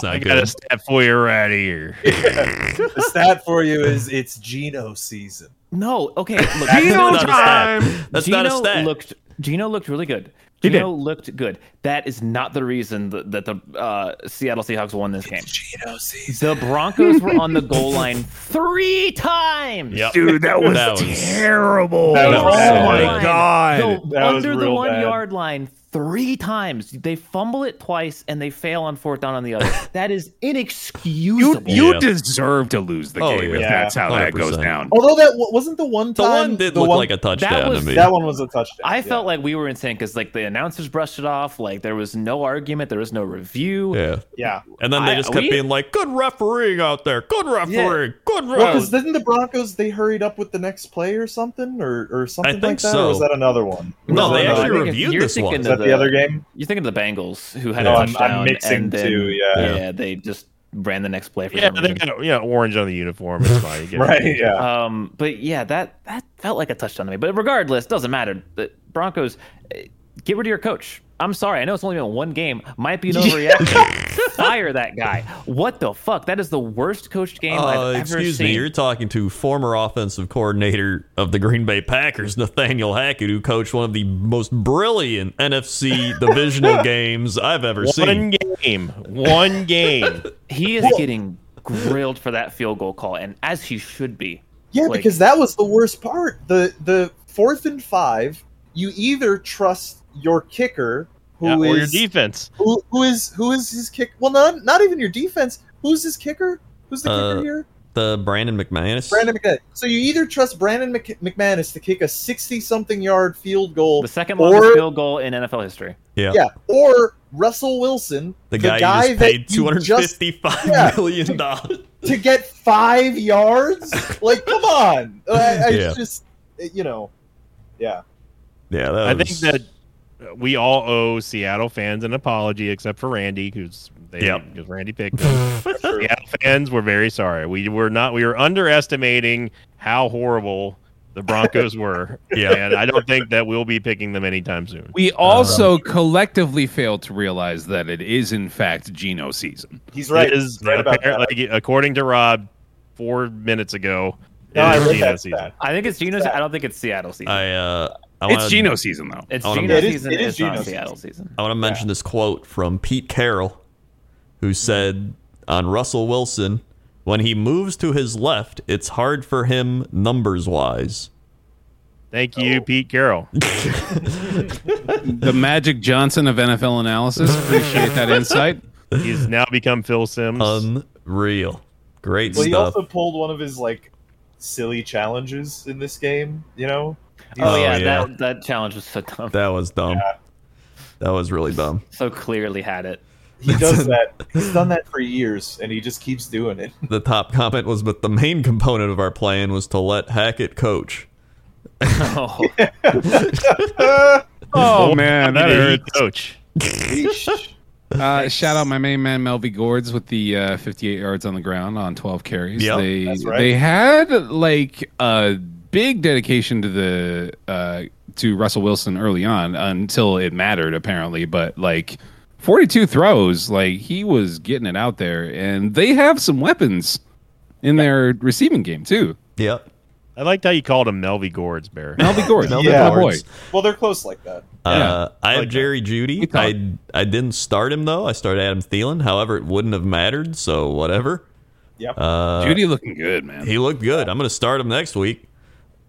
not I good. got a step for you right here. the stat for you is it's Geno season. No, okay. Look, That's Geno not a time. stat. That's Gino not a stat. looked Gino looked really good. He Gino looked good. That is not the reason that, that the uh, Seattle Seahawks won this game. Geno season. The Broncos were on the goal line three times. Yep. Dude, that was, That was- terrible. That was oh bad. my Yeah. god. Go That was under the real one bad. yard line three times. They fumble it twice and they fail on fourth down on the other. that is You inexcusable. you Yeah. deserve to lose the Oh, game if yeah. that's how that goes 100%. down. Although that wa- wasn't the one The time. one did the look one- like a touchdown was- to me. That one was a touchdown. I felt like we were insane because like the announcers brushed it off. Like there was no argument, there was no review. yeah. yeah. And then they I- just kept we- being like, "Good refereeing out there. Good refereeing. Good Well, refereeing." because didn't the Broncos they hurried up with the next play or something or or something think like that? Or was so. that another one? No, Was they that another- actually I think reviewed you're this thinking one. of Is that the other game? You're thinking of the Bengals who had No, a I'm- I'm touchdown. mixing and then, two, yeah. yeah. they just ran the next play for Yeah, some they reason. got you know, orange on the uniform. It's fine. You get it. Right. Yeah. Um, but yeah, that that felt like a touchdown to me. But regardless, doesn't matter. The Broncos, eh, get rid of your coach. I'm sorry, I know it's only been one game. Might be an overreaction. Fire that guy. What the fuck? That is the worst coached game Uh, I've ever excuse seen. me, you're talking to former offensive coordinator of the Green Bay Packers, Nathaniel Hackett, who coached one of the most brilliant NFC divisional games I've ever One seen. game. One game. He is getting grilled for that field goal call, and as he should be. Yeah, Like- because that was the worst part. The the fourth and five, you either trust your kicker, who Yeah, is or your defense. who, who is who is his kick? Well, not not even your defense. Who's his kicker? Who's the Uh, kicker here? The Brandon McManus. Brandon McManus. So you either trust Brandon Mc- McManus to kick a sixty-something yard field goal, The second Or- longest field goal in NFL history. yeah. yeah, or Russell Wilson, The guy, you just that paid you two hundred just- fifty-five yeah. million dollars. to get five yards. like, come on! I, I Yeah. just, you know, yeah. Yeah, that I was- think that we all owe Seattle fans an apology, except for Randy, who's they Yep. because Randy picked. them. Seattle fans were very sorry. We were not. We were underestimating how horrible the Broncos were. Yeah. and I don't think that we'll be picking them anytime soon. We also collectively failed to realize that it is in fact Geno season. He's right. It is He's right about that. apparently, according to Rob, four minutes ago. No, it I is read Geno that season. stat. I think it's Geno's. I don't think it's Seattle season. I uh, I It's wanna- Geno season though. it's I wanna- Geno It is- season. it is it's not Geno Seattle season. I want to mention this quote from Pete Carroll, who said on Russell Wilson, when he moves to his left, it's hard for him numbers wise. Oh. Thank you, Pete Carroll. The Magic Johnson of NFL analysis. Appreciate that insight. He's now become Phil Sims. Unreal. Great Well, he stuff. also pulled one of his like silly challenges in this game. You know, Oh, Oh, yeah, yeah. that that challenge was so dumb. that was dumb. That was really dumb. so clearly had it. he does that. He's done that for years, and he just keeps doing it. The top comment was, but the main component of our plan was to let Hackett coach. Oh, Oh He's man, that the hurts. coach. Yeesh. Uh, shout out my main man Melvy Gords with the uh, 58 yards on the ground on 12 carries. Yep. they That's right. they had like a big dedication to the uh, to Russell Wilson early on until it mattered apparently, but like 42 throws, like he was getting it out there, and they have some weapons in their receiving game too. Yep. I liked how you called him Melvy Gords, Bear. Melvy Gords, Melvin yeah, Yeah. boy. Gordon's- Well, they're close like that. Uh, I have like that. Jerry Judy. talked. I I didn't start him though. I started Adam Thielen. However, it wouldn't have mattered. So whatever. Yep. Uh, Judy looking good, man. He looked good. I'm going to start him next week.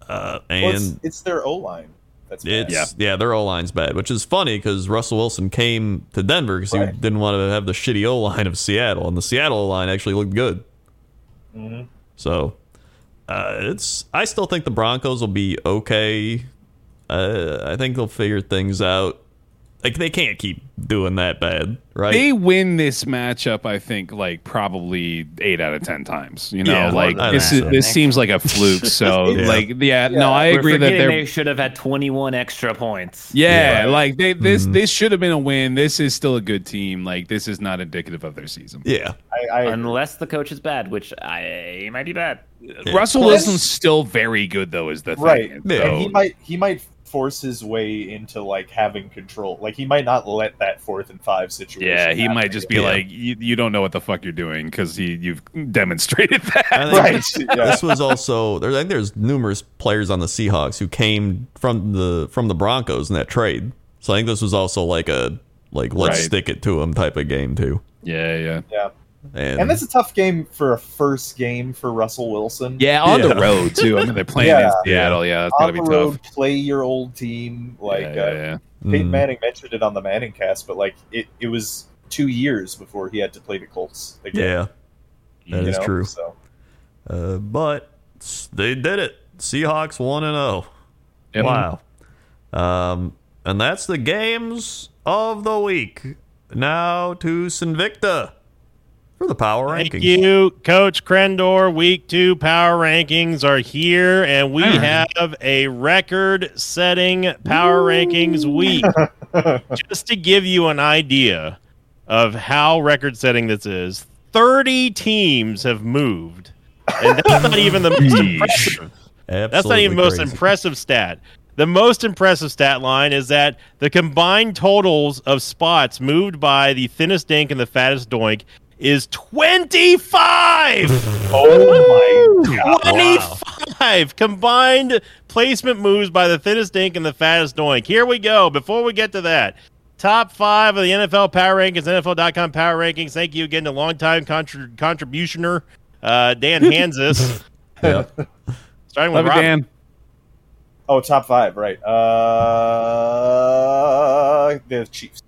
Uh, Well, it's, and it's their O line. That's bad. it's yeah. their O line's bad, which is funny because Russell Wilson came to Denver because he Right. didn't want to have the shitty O line of Seattle, and the Seattle O line actually looked good. So uh, it's I still think the Broncos will be okay. Uh, I think they'll figure things out. Like they can't keep doing that bad, right? They win this matchup, I think, like probably eight out of ten times. You know, Yeah, like I this think is, so. this seems like a fluke. So, Yeah. like, yeah, no, I We're agree that forgetting they're they should have had 21 extra points. yeah, Mm-hmm. like they this this should have been a win. This is still a good team. Like this is not indicative of their season. yeah, I, I, Unless the coach is bad, which I he might be bad. Russell Well, Wilson's still very good though. Is the thing. right. Yeah. And he So, might he might force his way into like having control. Like he might not let that fourth and five situation. yeah, he happen might just be Yeah. like, you, you don't know what the fuck you're doing because he you've demonstrated I that. think- again. right. Yeah. this was also there. I think there's numerous players on the Seahawks who came from the from the Broncos in that trade. So I think this was also like a like let's Right. stick it to them type of game too. Yeah, yeah, yeah. And, And that's a tough game for a first game for Russell Wilson. yeah. On Yeah. the road too. I mean, they're playing Yeah. in Seattle. Yeah, that's On gotta be the tough. road, play your old team. Like yeah, uh, yeah, yeah. Peyton Mm. Manning mentioned it on the Manning cast, but like it, it was two years before he had to play the Colts. Again, yeah, that is you know? true. So Uh, but s- they did it. Seahawks one and zero. Yep. Wow. Um, and that's the games of the week. Now to Sinvicta for the power Thank rankings. you, Coach Krendor. Week two power rankings are here, and we have a record setting power rankings week. Just to give you an idea of how record setting this is, 30 teams have moved. And that's not even the most impressive. That's not even the most crazy. impressive stat. The most impressive stat line is that the combined totals of spots moved by the thinnest dink and the fattest doink is 25. Oh my god! 25 combined placement moves by the thinnest dink and the fattest doink. Here we go. Before we get to that, top five of the NFL Power Rankings, NFL.com Power Rankings. Thank you again to longtime contr- contributioner uh, Dan Hansis. Yeah. Starting Love with it, Rob. Dan. Oh, top five, right? Uh, the Chiefs.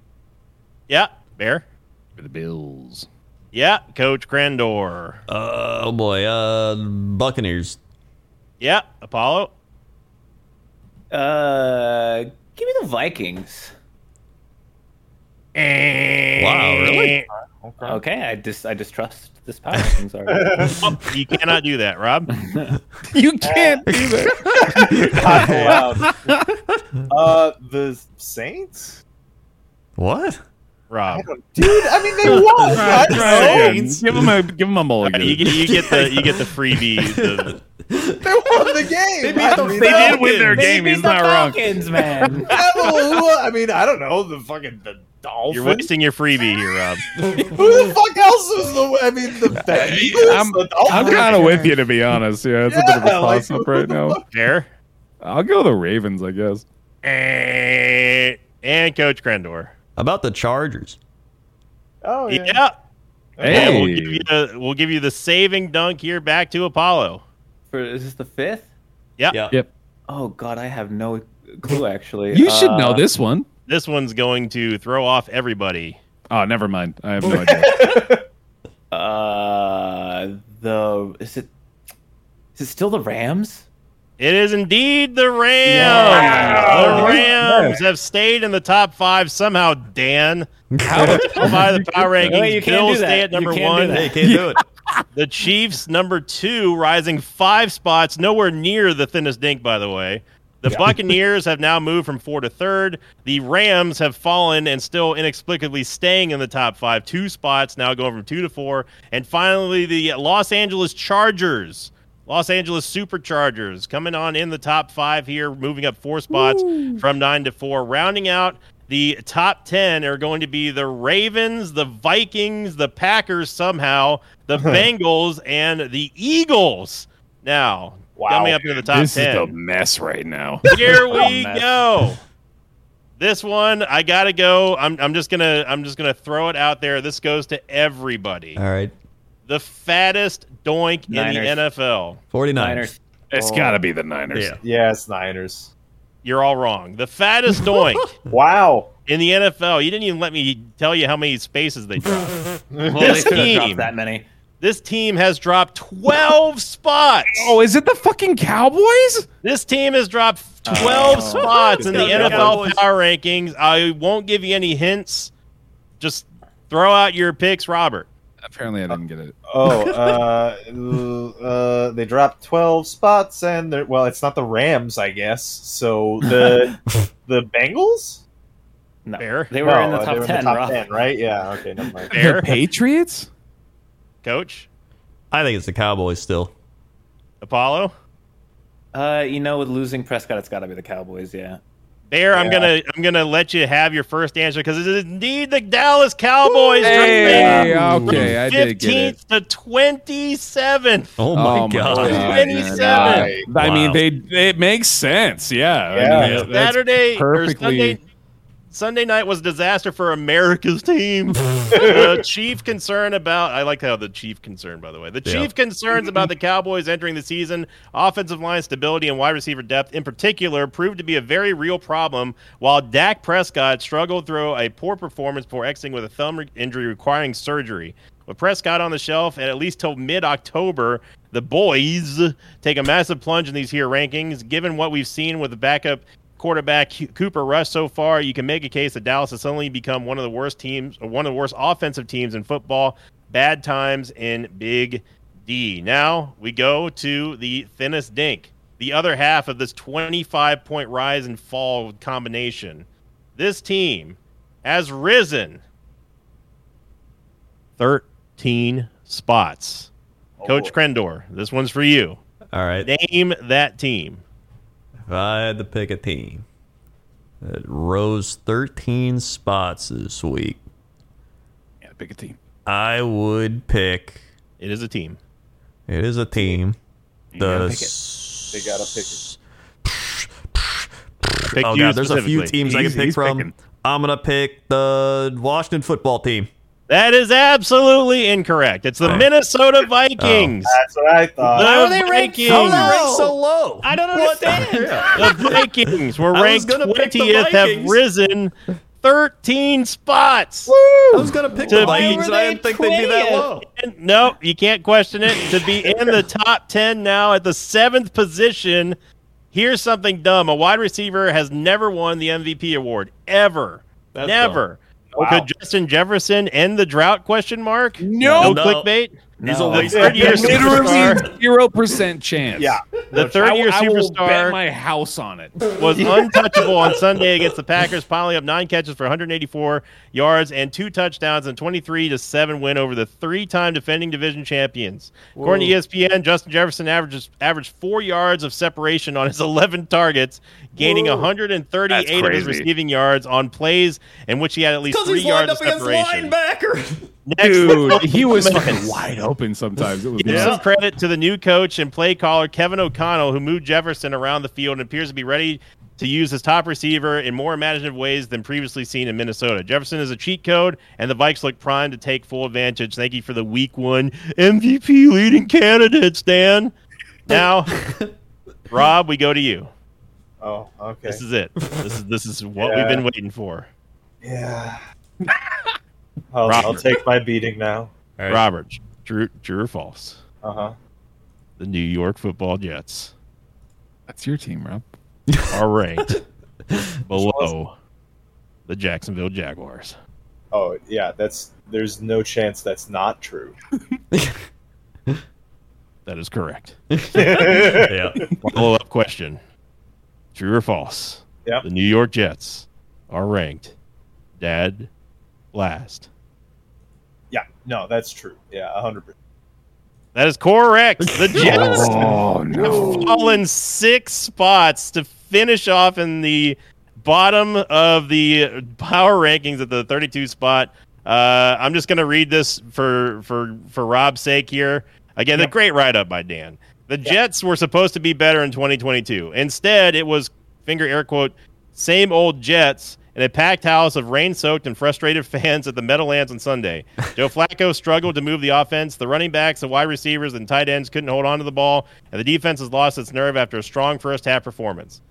Yeah, Bear. For the Bills. Yeah, Coach Crandor. Uh, oh boy. Uh, Buccaneers. Yeah, Apollo. Uh, give me the Vikings. Wow, really? Okay, I dis I distrust this power. I'm sorry. Oh, you cannot do that, Rob. You can't. Not allowed. uh, the Saints. What? Rob. Dude, I mean they won. I don't Try know. again. Give him a give him a mulligan. You, get- you get the you get the freebie. The, They won the game. I mean, They that did win their game. He's not wrong. Falcons, man. Avalua, I mean, I don't know the fucking the Dolphins. you're wasting your freebie here, Rob. Who the fuck else is the? I mean, the Bengals. I'm- the Dolphins. I'm kind of with you to be honest. Yeah, it's a bit of a Yeah, like, toss up right now. Bear. I'll go the Ravens, I guess. Eh, And Coach Crandor. How about the Chargers? Oh Yeah. yeah. And we'll Hey. give you the, we'll give you the saving dunk here back to Apollo. For, is this the fifth? Yeah. Yep. Oh God, I have no clue. Actually, You should Uh, know this one. This one's going to throw off everybody. Oh, never mind. I have no idea. Uh, the is it? Is it still the Rams? It is indeed the Rams. Yeah. The Rams have stayed in the top five somehow. Dan, how by the power No, rankings, you can't Bills do that. stay at You number can't one. do that. Hey, can't do it. The Chiefs, number two, rising five spots, nowhere near the thinnest dink, by the way. The Buccaneers have now moved from four to third. The Rams have fallen and still inexplicably staying in the top five, two spots, now going from two to four. And finally, the Los Angeles Chargers, Los Angeles Superchargers, coming on in the top five here, moving up four spots from nine to four. Rounding out the top 10 are going to be the Ravens, the Vikings, the Packers somehow, the Bengals, and the Eagles. Now, Wow. coming up into the top this is a 10. mess right now. Here we mess. go. This one, I gotta go. I'm, I'm just gonna I'm just gonna throw it out there. This goes to everybody. Uh, All right. The fattest doink Niners. in the NFL. 49. Niners. It's Oh. got to be the Niners. Yeah. Yeah, it's Niners. You're all wrong. The fattest doink Wow. in the NFL. You didn't even let me tell you how many spaces they dropped. Well, they this could have team, dropped that many. This team has dropped 12 spots. Oh, is it the fucking Cowboys? This team has dropped 12 Oh. spots in the Yeah, NFL Cowboys. power rankings. I won't give you any hints. Just throw out your picks, Robert. Apparently, I didn't get it. Oh, uh, uh, they dropped twelve spots, and they're well, it's not the Rams, I guess. So the the Bengals. No. Fair. They were No, uh, in the top they were ten. top Rob. 10, right? Yeah. Okay. Never mind. Fair, The Patriots? coach, I think it's the Cowboys still. Apollo. Uh, you know, with losing Prescott, it's got to be the Cowboys. Yeah. Bear, I'm Yeah. gonna I'm gonna let you have your first answer because it is indeed the Dallas Cowboys Hey, okay, I did get it. fifteenth to twenty seventh. Oh Oh my my god. God. Right. I Wow. mean, they it makes sense. Yeah. Yeah. I mean, that's- that's Saturday perfectly- or Sunday, Sunday night was a disaster for America's team. the chief concern about I like how the chief concern by the way. The Yeah. chief concerns about the Cowboys entering the season, offensive line stability and wide receiver depth in particular proved to be a very real problem while Dak Prescott struggled through a poor performance before exiting with a thumb re- injury requiring surgery. With Prescott on the shelf and at least till mid October, the boys take a massive plunge in these here rankings. Given what we've seen with the backup quarterback Hu- Cooper Rush so far, you can make a case that Dallas has suddenly become one of the worst teams, or one of the worst offensive teams in football. Bad times in Big D. Now we go to the thinnest dink, the other half of this 25 point rise and fall combination. This team has risen 13 spots. Coach Crendor, this one's for you. All right. Name that team. If I had to pick a team that rose 13 spots this week, Yeah, pick a team. I would pick. It is a team. It is a team. gotta The pick it. s- They gotta pick it. Pick oh you god, there's a few specifically. teams I He's- can pick he's from. picking. I'm gonna pick the Washington football team. That is absolutely incorrect. It's the Minnesota Vikings. That's what I thought. How are they ranked- Vikings. how are they ranked so low? Oh, I don't What the- understand. Yeah. The Vikings were I was ranked gonna pick the twentieth, have Vikings. risen thirteen spots. I was gonna pick the To be- Vikings, and I didn't think they'd be that low. And- no, you can't question it. To be in the top 10 now at the seventh position, here's something dumb. A wide receiver has never won the MVP award, ever. That's never. Could Justin Jefferson end the drought? Question mark. No. No. clickbait. He's No. a waste. Third year superstar. Literally zero percent chance. Yeah. The third year I will, I will bet superstar my house on it. was untouchable on Sunday against the Packers, piling up nine catches for 184 yards and two touchdowns in 23 to seven win over the three-time defending division champions. According to E ESPN, Justin Jefferson averages averaged four yards of separation on his 11 targets, gaining 138 of his crazy. receiving yards on plays in which he had at least Because three he's lined yards of up against separation. linebacker. Next Dude, he was Man. fucking wide open sometimes. It was Give nuts. some credit to the new coach and play caller Kevin O'Connell, who moved Jefferson around the field and appears to be ready to use his top receiver in more imaginative ways than previously seen in Minnesota. Jefferson is a cheat code, and the Vikes look primed to take full advantage. Thank you for the Week One MVP leading candidate, Stan. Now, Rob, we go to you. Oh, okay. This is it. This is this is what Yeah. we've been waiting for, Yeah. I'll, I'll Robert. take my beating now. All right. Robert. True, true or false? Uh huh. The New York Football Jets That's your team, Rob. are ranked below the Jacksonville Jaguars. Oh yeah, that's there's no chance that's not true. That is correct. Yeah. Follow up question True or false? Yep. The New York Jets are ranked dead last. Yeah, no, that's true. Yeah, hundred percent. That is correct. The Jets Oh no! have fallen six spots to finish off in the bottom of the power rankings at the 32 spot. Uh, I'm just going to read this for for for Rob's sake here. Again, the great write up by Dan. The Jets were supposed to be better in 2022. Instead, it was finger air quote same old Jets in a packed house of rain soaked and frustrated fans at the Meadowlands on Sunday. Joe Flacco struggled to move the offense. The running backs, the wide receivers, and tight ends couldn't hold on to the ball, and the defense has lost its nerve after a strong first half performance.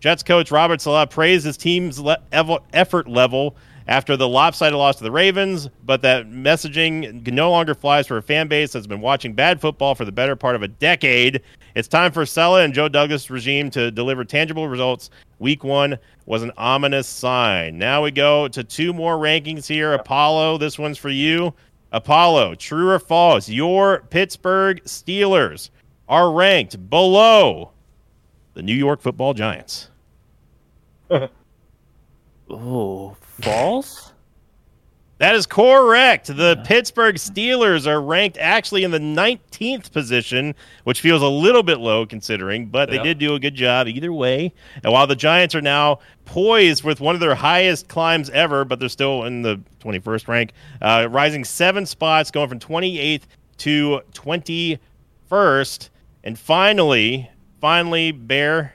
Jets coach Robert Salah praised his team's le- ev- effort level after the lopsided loss to the Ravens, but that messaging no longer flies for a fan base that's been watching bad football for the better part of a decade. It's time for Salah and Joe Douglas' regime to deliver tangible results. Week one was an ominous sign. Now we go to two more rankings here. Apollo, this one's for you. Apollo, true or false, your Pittsburgh Steelers are ranked below the New York Football Giants. Oh, false. That is correct. The Pittsburgh Steelers are ranked actually in the 19th position, which feels a little bit low considering, but they Yeah. did do a good job either way. And while the Giants are now poised with one of their highest climbs ever, but they're still in the 21st rank, uh, rising seven spots, going from 28th to 21st. And finally, finally, Bear,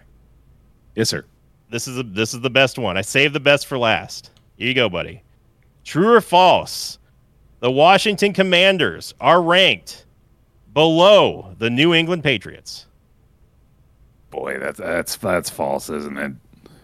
Yes, sir. this is a, this is the best one. I saved the best for last. Here you go, buddy. True or false? The Washington Commanders are ranked below the New England Patriots. Boy, that's that's that's false, isn't it?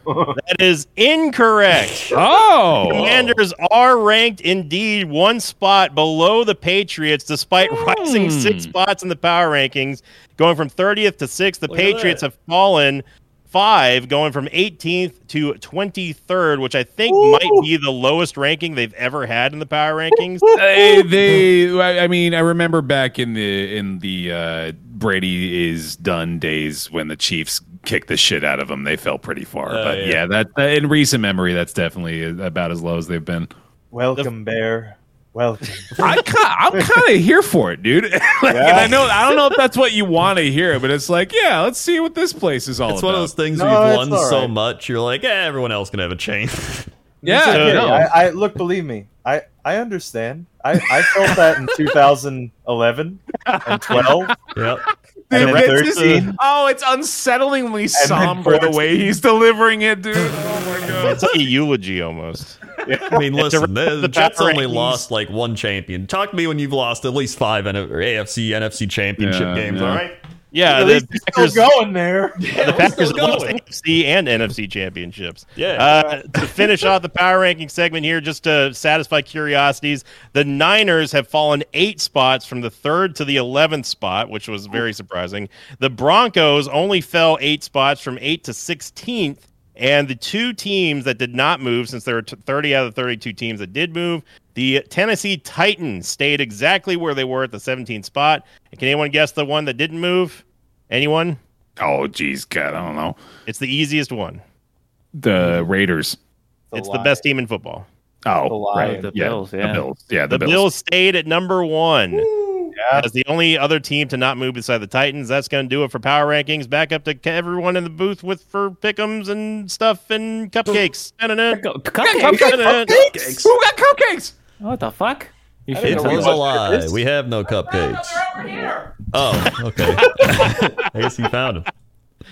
That is incorrect. Oh, Commanders are ranked indeed one spot below the Patriots, despite Hmm. rising six spots in the power rankings, going from 30th to 6th. The Look at Patriots that. have fallen five, going from 18th to 23rd, which I think might be the lowest ranking they've ever had in the power rankings. they, they I, I mean, I remember back in the in the uh, Brady is done days when the Chiefs kicked the shit out of them. They fell pretty far, Oh, but yeah. yeah, uh, that in recent memory, that's definitely about as low as they've been. Welcome, Bear. Well, I ki- I'm kind of here for it, dude. Like, and Yeah. I know I don't know if that's what you want to hear, but it's like, yeah, let's see what this place Oh, is all It's about. one of those things No, where you've it's won so alright. much, you're like, eh, everyone else can have a chain. yeah, Uh, okay, no. I, I look. Believe me, I I understand. I I felt that in 2011 and 12. yep. And Dude, then it's just- 13. oh, it's unsettlingly then somber the 14. way he's delivering it, dude. Oh my god. It's like a eulogy almost. I mean, listen, the, the Jets Power only Rankings. lost like one champion. Talk to me when you've lost at least five N- or AFC, NFC championship Yeah, games, yeah. all right? Yeah, At the least you're Packers, still going there. the Packers still lost going. AFC and NFC championships. Yeah. Uh, to finish off the power ranking segment here, just to satisfy curiosities, the Niners have fallen eight spots from the third to the 11th spot, which was very surprising. The Broncos only fell eight spots from 8 to 16th. And the two teams that did not move, since there were t- 30 out of the 32 teams that did move, the Tennessee Titans stayed exactly where they were at the 17th spot. And can anyone guess the one that didn't move? Anyone? Oh, geez, God, I don't know. It's the easiest one. The Raiders. it's the best team in football. Oh, The right. Lions. The yeah, Bills, yeah. The Bills. Yeah, The, the, Bills. stayed at number one. Yeah. That's the only other team to not move beside the Titans. That's going to do it for power rankings. Back up to everyone in the booth with for pickums and stuff and cupcakes. Da-da-da. Cupcake. Who Da-da-da. got cupcakes? What the fuck? You I should didn't It tell know was us. a what lie. it is. We have no cupcakes. Oh, okay. I guess you found him.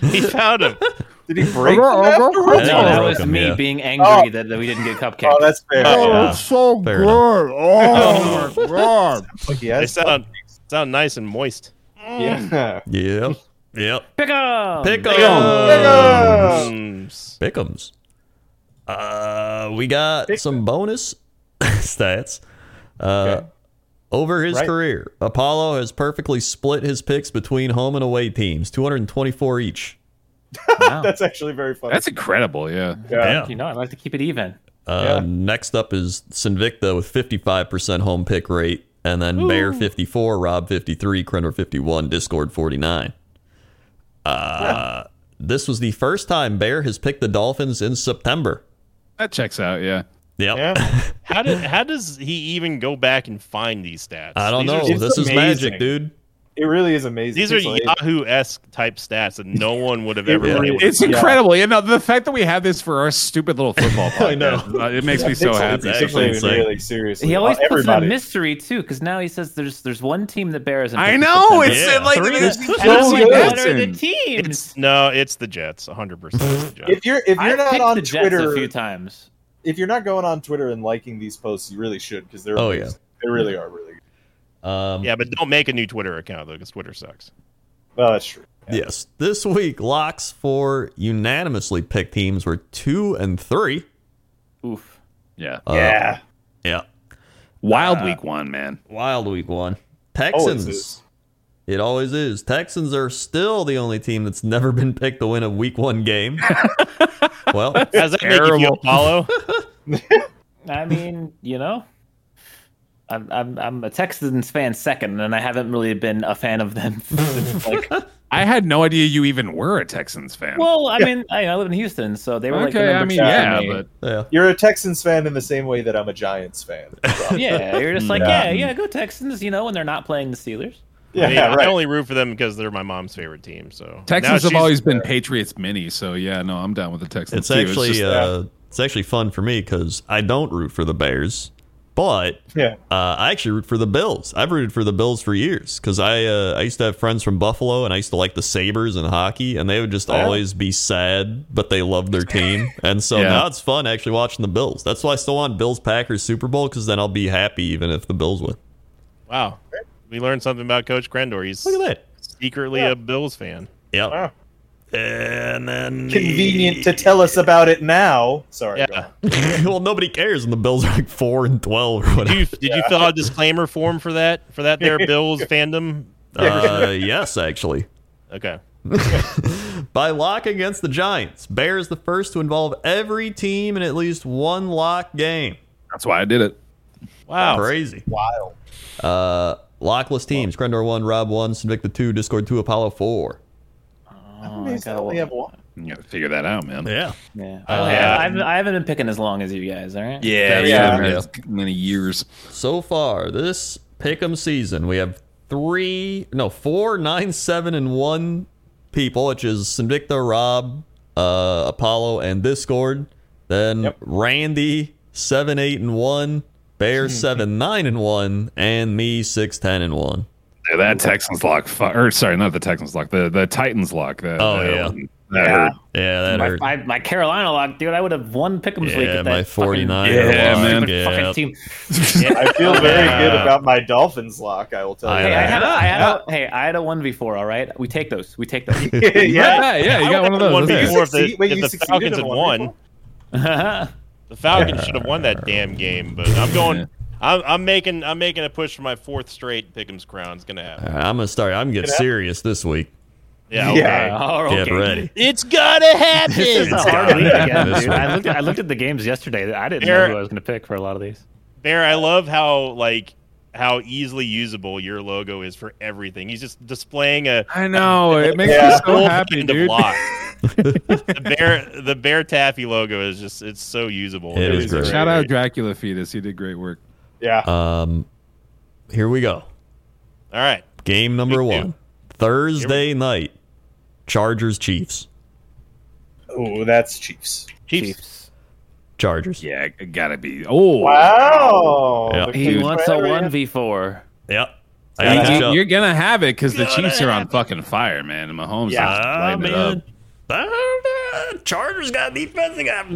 He found him. Did he break them No, afterwards? I think I that broke was him, me yeah. being angry Oh. that, that we didn't get cupcakes. Oh, that's fair. Yeah, so fair enough. Oh my god. He They has- sound sound nice and moist. yeah. Yep. Yep. Pick 'em! Pick'em. Mm. Pick'ems. Uh, we got some bonus stats. Uh, Over his Right. career, Apollo has perfectly split his picks between home and away teams, 224 each. Wow. That's actually very funny. That's incredible. Yeah. yeah. You know, I like to keep it even. Uh, Yeah. Next up is Sinvicta with 55% home pick rate, and then Bear 54, Rob 53, Krenner 51, Discord 49. Uh, This was the first time Bear has picked the Dolphins in September. That checks out. Yeah. Yep. Yeah. How did how does he even go back and find these stats? I don't These are know. it's This is amazing. magic, dude. It really is amazing. These are It's like- Yahoo esque type stats that no one would have ever really been able to It's incredible. You know, the fact that we have this for our stupid little football podcast, I know. it makes me so it's, happy. It's actually actually insane. really seriously. He always Uh, puts it everybody. a mystery too, because now he says there's there's one team that bears. in I fifty know. percent. It's Yeah. like Three it's is- just Tell Tennessee me What are the Jets. teams? It's no, it's the Jets, 100% the Jets. If you're if you're I've not picked on the Jets a Twitter, few times. if you're not going on Twitter and liking these posts, you really should because they're Oh, amazing. they really are really good. Um, Yeah, but don't make a new Twitter account though, because Twitter sucks. Well, that's true. Yes. This week, locks for unanimously picked teams were two and three. Oof. Yeah. Uh, yeah, Yeah. Wild week one, man. Wild week one. Always Texans. is. It always is. Texans are still the only team that's never been picked to win a week one game. well, How does that make you feel, Terrible. Apollo? I mean, you know, I'm I'm I'm a Texans fan second, and I haven't really been a fan of them. since, like, I had no idea you even were a Texans fan. well, I mean, I, I live in Houston, so they were like the okay. number I mean, two for yeah, me. but yeah. You're a Texans fan in the same way that I'm a Giants fan. yeah, you're just like, Yeah. yeah, yeah, go Texans. You know, when they're not playing the I, Steelers. yeah, mean, I right. only root for them because they're my mom's favorite team. So Texans Now have she's- always been Patriots mini. So yeah, no, I'm down with the Texans. It's too. actually just- uh, it's actually fun for me because I don't root for the Bears, but yeah, Uh, I actually root for the Bills. I've rooted for the Bills for years because I uh, I used to have friends from Buffalo and I used to like the Sabers and hockey, and they would just always be sad, but they loved their team, and so Yeah. now it's fun actually watching the Bills. That's why I still want Bills Packers Super Bowl because then I'll be happy even if the Bills win. Wow, we learned something about Coach Grendor. He's Look at that. secretly a Bills fan. Yeah. Wow. And then convenient to tell us about it now. Sorry. Yeah. go on. well, nobody cares, and the Bills are like four and twelve or Did whatever. you, did you fill out a disclaimer form for that? For that there Bills fandom? Uh, yes, actually. Okay. By lock against the Giants, Bear is the first to involve every team in at least one lock game. that's why I did it. Wow. Crazy. Wild. Uh, lockless teams. Grendor 1, Rob 1, Sinvicta 2, Discord 2, Apollo 4. I Oh, I Amazed they gotta only look- have one. You gotta figure that out, man. Yeah. Yeah. Uh, Oh, yeah. I, haven't, I haven't been picking as long as you guys, all right? Yeah, yeah. It's many years. So far, this pick'em season, we have three, no, four, nine, seven, and one people, which is Synvicta, Rob, uh, Apollo, and Discord. Then Randy, seven, eight, and one. Bear, seven, nine, and one, and me, six, ten, and one. Yeah, that Texans lock, fu- or sorry, not the Texans lock, the the Titans lock. That, Oh, that yeah. one- that Yeah. hurt. Yeah, that My, hurt. my, my Carolina lock, dude, I would have won Pick'em's week. yeah, if my that 49. fucking- Yeah, line. man. Fucking, Yeah. fucking team. I feel very Yeah. good about my Dolphins lock. I will tell I you. Hey, I that. had a, I had a, hey, I had a 1v4, all right? We take those. We take those. yeah. Yeah, yeah, you got one of those. One that's You it. before if the, succeed- wait, if you the succeeded Falcons in had one won, people? the Falcons should have won that damn game. But I'm Yeah. going. I'm, I'm making. I'm making a push for my fourth straight Pickham's crown. It's gonna happen. All right, Uh, I'm gonna start. I'm gonna get serious this week. Yeah. Okay. Yeah. Oh, okay. Get ready. It's gonna happen. This is a hard week again, This dude. week. I looked, at, I looked at the games yesterday. I didn't know Eric- who I was going to pick for a lot of these. Bear, I love how like how easily usable your logo is for everything. He's just displaying a I know it makes Yeah. me so full happy, end of dude. block. the bear, the bear taffy logo is just it's so usable. It is is great. Shout out Dracula Fetus, he did great work. Yeah. Um, here we go. All right. Game number Thank you. one, Thursday night, Chargers Chiefs. Oh, that's Chiefs. Chiefs. Chargers. Yeah, it gotta be. Oh, Wow. Yeah. The He Kings wants were a every- one v four. Yep. I You- got you, you. are gonna have it because the Chiefs are on fucking fire, man. And Mahomes Yeah, is Ah, lighting it up. man. Ah, Chargers got defense. They got.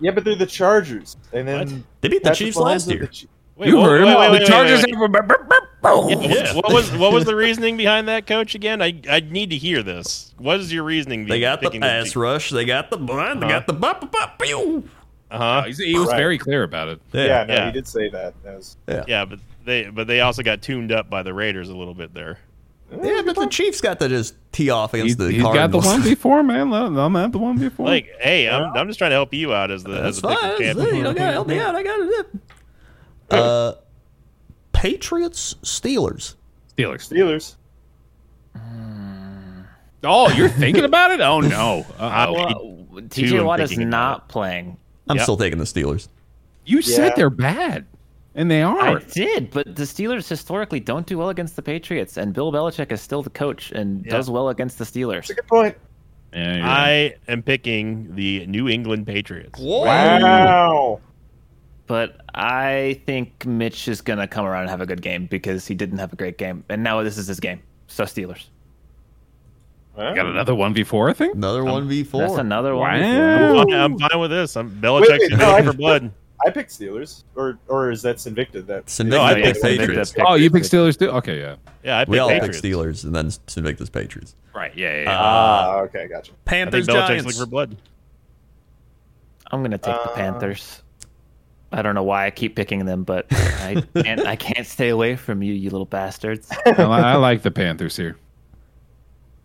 Yeah, but they're the Chargers, and then They beat the Patrick Chiefs Mahomes last with the year. Chi- Wait, You what- heard him. wait, wait, the wait, Chargers wait, wait. have. Yeah, What was what was the reasoning behind that, coach? Again, I I need to hear this. What is your reasoning? They got the picking them pass to- rush. They got the blind. They got the bop bop bop. pew. Uh-huh. He's- He was Right. very clear about it. yeah, Yeah. no, yeah. he did say that. that was, Yeah, but they but they also got tuned up by the Raiders a little bit there. Yeah, but the Chiefs got to just tee off He, has against the got the Cardinals. one before, man. Let- let him have the one before. Like, hey, I'm, I'm just trying to help you out as the That's as the fine. picking That's champion. it. You don't gotta help me out. I got it. Uh, Patriots Steelers. Steelers. Steelers. Oh, you're thinking about it? Oh no. Uh-oh. Well, two TJ I'm Watt is thinking about. not playing. I'm Yep. still taking the Steelers. you said Yeah. they're bad, and they I are. did, but the Steelers historically don't do well against the Patriots, and Bill Belichick is still the coach and Yeah. does well against the Steelers. That's a good point. Yeah, you're right. I am picking the New England Patriots. Wow. But I think Mitch is gonna come around and have a good game because he didn't have a great game, and now this is his game. So Steelers. got another one before. I think. Another one v That's four. another one. Wow. I'm, I'm fine with this. I'm Wait, Belichick's wait, in no, I- for blood. I picked Steelers, or or is that Sinvicta? That Sinvicta No, I yeah, picked so I think Patriots. that pick- Oh, you picked Steelers too. Okay, yeah. Yeah, I picked We all Patriots. picked Steelers, and then Sinvictus Patriots. Uh, Right. Yeah. yeah, ah, okay, gotcha. I think Panthers Belichick's looking for blood. I'm gonna take the Uh, Panthers. I don't know why I keep picking them, but I can't. I can't stay away from you, you little bastards. I, li- I like the Panthers here.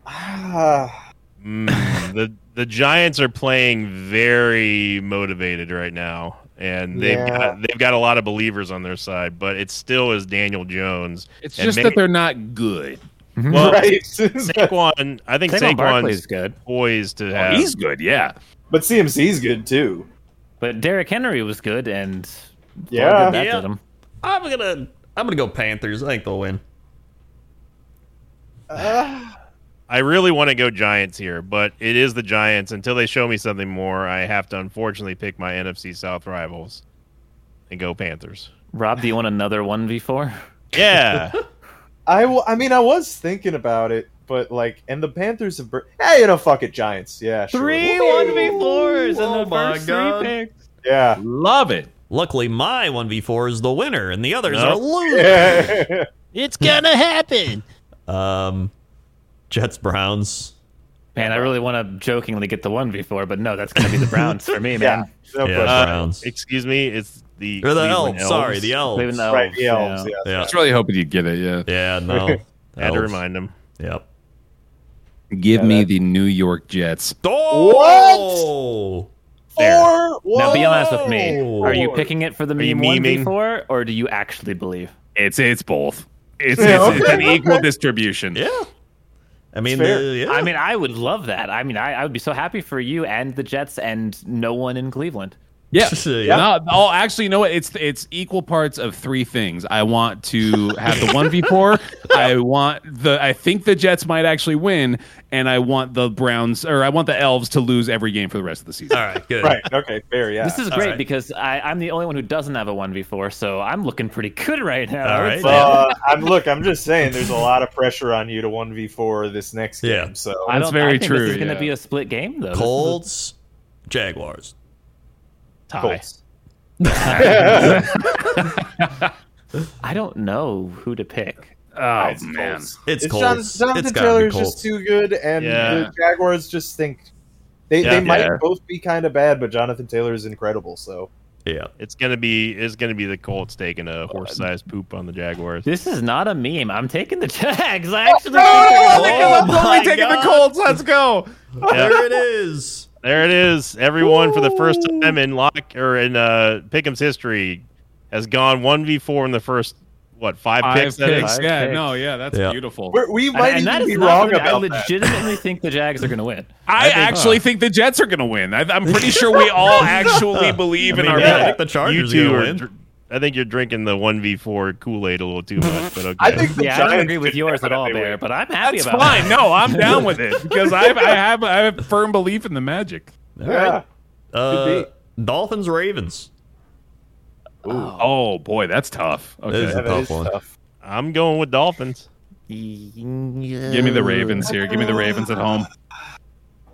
Ah, Mm, the the Giants are playing very motivated right now, and they've Yeah. got they've got a lot of believers on their side. But it still is Daniel Jones. It's And just may- that they're not good. Well, right. Saquon, I think Saquon Barkley's Saquon's good, poised to have. He's good. Yeah. but CMC's good too. but Derrick Henry was good, and Yeah. that Yeah. did him. I'm gonna, I'm gonna go Panthers. I think they'll win. I really want to go Giants here, but it is the Giants. Until they show me something more, I have to unfortunately pick my NFC South rivals and go Panthers. Rob, do you want another one v four? Yeah, I, w- I mean, I was thinking about it, but like, and the Panthers have. Bur- hey, you know, fuck it, Giants. Yeah, sure. Three Woo! one v fours and Oh the my first God. three picks. Yeah. Love it. Luckily, my one v four is the winner, and the others Nope. are losers. Yeah. it's gonna happen. Um, Jets Browns. Man, I really want to jokingly get the one v four, but no, that's gonna be the Browns for me, man. No Yeah. question. Uh, Browns. Excuse me, it's the Or the Cleveland elves, Sorry, the elves. Cleveland Elves, right. The elves. yeah. Yeah. I Oh, Yeah. was really hoping you'd get it. Yeah. Yeah. No. Had to Elves. remind him. Yep. Give me the New York Jets. Oh! Four. Now be honest whoa! with me. Are you Four. picking it for the you meme one v memeing? four, or do you actually believe? It's it's both. It's, Yeah, it's, it's okay, an okay. equal distribution. Yeah. I mean, fair. the- yeah. I mean, I would love that. I mean, I, I would be so happy for you and the Jets and no one in Cleveland. Yeah. Yeah. No, oh, actually, you know what? It's it's equal parts of three things. I want to have the one v four. I want the. I think the Jets might actually win, and I want the Browns or I want the Elves to lose every game for the rest of the season. all right, good. Right. Okay. Fair. Yeah. This is great because I, I'm the only one who doesn't have a one before, so I'm looking pretty good right now. All I would right. say. Uh, I'm look. I'm just saying, there's a lot of pressure on you to one v four this next game. Yeah. So I That's don't- very I think true, This is going to yeah. be a split game though. This is a Colts, Jaguars. tie. Colts. I don't know who to pick. Oh It's man, Colts. It's, It's Colts. John, Jonathan It's gotta be Taylor's Colts. just too good, and Yeah. the Jaguars just think they, Yeah. they might Yeah. both be kind of bad, but Jonathan Taylor is incredible. So Yeah. It's gonna be it's gonna be the Colts taking a horse sized poop on the Jaguars. This is not a meme. I'm taking the Jags. I Oh, actually. Oh I'm totally my taking the God. Colts, let's go. Yeah, There it is. there it is. Everyone for the first time in lock or in uh Pickham's history has gone one v four in the first what five, five picks? that is? picks. Yeah, picks. no, yeah, that's Yeah. beautiful. We're, we And, might and that even is be not wrong something- about I that. legitimately think the Jags are going to win. I, think- actually think uh, the Jets are going to win. I, I'm pretty sure we all actually believe I mean, in our yeah, I think pick. the You Chargers are two gonna are. win. dr- I think you're drinking the one v four Kool Aid a little too much. But okay. I think the Yeah, I Giants don't agree with could yours at all, definitely Bear, win. but I'm happy That's about fine. it. No, I'm down with it because I have, I have I have firm belief in the Magic. All Yeah. right. Uh, Dolphins, Ravens. Oh boy, that's tough. This is Okay, a Yeah, that tough is one. tough. I'm going with Dolphins. give me the Ravens here. Give me the Ravens at home.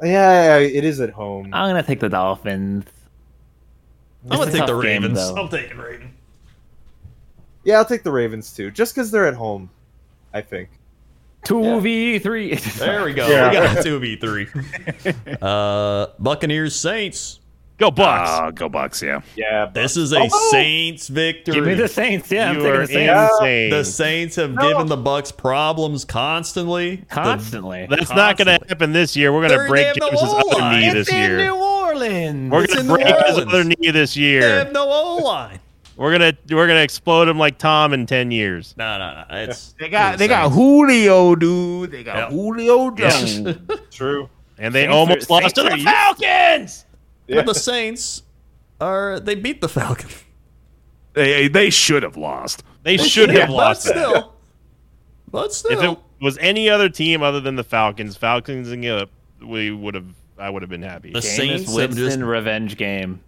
Yeah, it is at home. Uh, I'm going to take the Dolphins. I'm It's gonna a take tough the game, Ravens. though. I'm taking Ravens. yeah, I'll take the Ravens too, just because they're at home. I think. Two v three. There we go. Yeah. We got a two v three. Uh, Buccaneers, Saints. Go Bucks. go Bucks. Yeah. Yeah, but This is a Although- Saints victory. Give me the Saints. Yeah, I'm you taking are the Saints. insane. The Saints have given the Bucks problems constantly. The- Constantly. That's not going to happen this year. We're going They're to break damn James's Nola. other knee It's this in year. New Orleans. We're It's gonna in New break his Orleans. other knee this they have year. no O line. We're gonna we're gonna explode him like Tom in ten years. No, no, no. It's They got they Saints. got Julio, dude. They got Yeah. Julio Jones. true. And they Saints are- almost lost Saints to are the used- Falcons. Yeah. But the Saints are they beat the Falcons. They they should have lost. They should have lost But that. still, but If still, it was any other team other than the Falcons, Falcons and up, we would have. I would have been happy. The Jameis Saints have Winston just- revenge game.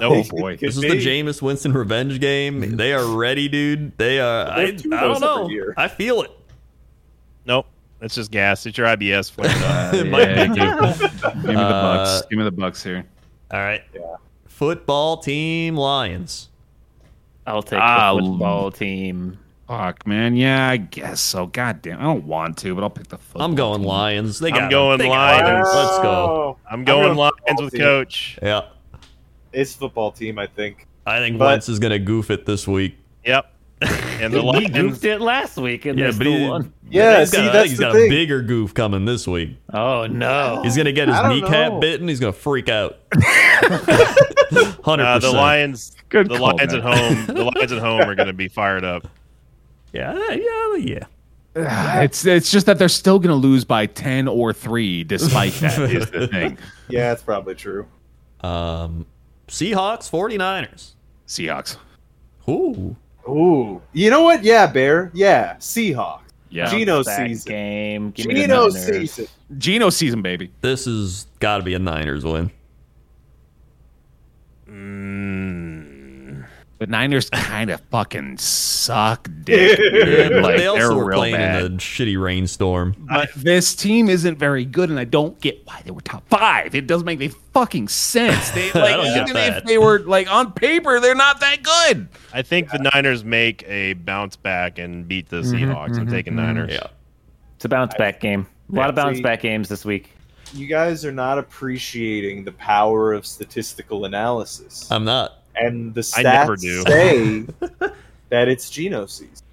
Oh boy, this is the Jameis Winston revenge game. They are ready, dude. They are. I, I They've two don't those every know. year. I feel it. nope. It's just gas. It's your IBS flaring up. It might Uh, yeah, give, give me the Uh, Bucks. Give me the Bucks here. All right. Football team Lions. I'll take Ah, the football team. Fuck, man. Yeah, I guess so. God damn. I don't want to, but I'll pick the football. I'm going Lions. They I'm got it. going They got Lions. it. Let's go. I'm going with Lions football with team. Coach. Yeah. It's football team, I think. I think But- Wentz is gonna goof it this week. Yep. And the We Lions. goofed it last week, and Yeah, they but still he- won. Yeah, he's see, got, I think that's he's the got a thing. bigger goof coming this week. Oh no! He's gonna get his I don't kneecap know. bitten. He's gonna freak out. Hundred Uh, the percent. Lions. Good the call, Lions at man. home. The Lions at home are going to be fired up. Yeah, yeah, yeah. Ah, It's it's just that they're still going to lose by 10 or 3 despite that is the thing. Yeah, it's probably true. Um, Seahawks, 49ers. Seahawks. Ooh. Ooh, you know what? Yeah, Bear. Yeah, Seahawk. Yeah. Geno, Geno That season. game. Give me the Geno Niners. season. season, baby. This has got to be a Niners win. But Niners kind of fucking suck dick. Yeah, but Like, they also they're were real playing bad. in a shitty rainstorm. But this team isn't very good, and I don't get why they were top five. It doesn't make any fucking sense. They I like don't get even that. if they were like on paper, they're not that good. I think the Niners make a bounce back and beat the Seahawks. I'm taking Niners. Yeah. It's a bounce back game. A lot of Yeah. bounce back games this week. You guys are not appreciating the power of statistical analysis, I'm not. and the I stats never do. say that it's Geno season.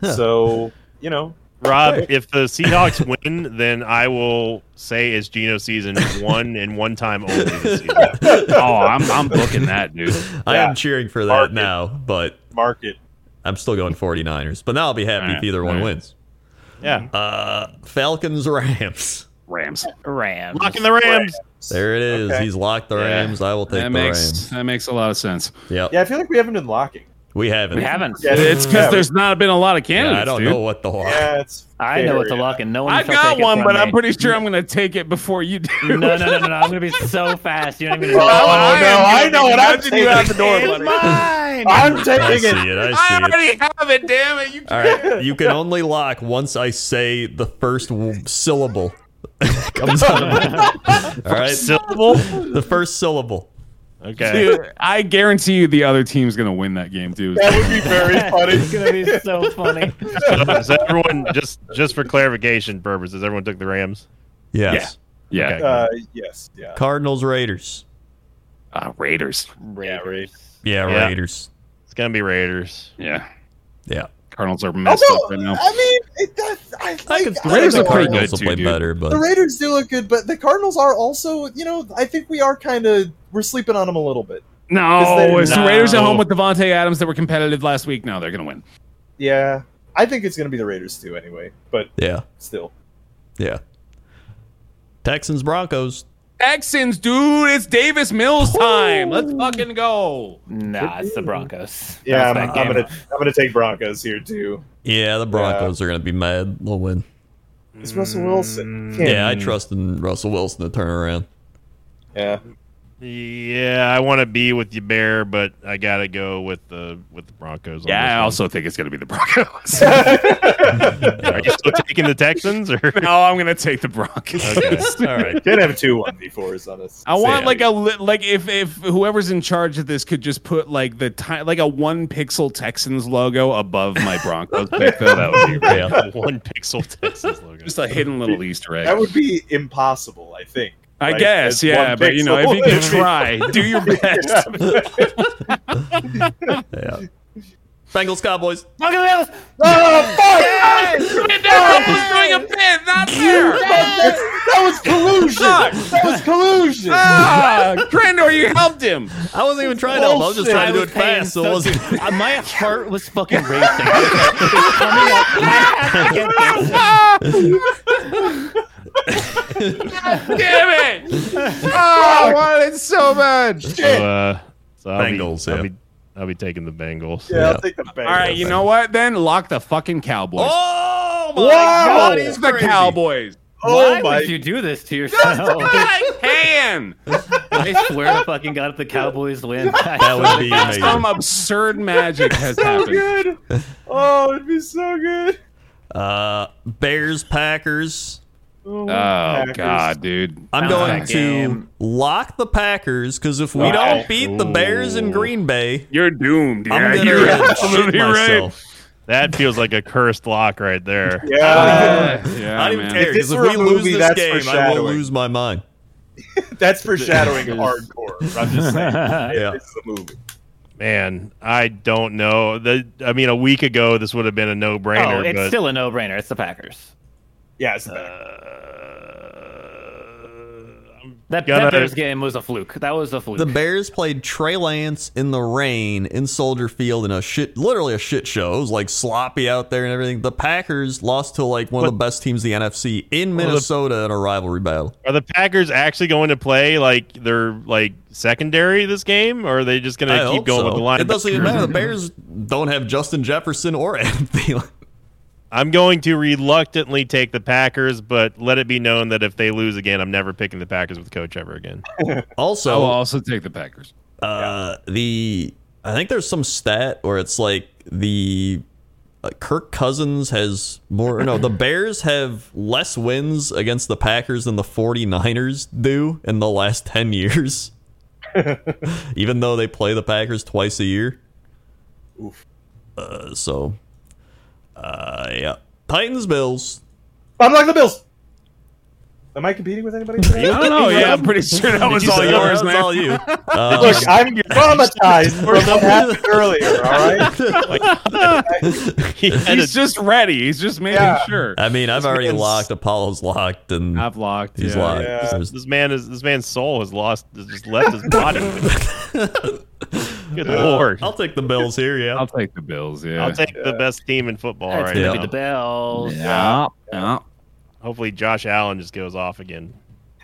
Huh. So you know, Rob, if the Seahawks win, then I will say it's Geno season one and one time only. This season. Oh, I'm I'm booking that, dude. I Yeah. am cheering for that Mark it. now, but market. I'm still going 49ers. But now I'll be happy All right, if either one all right. wins. Yeah, Uh, Falcons Rams. Rams. Rams. locking the Rams. There it is. Okay. He's locked the Yeah. Rams. I will take the That makes Rams. that makes a lot of sense. Yep. Yeah, I feel like we haven't been locking. We haven't. we haven't. Yeah, It's yeah, because there's not been a lot of Yeah, candidates. I don't dude. know what the lock. Yeah, it's I know what to fair. lock, and no one. I shall got take it one, from but me. I'm pretty sure I'm going to take it before you do. No, no, no, no, no! I'm gonna be so fast. You don't even. Oh, know. no, I know what I'm Imagine you out the door, taking. buddy. I'm I taking see it. it. I I see it. already have it. Damn it! You All right. You can only lock once I say the first w- syllable. comes out of it. All right. Syllable. The first syllable. Okay. Dude, I guarantee you the other team's gonna win that game too. That would be very It's funny. gonna be so funny. so, so everyone, just just for clarification purposes, everyone took the Rams. Yes. Yeah. Okay. Uh, yes, yeah. Cardinals Raiders. Uh, Raiders. Raiders. Yeah, Yeah. Raiders. It's gonna be Raiders. Yeah. Yeah. Cardinals are messed Although, up right now. I mean, it does. I, like, could- I the Raiders don't are know. pretty Cardinals good will too, play dude. better, The but Raiders do look good, but the Cardinals are also, you know, I think we are kind of we're sleeping on them a little bit. No, it's Is the there- Raiders at No. home with Devontae Adams that were competitive last week. No, they're gonna win. Yeah, I think it's going to be the Raiders too, anyway. But yeah, still, yeah. Texans Broncos. Texans, dude. It's Davis Mills time. Let's fucking go. Nah, it's the Broncos. yeah, Bounce I'm, back I'm game. gonna I'm gonna take Broncos here too. Yeah, the Broncos are gonna be mad. They'll win. It's Russell Wilson. Can't- Mm, Yeah, I trust in Russell Wilson to turn around. yeah. Yeah, I want to be with you, Bear, but I gotta go with the with the Broncos. on Yeah, I this also think it's gonna be the Broncos. one. Are you still taking the Texans or? no, I'm gonna take the Broncos. Okay. All right. Did have two one befores on us. I want Yeah. like a li- like if if whoever's in charge of this could just put like the ti- like a one pixel Texans logo above my Broncos pick though that would be great. Yeah. One pixel Texans logo. Just a hidden little Easter egg. That would be impossible, I think. I Like, guess it's yeah, one but you know if pixel. you can try, do your best. Yeah. Bengals Cowboys. Look at this. Oh, fuck! doing a bit, not fair. That was collusion. that was collusion. Ah, Grandor, you helped him. I wasn't even trying to help. I was just Bullshit. trying to do was it paying fast, so it so- wasn't. Uh, my heart was fucking racing. I Damn it! Oh, I wanted it so much. So, uh, so I'll Bengals, Be, yeah. I'll, be, I'll be taking the Bengals. yeah, Yeah. I'll take the Bengals. All right, you know what? Then lock the fucking Cowboys. Oh my Lock god, he's the crazy. Cowboys. Why Oh my! would you do this to yourself? I can. I swear to fucking god, if the Cowboys win, That would be Some amazing. absurd magic has so happened. good. Oh, it'd be so good. Uh, Bears Packers. Oh, Oh Packers. god, dude. I'm Sounds going like to a game. lock the Packers because if we don't beat the Bears in Green Bay, You're doomed. Yeah, I'm you're gonna shit absolutely right. myself. That feels like a cursed lock right there. Uh, Yeah, Yeah, I don't even man. care because this if were we a lose movie, this that's game, I will foreshadowing. lose my mind. that's foreshadowing hardcore. I'm just saying. Yeah. This is a movie. Man, I don't know. The I mean, a week ago this would have been a Oh, no-brainer, it's but still a no-brainer. It's the Packers. Yeah, it's the Packers. uh, I'm That, Gonna- that Bears game was a fluke. That was a fluke. The Bears played Trey Lance in the rain in Soldier Field in a shit, literally a shit show. It was like sloppy out there and everything. The Packers lost to like one of the best teams in the NFC in the- Minnesota in a rivalry battle. Are the Packers actually going to play like their like secondary this game, or are they just going I to keep hope going so. with the line? It doesn't even matter. The Bears don't have Justin Jefferson or Adam Thielen. I'm going to reluctantly take the Packers, but let it be known that if they lose again, I'm never picking the Packers with Coach ever again. Also, I Oh, will also take the Packers. Uh, the I think there's some stat where it's like the uh, Kirk Cousins has more no the Bears have less wins against the Packers than the 49ers do in the last 10 years. Even though they play the Packers twice a year. Uh, so uh yeah. Titans Bills. I'm like the Bills. Am I competing with anybody? Today? I don't know. Yeah, I'm pretty sure that was So, all yours, that's man. all you. Um, Look, I'm traumatized from what happened earlier. All right. He had a- He's just ready. He's just making Yeah. sure. I mean, I've already man's- locked. Apollo's locked, and I've locked. he's yeah. locked. yeah. There's- this man is this man's soul has lost has just left his body. Good lord. I'll take the Bills here. Yeah. I'll take the Bills. Yeah. I'll take the best team in football It's right gonna now. be the Bills. yeah. yeah. Hopefully, Josh Allen just goes off again.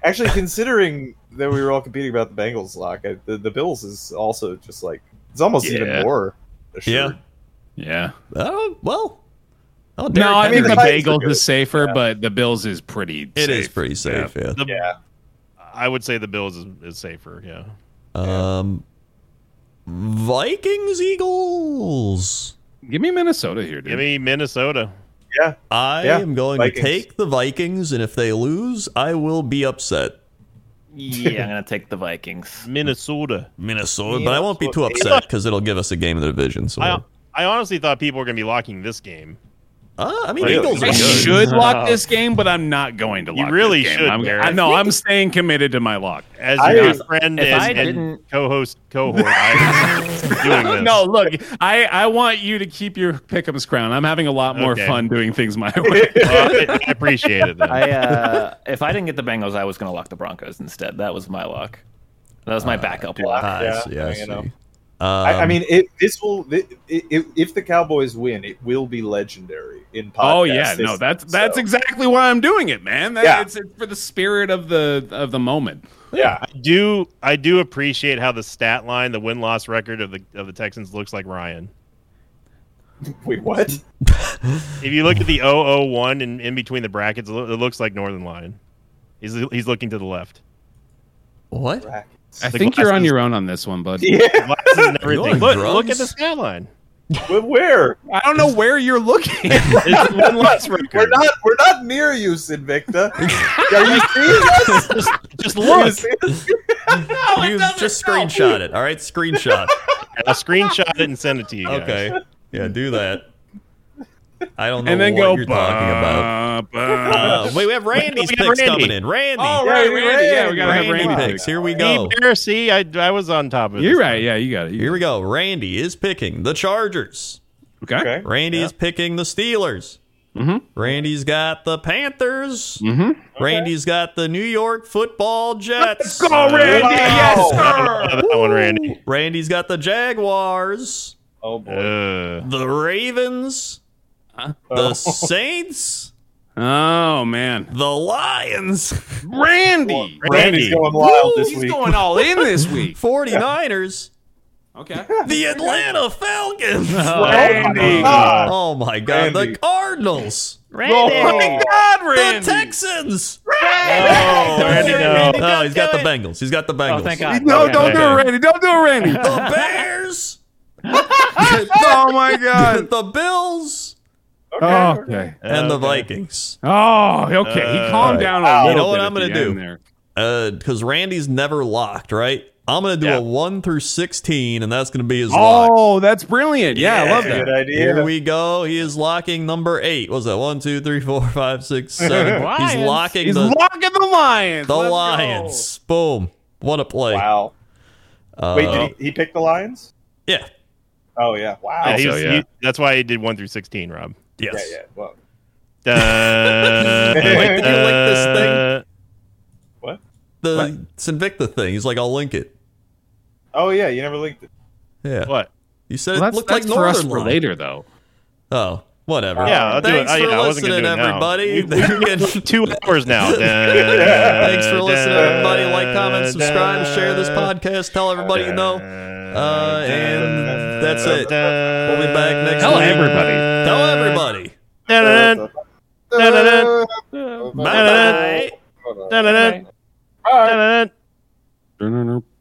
Actually, considering that we were all competing about the Bengals lock, I, the, the Bills is also just like it's almost Yeah. even more. assured. Yeah. Yeah. Uh, well, oh, Derrick No, I Henry. think the the Titans are bagels good. is safer, but the Bills is pretty. It is safe. pretty safe. Yeah. The- yeah. I would say the Bills is, is safer. Yeah. Um, Vikings Eagles. Give me Minnesota here, dude. Give me Minnesota. I Yeah, am going Vikings. to take the Vikings, and if they lose, I will be upset. Yeah, I'm gonna take the Vikings. Minnesota. Minnesota, but I won't be too upset because it'll give us a game of the division. So, I uh, I honestly thought people were gonna be locking this game. Uh, I mean, Really? Eagles are I good. should lock this game, but I'm not going to You lock really this game. should, I'm, Derek. I, no, I'm staying committed to my lock. As I- your friend if and, I and didn't- co-host cohort, I'm doing this. No, look, I, I want you to keep your pickums crown. I'm having a lot more Okay. fun doing things my way. Well, I, I appreciate it. Then. I uh, if I didn't get the Bengals, I was gonna lock the Broncos instead. That was my lock. That was my backup lock. Ah, I Yeah, see, I you see. know. Um, I, I mean, it, this will thi- i i if the Cowboys win, it will be legendary in podcast. Oh yeah, no, history, that's that's so- exactly why I'm doing it, man. That, Yeah. it's, it's for the spirit of the of the moment. yeah. I do I do appreciate how the stat line, the win loss record of the of the Texans looks like Ryan. Wait, what? If you look at the 001 and in between the brackets, it loo- it looks like Northern Lion. He's he's looking to the left. what? Brackets. I The think you're on glasses- your own on this one, bud. Yeah, Glasses and Are you everything. on Look, drugs? look at the stat line. but where? I don't know where you're looking. It's the win loss record. We're not. We're not near you, Sinvicta. Are you seeing us? Just Are you look. seeing us? Oh, you just screenshot it. All right, screenshot. I'll screenshot it and send it to you. Guys. okay. Yeah, do that. I don't know and then what go you're talking about. Uh, wait, we have Randy's we got picks Randy. coming in. Randy. Oh, Yeah, right, we Randy. Yeah, ran. we gotta have Randy Randy. picks. Here we See, go. Bear, see, I, I was on top of it. You're right. Yeah, you got it. You Here we go. Randy is picking the Chargers. Okay. Okay. Randy is picking the Steelers. Mhm. Randy's got the Panthers. Mm-hmm. Randy's got the New York Football Jets. Go, Randy. Wow. Yes, I sir. don't know that one, Randy. Randy's got the Jaguars, Oh boy. Uh, the Ravens, the Saints, Oh man, the Lions, Randy. Randy. Randy's going wild this He's week. going all in this week. 49ers, Okay. the Atlanta Falcons. Randy. God. Oh my god, Randy. the Cardinals, Thank Oh, God, the Randy. Texans. oh, Randy, no. Oh, he's got the Bengals. He's got the Bengals. Oh, thank God. No, Okay. don't do it, Randy. Don't do it, Randy. The Bears, oh my God. the Bills, Oh, okay. and the Okay. Vikings. Oh, okay. he calmed Uh, down a little You know what bit I'm at the gonna do? end There. because Uh, Randy's never locked, right? I'm gonna do Yeah. a one through sixteen, and that's gonna be his lock. Oh, that's brilliant. Yeah, I love That's a that. Good idea. Here we go. He is locking number eight. What's that? One, two, three, four, five, six, seven. He's Lions. locking He's the, locking the Lions. the Let's go. Lions. Boom. What a play. wow. Uh, Wait, did he, he pick the Lions? yeah. Oh yeah. Wow. Yeah, he so, was- yeah. he- that's why he did one through sixteen, Rob. Yes. Yeah, yeah. Well, Uh, Wait, did you like this uh, thing? The Sinvicta thing. He's like, I'll link it. oh yeah. You never linked it. Yeah. What? You said Well, it that's looked that's like for us Northern for Line. later, though. Oh, whatever. Yeah, I'll do it. Thanks I- for yeah, I wasn't gonna listening, do it now. everybody. We- You can- Two hours now. Thanks for listening, everybody. Like, comment, subscribe, share this podcast, tell everybody you know. Uh, and that's it. We'll be back next Tell week. everybody. Tell everybody. Dun-dun-dun, dun-dun-dun, Bye bye. dun-dun-dun, Bye. dun-dun-dun. No, no, no.